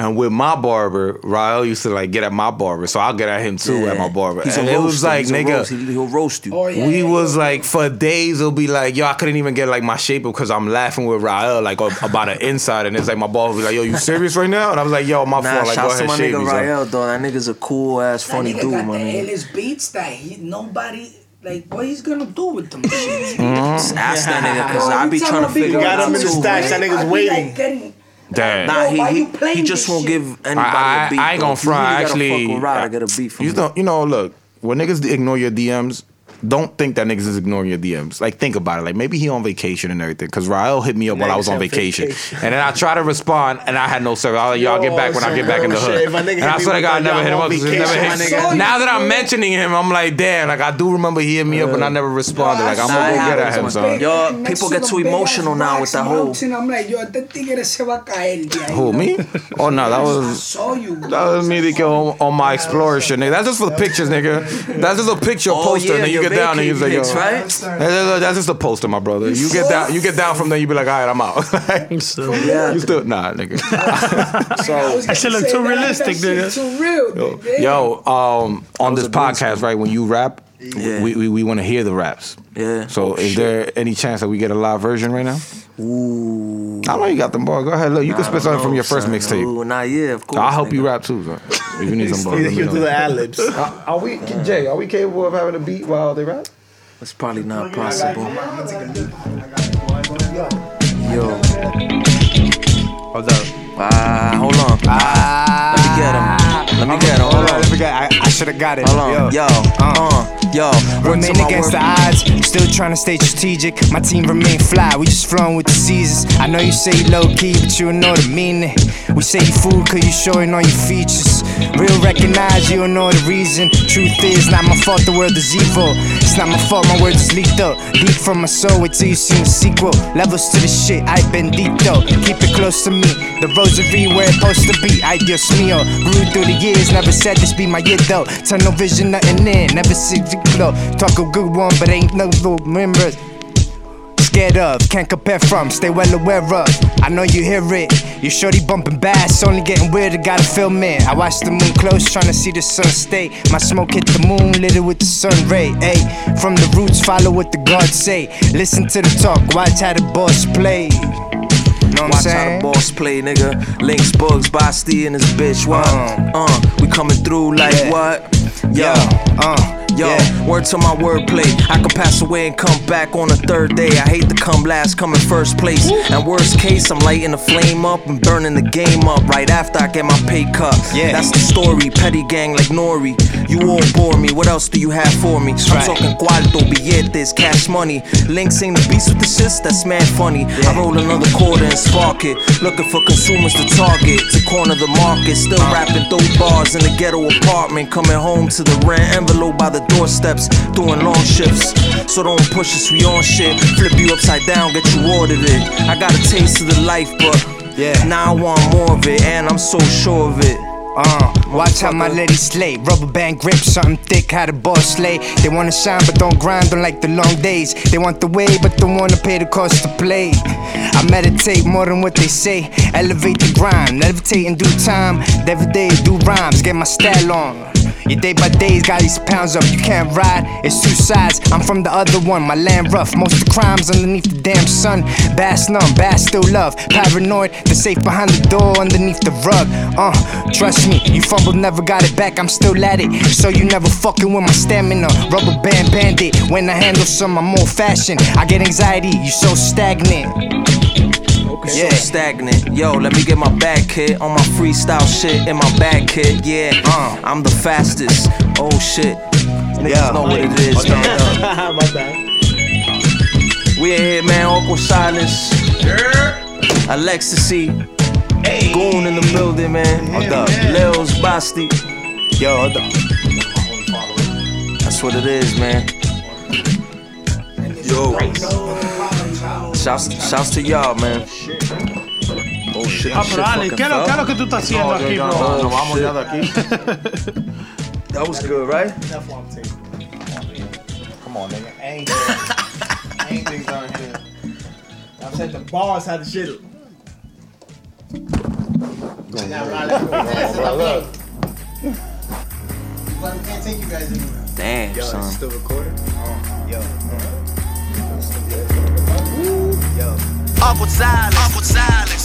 C: and with my barber, Ryle used to like get at my barber, so I'll get at him too at
B: Yeah.
C: my barber.
B: He's a
C: and it was
B: roaster.
C: like,
B: He's a
C: nigga,
B: roast. He- he'll roast you.
E: Oh, yeah,
C: we
E: yeah,
C: was like for days. It'll be like, yo, I couldn't even get like my shape up because I'm laughing with Rael like ab- about an inside, and it's like my ball was like, yo, you serious right now? And I was like, yo, my
B: Nah,
C: fault. Like, go
B: shout out to
C: ahead,
B: my
C: shave me.
B: nigga
C: son.
B: Rael, though. That nigga's a cool ass,
E: That
B: funny
E: nigga
B: dude,
E: got
B: my
E: the
B: nigga.
E: illest beats that he nobody like. What he's gonna do with them shits?
C: Mm-hmm.
B: Just ask that nigga, cause
E: Bro,
B: I
E: you
B: be
E: tell
B: trying to
E: him big
B: figure it
E: guy
A: got
B: out
A: him in the
B: too.
A: stash.
B: man.
A: That
E: I
A: nigga's
E: be
A: waiting.
E: like getting-
C: Damn.
B: Nah,
E: Yo,
B: he,
E: why
B: he,
E: you playing
B: he just
E: this
B: won't
E: shit?
B: give anybody
C: I,
B: a beat.
C: I, I ain't
B: though.
C: gonna
B: You really
C: front.
B: gotta
C: Actually,
B: fuck with Rod to get a beat from
C: you
B: him.
C: don't. You know, look, when niggas ignore your DMs, don't think that niggas is ignoring your DMs. Like, think about it. Like, maybe he on vacation and everything. Because Rael hit me up while I
A: Niggas
C: was on
A: have
C: vacation,
A: vacation.
C: and then I try to respond, and I had no service. I was like, "Yo, I'll get
A: Yo,
C: back when I
A: some
C: get back in the
A: real
C: hood."
A: shit. If a nigga
C: And
A: hit
C: I
A: me
C: swear to
A: with
C: God, I
A: that,
C: never
A: y'all
C: hit him
A: on
C: up. 'cause he
A: vacation,
C: never
A: my
C: hit-
A: nigga.
C: Now that I'm mentioning him, I'm like, damn. Like, I do remember he hit me up, and I never responded. Like, I'm
B: Nah,
C: gonna
B: it
C: go get at
B: happens,
C: him,
B: man.
C: son.
B: Yo,
E: Next
B: people
E: to
B: get
E: the
B: too
E: big
B: emotional
E: ass
B: now
E: rocks
B: with that whole.
E: mountain, I'm like, yo, este tigre se va a caer. de ahí,
C: Who
E: loco.
C: me? Oh no, that
E: I
C: was.
E: saw you.
C: That was me that go on, on my explorer shit, nigga. That's just for pictures, nigga. That's just a picture
B: Oh,
C: poster,
B: yeah,
C: and then you
B: your
C: get down and you
B: vacation
C: say, yo.
B: pics, right?
C: That's- That's that's just a poster, my brother. You get down, you get down from there, you be like, all right, I'm out.
B: Yeah.
C: you still nah, nigga.
E: So
D: That shit look too realistic, nigga.
E: Too real, nigga.
C: Yo, um, on this podcast, right? When you rap,
B: Yeah.
C: we, we, we want to hear the raps.
B: Yeah.
C: So,
B: Oh,
C: is
B: shit.
C: there any chance that we get a live version right now?
B: Ooh.
C: I know you got them bars. Go ahead, look, you can spit something from your first mixtape.
B: Ooh, nah, yeah, of course.
C: I'll help you
B: nigga.
C: rap too, son. If you need some bars, let me
A: He'll do the
C: know.
A: ad libs.
C: Are we Jay? Are we capable of having a beat while they rap?
B: It's probably not possible. Yo.
F: Hold up.
B: Ah, hold on.
F: Ah.
B: Let me get him. Let me get him. Ah. Hold on.
F: I, I should have got it.
B: Hold on. Yo.
F: Uh.
B: Uh. Yo, work to
F: Remain
B: my
F: against the
B: work.
F: odds, still trying to stay strategic. My team remain fly, we just flowing with the seasons. I know you say you low key, but you don't know the meaning. We say you fool, cause you showing all your features. Real recognize, you don't know the reason. Truth is, not my fault, the world is evil. It's not my fault, my words is leaked up. Deep from my soul, wait till you see the sequel. Levels to the shit, I bendito. Keep it close to me, the rosary where it's supposed to be. I Dios mío, grew through the years, never said this be my year though. Tunnel vision, nothing in, never see the glow. Talk a good one, but ain't no little members. Scared of, can't compare from, stay well aware of. I know you hear it. Your shorty bumping bass, only getting weirder, gotta film it. I watch the moon close, tryna see the sun stay. My smoke hit the moon, lit it with the sun ray. Ay, from the roots, follow what the gods say. Listen to the talk, watch how the boss play. Know what I'm
B: Watch how the
F: saying?
B: boss play, nigga. Links, bugs, Basti, and his bitch. What?
F: Uh.
B: Uh, we coming through like
F: Yeah.
B: what?
F: Yo, uh,
B: Yo,
F: yeah.
B: word to my wordplay. I could pass away and come back on the third day. I hate to come last, come in first place. And worst case, I'm lighting the flame up and burning the game up right after I get my pay cut.
F: Yeah.
B: That's the story. Petty gang like Nori. You all bore me. What else do you have for me? I'm
F: right.
B: talking cuarto, billetes, cash money. Links ain't the beast with the shits, that's mad funny. I roll another quarter and spark it. Looking for consumers to target, to corner the market. Still rapping through bars in the ghetto apartment. Coming home to the rent envelope by the doorsteps, doing long shifts. So don't push us, we on shit. Flip you upside down, get you ordered it. I got a taste of the life, but
F: Yeah.
B: now I want more of it, and I'm so sure of it.
F: Uh, watch how my lady slay. Rubber band grip, something thick, how the boss slay. They wanna shine, but don't grind, don't like the long days. They want the way, but don't wanna pay the cost to play. I meditate more than what they say. Elevate the grind, levitate in due time. Every day, do rhymes, get my style on. Your day by days got these pounds up, you can't ride. It's two sides, I'm from the other one, my land rough. Most of the crimes underneath the damn sun. Bass numb, bass still love. Paranoid, the safe behind the door, underneath the rug. Uh, trust me, you fumbled, never got it back, I'm still at it. So you never fucking with my stamina. Rubber band bandit, when I handle some, I'm old fashioned. I get anxiety, you so stagnant.
B: yeah.
F: Yeah.
B: stagnant. Yo, let me get my back hit on my freestyle shit in my back hit. Yeah,
F: Uh.
B: I'm the fastest. Oh shit. Niggas
F: Yeah.
B: know what it is, man.
A: My bad.
B: We in here, man. Awkward silence. Alexis C. Goon in the building, man. Lil's Basti.
F: Yo, hold up.
B: That's what it is, man. Yo. Shouts, shouts to y'all, man. Oh shit.
D: Ah,
B: shit
D: pero Ale,
B: fucking
D: ¿qué es lo
B: fell.
D: qué es lo que tú estás haciendo aquí, bro?
B: no, vamos
C: vamos
B: ya
C: ya de aquí.
B: That was good, right?
A: That's what I'm taking.
C: Come on, nigga.
A: Angles. Angles down here. I said the bars had the shit.
E: But we can't take you guys anywhere.
B: Damn, son.
F: still recording? Yo.
J: Awkward silence. Awkward silence.